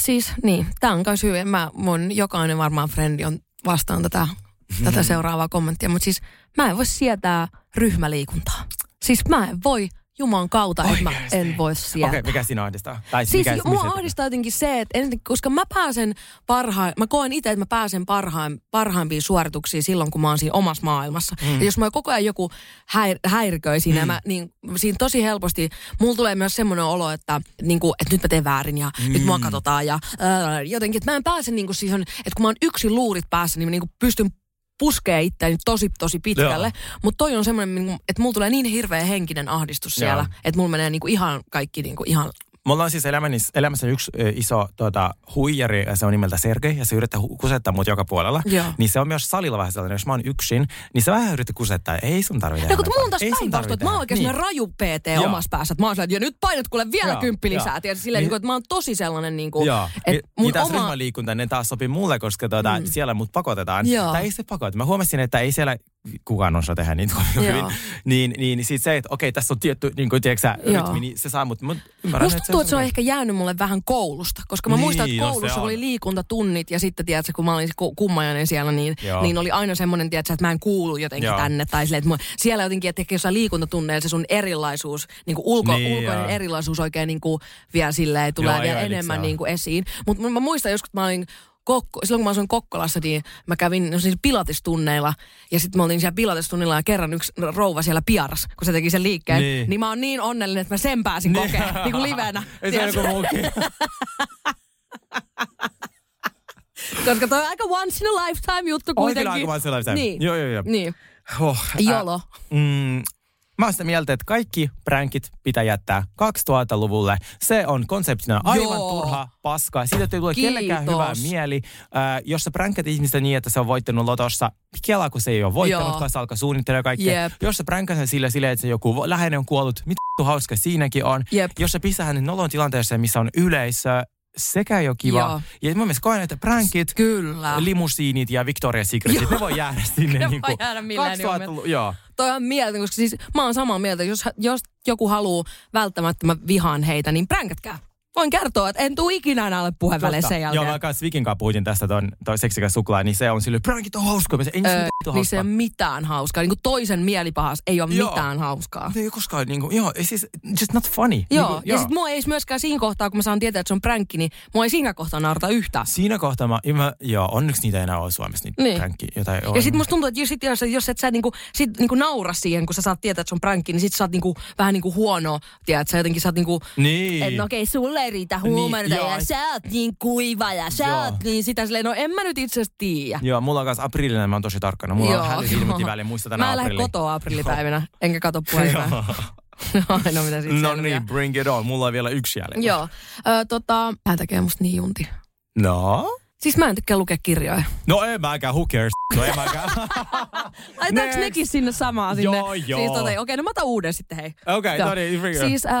[SPEAKER 2] Siis niin, tämä on myös hyvä. Mä, mun jokainen varmaan frendi on vastaan tätä,
[SPEAKER 3] Mm-hmm.
[SPEAKER 2] tätä seuraavaa kommenttia, mutta siis mä en voi sietää ryhmäliikuntaa. Siis mä en voi, Juman kautta, että mä
[SPEAKER 3] Oikeesti?
[SPEAKER 2] en voi sietää.
[SPEAKER 3] Okei, okay, mikä siinä ahdistaa? Tai
[SPEAKER 2] Siis
[SPEAKER 3] mikä,
[SPEAKER 2] mikä, mua
[SPEAKER 3] missä-
[SPEAKER 2] ahdistaa jotenkin se, että ensin, koska mä pääsen parhaan, mä koen itse, että mä pääsen parhaim, parhaimpiin suorituksiin silloin, kun mä oon siinä omassa maailmassa. Mm. Ja jos mä koko ajan joku häir, häiriköi siinä, mm. mä, niin siinä tosi helposti, mulla tulee myös semmoinen olo, että, niin kuin, että nyt mä teen väärin ja äh, mm. nyt mua katsotaan ja ää, jotenkin, että mä en pääse niin kuin siihen, että kun mä oon yksin luurit päässä, niin mä niin kuin pystyn puskee itseäni tosi, tosi pitkälle. Mutta toi on semmoinen, että mulla tulee niin hirveä henkinen ahdistus
[SPEAKER 3] Joo.
[SPEAKER 2] siellä, että mulla menee niinku ihan kaikki niinku ihan...
[SPEAKER 3] Mulla on siis elämänis, elämässä yksi ö, iso tota, huijari, ja se on nimeltä Sergei, ja se yrittää hu- kusettaa mut joka puolella.
[SPEAKER 2] Joo.
[SPEAKER 3] Niin se on myös salilla vähän sellainen, jos mä oon yksin, niin se vähän yritti kusettaa. Ei sun tarvitse.
[SPEAKER 2] No kun
[SPEAKER 3] enempää.
[SPEAKER 2] mulla on taas
[SPEAKER 3] Ei sun
[SPEAKER 2] päinvastoin, että
[SPEAKER 3] tarvitse.
[SPEAKER 2] mä oon oikein niin. raju PT
[SPEAKER 3] Joo.
[SPEAKER 2] omassa päässä. Että mä oon sellainen, että ja nyt painat kuule vielä
[SPEAKER 3] Joo,
[SPEAKER 2] kymppi
[SPEAKER 3] joo.
[SPEAKER 2] lisää. Tiedät, silleen,
[SPEAKER 3] Niin-
[SPEAKER 2] niin. että mä oon tosi sellainen, niin kuin,
[SPEAKER 3] Joo.
[SPEAKER 2] että
[SPEAKER 3] Mun
[SPEAKER 2] mun
[SPEAKER 3] niin taas oma...
[SPEAKER 2] oma...
[SPEAKER 3] ryhmäliikunta, ne taas sopii mulle, koska tuota, mm. siellä mut pakotetaan.
[SPEAKER 2] Joo.
[SPEAKER 3] Tai ei se pakota. Mä huomasin, että ei siellä kukaan osaa tehdä niitä kovin
[SPEAKER 2] Joo.
[SPEAKER 3] hyvin. Niin, niin sit se, että okei, tässä on tietty, niin kuin tiedätkö sä,
[SPEAKER 2] Joo.
[SPEAKER 3] rytmi, niin se saa mut. mut ymmärrän,
[SPEAKER 2] Musta tuntuu, että se on
[SPEAKER 3] okei.
[SPEAKER 2] ehkä jäänyt mulle vähän koulusta, koska mä
[SPEAKER 3] Niin,
[SPEAKER 2] muistan, että
[SPEAKER 3] no se
[SPEAKER 2] koulussa
[SPEAKER 3] on.
[SPEAKER 2] oli liikuntatunnit ja sitten, tiedätkö, kun mä olin se ku- kummajainen siellä, niin,
[SPEAKER 3] Joo.
[SPEAKER 2] niin oli aina semmoinen, tiedätkö, että mä en kuulu jotenkin
[SPEAKER 3] Joo.
[SPEAKER 2] tänne. Tai silleen, että mua, siellä jotenkin, että ehkä jossain liikuntatunneilla se sun erilaisuus, niin kuin ulko,
[SPEAKER 3] Niin,
[SPEAKER 2] niin, ulkoinen
[SPEAKER 3] joo.
[SPEAKER 2] erilaisuus oikein niin kuin vielä silleen tulee
[SPEAKER 3] Joo,
[SPEAKER 2] vielä
[SPEAKER 3] aivan, elikö se
[SPEAKER 2] enemmän
[SPEAKER 3] on?
[SPEAKER 2] niin kuin esiin. Mutta mä muistan joskus, että mä olin Kokko, silloin kun mä asuin Kokkolassa, niin mä kävin no siis pilatistunneilla. Ja sitten mä olin siellä pilatistunneilla ja kerran yksi rouva siellä piaras, kun se teki sen liikkeen.
[SPEAKER 3] Niin.
[SPEAKER 2] Niin, niin mä oon niin onnellinen, että mä sen pääsin kokea, niin kuin livenä.
[SPEAKER 3] Ei se on
[SPEAKER 2] tiedätkö?
[SPEAKER 3] joku muukin.
[SPEAKER 2] Koska toi on aika once in a lifetime juttu
[SPEAKER 3] On
[SPEAKER 2] kuitenkin.
[SPEAKER 3] kyllä aika vaan sellaista.
[SPEAKER 2] Niin.
[SPEAKER 3] Joo, joo, joo.
[SPEAKER 2] Niin,
[SPEAKER 3] Oh, ää,
[SPEAKER 2] jolo.
[SPEAKER 3] Mm, mä oon sitä mieltä, että kaikki pränkit pitää jättää 2000-luvulle. Se on konseptina aivan
[SPEAKER 2] Joo.
[SPEAKER 3] turha paskaa. Siitä ei tule
[SPEAKER 2] Kiitos.
[SPEAKER 3] kellekään hyvää mieli. Äh, jos sä pränkät ihmistä niin, että se on voittanut lotossa, niin kelaa kun se ei ole voittanut,
[SPEAKER 2] Joo.
[SPEAKER 3] kun se alkaa suunnitella kaikkea.
[SPEAKER 2] Jep.
[SPEAKER 3] Jos sä pränkät sen sillä, sillä, että se joku vo- läheinen on kuollut, mitä vittu hauska siinäkin on.
[SPEAKER 2] Jep.
[SPEAKER 3] Jos sä pistää hänen nolon tilanteeseen, missä on yleisö, sekä jo kiva.
[SPEAKER 2] Joo.
[SPEAKER 3] Ja mun mielestä koen, että pränkit,
[SPEAKER 2] Kyllä.
[SPEAKER 3] limusiinit ja Victoria's Secretit, ne voi jäädä sinne.
[SPEAKER 2] Ne
[SPEAKER 3] niin
[SPEAKER 2] voi jäädä milleniumille.
[SPEAKER 3] 2000-luvulle. Joo.
[SPEAKER 2] Toi on mieltä, koska siis mä oon samaa mieltä, jos, jos joku haluaa välttämättä mä vihaan heitä, niin pränkätkää. Voin kertoa, että en tuu ikinä enää ole puheenvälein
[SPEAKER 3] Totta.
[SPEAKER 2] sen
[SPEAKER 3] Joo,
[SPEAKER 2] jälkeen.
[SPEAKER 3] mä kanssa Vikin kanssa puhutin tästä ton, toi seksikäs suklaa, niin se on silleen, prankit on hauskoja. Mä sanoin,
[SPEAKER 2] Öö,
[SPEAKER 3] Ei öö, se
[SPEAKER 2] niin
[SPEAKER 3] niin
[SPEAKER 2] se ei ole mitään hauskaa. Niin kuin toisen mielipahas ei ole
[SPEAKER 3] Joo.
[SPEAKER 2] mitään hauskaa.
[SPEAKER 3] ei koskaan, niin kuin, joo, ei siis, just not funny.
[SPEAKER 2] Joo,
[SPEAKER 3] Niin kuin,
[SPEAKER 2] ja sit mua ei myöskään siinä kohtaa, kun mä saan tietää, että se on pränkki, niin mua ei siinä kohtaa naurata yhtään.
[SPEAKER 3] Siinä kohtaa mä, mä, joo, onneksi niitä ei enää ole Suomessa, niitä niin.
[SPEAKER 2] Niin.
[SPEAKER 3] prankki, jotain on.
[SPEAKER 2] Ja sit musta tuntuu, että jos, sit, jos, jos et sä niinku, sit niinku naura siihen, kun sä saat tietää, että se on prankki, niin sit sä oot niinku, vähän niinku huono, tiedät, sä jotenkin sä oot niinku,
[SPEAKER 3] Niin.
[SPEAKER 2] että no okei, sulle ei riitä huumorita
[SPEAKER 3] Niin, joo.
[SPEAKER 2] niin, ja sä oot niin kuiva ja sä
[SPEAKER 3] Joo.
[SPEAKER 2] joo. oot niin sitä silleen, no en mä nyt itse asiassa tiedä.
[SPEAKER 3] Joo, mulla on kanssa aprillinen, mä oon tosi tarkkana. Mulla joo. on hälyt ilmoitin väliin, muista tänään
[SPEAKER 2] Mä en lähde
[SPEAKER 3] aprilli.
[SPEAKER 2] kotoa aprillipäivinä, enkä kato puhelimia. no mitä siitä
[SPEAKER 3] No
[SPEAKER 2] selviää.
[SPEAKER 3] niin, bring it on. Mulla on vielä yksi jäljellä.
[SPEAKER 2] Joo. Ö, tota, tää tekee musta niin junti.
[SPEAKER 3] No?
[SPEAKER 2] Siis mä en tykkää lukea kirjoja.
[SPEAKER 3] No ei mäkään, who cares? No ei mäkään. Next.
[SPEAKER 2] Laitetaanko nekin sinne samaa sinne?
[SPEAKER 3] Joo, joo.
[SPEAKER 2] Siis tota, okei, okay, no mä otan uuden sitten hei.
[SPEAKER 3] Okei,
[SPEAKER 2] Joo.
[SPEAKER 3] no niin, bring it on.
[SPEAKER 2] Siis äh,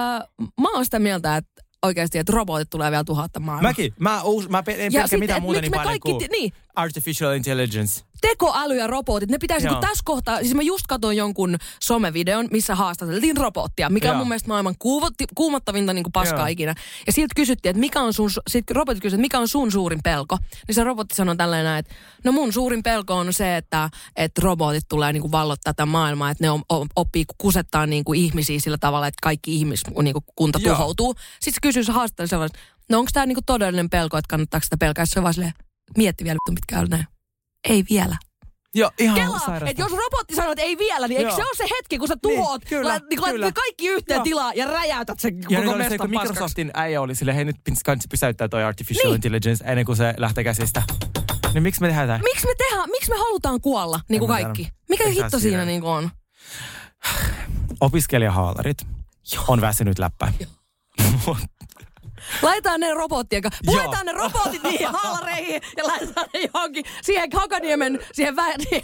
[SPEAKER 2] mä oon sitä mieltä, että oikeasti, että robotit tulee vielä tuhatta maailmaa.
[SPEAKER 3] Mäkin, mä, uus, mä pe- en
[SPEAKER 2] Ja
[SPEAKER 3] pelkää
[SPEAKER 2] sitten,
[SPEAKER 3] mitään
[SPEAKER 2] et
[SPEAKER 3] muuta
[SPEAKER 2] miksi
[SPEAKER 3] niin
[SPEAKER 2] me
[SPEAKER 3] paljon
[SPEAKER 2] kaikki,
[SPEAKER 3] kuin
[SPEAKER 2] ti- niin,
[SPEAKER 3] artificial intelligence.
[SPEAKER 2] tekoäly ja robotit, ne pitäisi
[SPEAKER 3] Joo.
[SPEAKER 2] niinku tässä kohtaa, siis mä just katsoin jonkun somevideon, missä haastateltiin robottia, mikä on
[SPEAKER 3] Joo.
[SPEAKER 2] mun mielestä maailman kuuvotti, kuumottavinta niinku paskaa
[SPEAKER 3] Joo.
[SPEAKER 2] ikinä. Ja siltä kysyttiin, että mikä on sun, su- sit robotit kysyi, että mikä on sun suurin pelko, niin se robotti sanoi tälleen näin, että no mun suurin pelko on se, että, että robotit tulee niinku vallottaa tätä maailmaa, että ne on, o- oppii kusettaa niinku ihmisiä sillä tavalla, että kaikki ihmiskunta niinku kunta
[SPEAKER 3] Joo.
[SPEAKER 2] tuhoutuu. Sitten se kysyi se haastattelu sellaista, no onko tämä niinku todellinen pelko, että kannattaako sitä pelkää, se on vaan silleen, mietti vielä, vittu, mitkä on näin. Ei vielä.
[SPEAKER 3] Joo, ihan
[SPEAKER 2] Kela, että jos robotti sanoo, että ei vielä, niin eikö
[SPEAKER 3] Joo.
[SPEAKER 2] se ole se hetki, kun sä tuhoat,
[SPEAKER 3] Niin,
[SPEAKER 2] niin,
[SPEAKER 3] kyllä,
[SPEAKER 2] kyllä, niin, kun
[SPEAKER 3] kyllä.
[SPEAKER 2] laitat kaikki yhteen
[SPEAKER 3] Joo.
[SPEAKER 2] tilaa ja räjäytät sen
[SPEAKER 3] ja nyt
[SPEAKER 2] koko
[SPEAKER 3] oli se,
[SPEAKER 2] mestan
[SPEAKER 3] kun
[SPEAKER 2] paskaksi.
[SPEAKER 3] Microsoftin äijä oli silleen, hei nyt pins- kansi pysäyttää toi artificial niin.
[SPEAKER 2] Niin.
[SPEAKER 3] intelligence ennen kuin se lähtee käsistä. Niin miksi me tehdään tämä?
[SPEAKER 2] Miksi me tehdään, miksi me halutaan kuolla, niin kuin
[SPEAKER 3] En mä tiedä.
[SPEAKER 2] kaikki? Mikä
[SPEAKER 3] Ei saa
[SPEAKER 2] hitto
[SPEAKER 3] siinä.
[SPEAKER 2] siinä niin kuin on?
[SPEAKER 3] Opiskelijahaalarit on väsynyt läppä.
[SPEAKER 2] Laitetaan ne robottien kanssa. Puetaan ne
[SPEAKER 3] Joo.
[SPEAKER 2] robotit niihin haalareihin ja laitetaan ne johonkin siihen Hakaniemen, siihen, vä- siihen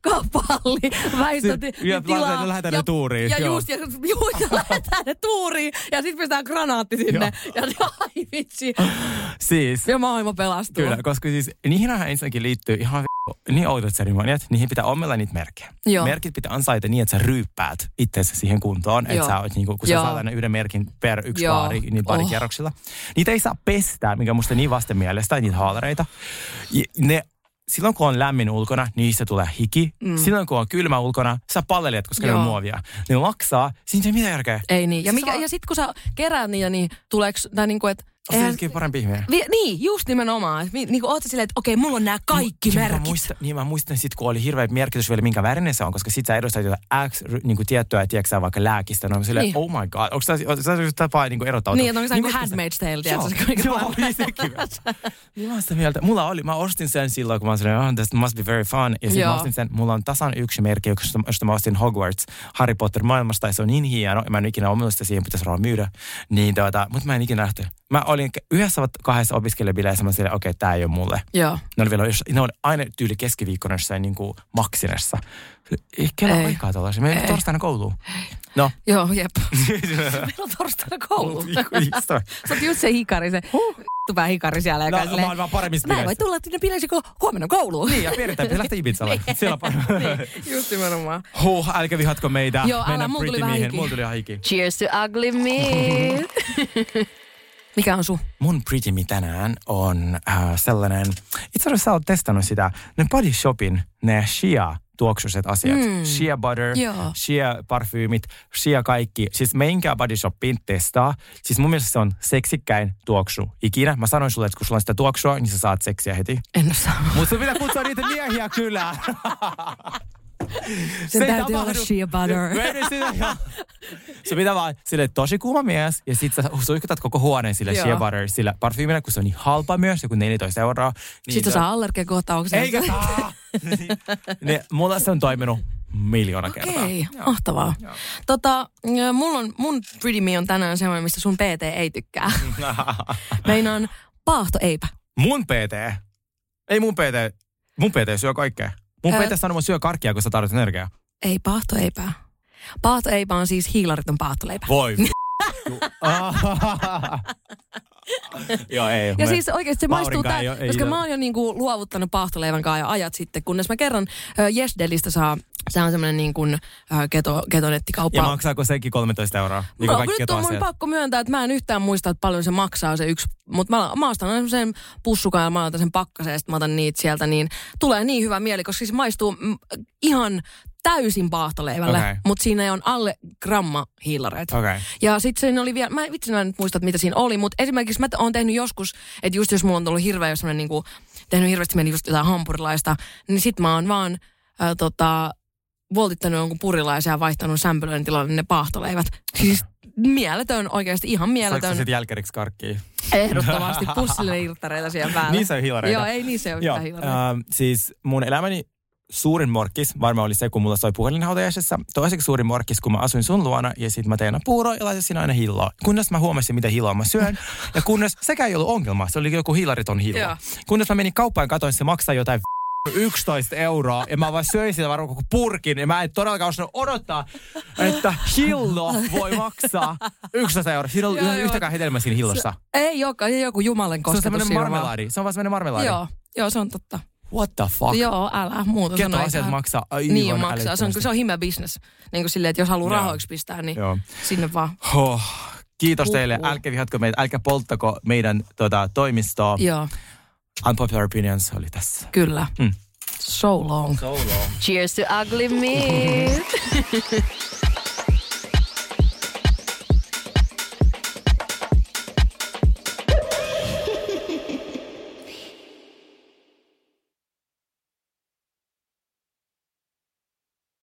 [SPEAKER 2] kauppahalli väistöti
[SPEAKER 3] Sit- ja laitetaan- lähdetään ne tuuriin,
[SPEAKER 2] Ja
[SPEAKER 3] joo.
[SPEAKER 2] just, ja, just ja lähdetään ne tuuriin ja sitten pistetään granaatti sinne. Ja ai vitsi.
[SPEAKER 3] siis,
[SPEAKER 2] Ja maailma pelastuu.
[SPEAKER 3] kyllä, koska siis niihinhän ensinnäkin liittyy ihan vi- niin oudot seremoniat, niihin pitää omella niitä merkkejä.
[SPEAKER 2] Joo.
[SPEAKER 3] Merkit pitää ansaita niin, että sä ryyppäät itseäsi siihen kuntoon, että
[SPEAKER 2] Joo.
[SPEAKER 3] sä oot niinku, kun sä
[SPEAKER 2] Joo.
[SPEAKER 3] saat aina yhden merkin per yksi
[SPEAKER 2] Joo.
[SPEAKER 3] baari, niin pari
[SPEAKER 2] Oh.
[SPEAKER 3] kierroksilla. Niitä ei saa pestää, mikä on musta niin vasten mielestä, niitä haalareita. Ja Ne, silloin kun on lämmin ulkona, niistä tulee hiki. Mm. Silloin kun on kylmä ulkona, sä pallelet, koska ne on
[SPEAKER 2] Joo.
[SPEAKER 3] muovia. Ne laksaa, siinä ei ole mitään järkeä.
[SPEAKER 2] Ei niin. Ja,
[SPEAKER 3] Siis
[SPEAKER 2] mikä,
[SPEAKER 3] vaan-
[SPEAKER 2] ja sitten kun sä keräät niitä, niin tuleeko, tai niinku, että
[SPEAKER 3] Se olisikin parempi ihminen.
[SPEAKER 2] Vi, niin, just nimenomaan. Mi, niin kuin silleen, että okei, mulla on nämä kaikki
[SPEAKER 3] Niin, Mä
[SPEAKER 2] merkit.
[SPEAKER 3] muistan, niin mä muistan sit, kun oli hirveä merkitys vielä, minkä värinen se on, koska sit sä edustat jotain X ry- niin kuin tiettyä, tiedätkö sä, vaikka lääkistä. No, silleen,
[SPEAKER 2] Niin.
[SPEAKER 3] niin. oh my god, onko tämä se tapa niin erottautua?
[SPEAKER 2] Niin, että onko se niin,
[SPEAKER 3] mä-
[SPEAKER 2] kuin Handmaid's Tale,
[SPEAKER 3] Joo,
[SPEAKER 2] tiedätkö? kuinka
[SPEAKER 3] joo,
[SPEAKER 2] vaan-
[SPEAKER 3] niin sekin. Niin mä oon sitä mieltä. Mulla oli, mä ostin sen silloin, kun mä sanoin, oh, this must be very fun. Ja sitten
[SPEAKER 2] Joo.
[SPEAKER 3] mä ostin sen, mulla on tasan yksi merkki, josta, josta mä ostin Hogwarts Harry Potter maailmasta. Ja se on niin hieno, ja mä en ikinä omillut sitä, siihen pitäisi rahaa myydä. Niin tota, mutta mä en ikinä nähty. Mä olin ke- yhdessä vai kahdessa opiskelijabileissä, mä silleen, okei, okay, tää ei ole mulle.
[SPEAKER 2] Joo.
[SPEAKER 3] Ne oli vielä jos, ne on aina tyyli keskiviikkona jossain niin kuin maksinessa. Ei kellä
[SPEAKER 2] Ei.
[SPEAKER 3] aikaa tuollaisia. Me ei torstaina kouluun. No.
[SPEAKER 2] Joo, jep. Meillä on torstaina koulu. Sä oot just se hikari, se huh. hikari siellä. joka
[SPEAKER 3] No,
[SPEAKER 2] on silleen,
[SPEAKER 3] mä oon vaan paremmissa
[SPEAKER 2] Mä en voi
[SPEAKER 3] bileissä."
[SPEAKER 2] tulla tänne bileisiin, kun huomenna on kouluun.
[SPEAKER 3] Niin, ja perjantai pitää lähteä Ibizalle. Siellä on paljon.
[SPEAKER 2] niin, just nimenomaan.
[SPEAKER 3] Huh, älkää vihatko meitä.
[SPEAKER 2] Joo, älä,
[SPEAKER 3] Mennään
[SPEAKER 2] mulla tuli
[SPEAKER 3] pretty
[SPEAKER 2] vähän
[SPEAKER 3] miehen.
[SPEAKER 2] hiki.
[SPEAKER 3] Mulla tuli ihan hiki.
[SPEAKER 5] Cheers to ugly me.
[SPEAKER 2] Mikä on sun?
[SPEAKER 3] Mun pretty me tänään on äh, sellainen, itse asiassa sä oot testannut sitä, ne Body Shopin, ne Shea tuoksuiset asiat. Mm. Shea butter,
[SPEAKER 2] Joo.
[SPEAKER 3] Shea parfyymit, Shea kaikki. Siis menkää Body Shopiin testaa. Siis mun mielestä se on seksikkäin tuoksu ikinä. Mä sanoin sulle, että kun sulla on sitä tuoksua, niin sä saat seksiä heti.
[SPEAKER 2] En ole saanut.
[SPEAKER 3] Mutta sun pitää kutsua niitä miehiä kylään.
[SPEAKER 2] Sen
[SPEAKER 3] ei
[SPEAKER 2] täytyy olla
[SPEAKER 3] tapahdu.
[SPEAKER 2] shea butter.
[SPEAKER 3] No ei nyt sitä, joo. Se pitää vaan sille tosi kuuma mies ja sit sä suihkutat koko huoneen sillä
[SPEAKER 2] Joo.
[SPEAKER 3] shea butter, sillä parfyymillä, kun se on niin halpa myös, joku 14 euroa. Niin
[SPEAKER 2] Sitten
[SPEAKER 3] se-
[SPEAKER 2] saa allergiakohtauksia.
[SPEAKER 3] Eikä saa! ne, mulla se on toiminut miljoona kertaa.
[SPEAKER 2] Okei, mahtavaa. Tota, ö, mulla on, mun Pretty Me on tänään semmoinen, mistä sun PT ei tykkää. Meinaan paahto eipä.
[SPEAKER 3] Mun PT. Ei mun PT. Mun PT syö kaikkea. Mun
[SPEAKER 2] Ö-
[SPEAKER 3] PT sanoo, että syö karkkia, kun sä tarvitset energiaa.
[SPEAKER 2] Ei paahto eipää. Paahto eipä on siis hiilariton paahtoleipä.
[SPEAKER 3] Voi. vi- Ju- Joo, ei.
[SPEAKER 2] Ja
[SPEAKER 3] me-
[SPEAKER 2] siis oikeasti se maistuu
[SPEAKER 3] Maurinkaan
[SPEAKER 2] tää,
[SPEAKER 3] ei oo- ei
[SPEAKER 2] koska
[SPEAKER 3] oo-
[SPEAKER 2] mä oon jo niinku luovuttanut paahtoleivän kanssa jo ajat sitten, kunnes mä kerran ö, Jesdelistä saa, se on semmoinen niin kuin keto, ketonettikauppa.
[SPEAKER 3] Ja maksaako sekin 13 euroa? Niin
[SPEAKER 2] Mä, nyt on
[SPEAKER 3] kuin
[SPEAKER 2] No, mun
[SPEAKER 3] ketuasiat.
[SPEAKER 2] pakko myöntää, että mä en yhtään muista, että paljon se maksaa se yksi. Mutta mä, mä ostan aina sen pussukaan ja mä otan sen pakkaseen ja sit mä otan niitä sieltä. Niin tulee niin hyvä mieli, koska se maistuu mm, ihan täysin paahtoleivälle. Okay.
[SPEAKER 3] Okei.
[SPEAKER 2] Mutta siinä on alle gramma hiilareita.
[SPEAKER 3] Okei.
[SPEAKER 2] Ja sitten siinä oli vielä, mä vitsi mä en nyt muista, että mitä siinä oli, mutta esimerkiksi mä t- oon tehnyt joskus, että just jos mulla on tullut hirveä, jos mä niinku, tehnyt hirveästi meni just jotain hampurilaista, niin sit mä oon vaan ää, tota, voltittanut jonkun purilaisen ja vaihtanut sämpylöiden tilalle niin ne paahtoleivät. Siis mieletön oikeasti, ihan
[SPEAKER 3] Saatko sä
[SPEAKER 2] mieletön.
[SPEAKER 3] sit jälkäriksi karkkiin?
[SPEAKER 2] Ehdottomasti pussille irttareita siellä päällä.
[SPEAKER 3] Niissä Niin on hiilareita.
[SPEAKER 2] Joo, ei niissä ole
[SPEAKER 3] Joo,
[SPEAKER 2] mitään hiilareita.
[SPEAKER 3] ähm, siis mun elämäni suurin morkkis varmaan oli se, kun mulla soi puhelin hautajaisessa. Toiseksi suurin morkkis, kun mä asuin sun luona ja sit mä tein aina puuroa ja laitoin sinä aina hilloa. Kunnes mä huomasin, mitä hilloa mä syön. ja kunnes, sekä ei ollut ongelma, se oli joku hiilariton
[SPEAKER 2] Joo.
[SPEAKER 3] hillo. kunnes mä menin kauppaan ja katsoin, se maksaa jotain 11 euroa ja mä vaan söin sitä varmaan koko purkin ja mä en todellakaan osannut odottaa, että hillo voi maksaa 11 euroa. Siinä ei
[SPEAKER 2] Joo,
[SPEAKER 3] ollut
[SPEAKER 2] joo.
[SPEAKER 3] yhtäkään hedelmää siinä hillossa.
[SPEAKER 2] Ei olekaan, ei joku jumalen
[SPEAKER 3] Se on
[SPEAKER 2] kosketus
[SPEAKER 3] semmoinen
[SPEAKER 2] siinä vaan.
[SPEAKER 3] marmelaadi. Se on vaan semmoinen marmelaadi.
[SPEAKER 2] Joo, joo, se on totta.
[SPEAKER 3] What the fuck?
[SPEAKER 2] Joo, älä muuta
[SPEAKER 3] Keto
[SPEAKER 2] sano, ei
[SPEAKER 3] asiat
[SPEAKER 2] saa.
[SPEAKER 3] maksaa aivan
[SPEAKER 2] Niin jo maksaa. Se on,
[SPEAKER 3] älyttömästi.
[SPEAKER 2] se on himä bisnes. Niin kuin silleen, että jos haluaa
[SPEAKER 3] Joo.
[SPEAKER 2] rahoiksi pistää, niin
[SPEAKER 3] Joo.
[SPEAKER 2] sinne vaan.
[SPEAKER 3] Oh, kiitos teille.
[SPEAKER 2] Uhuh.
[SPEAKER 3] Älkää vihatko meitä. Älkää polttako meidän tota, toimistoa.
[SPEAKER 2] Joo,
[SPEAKER 3] Unpopular opinions oli tässä.
[SPEAKER 2] kyllä.
[SPEAKER 3] Mm.
[SPEAKER 2] So long.
[SPEAKER 5] Cheers to ugly me.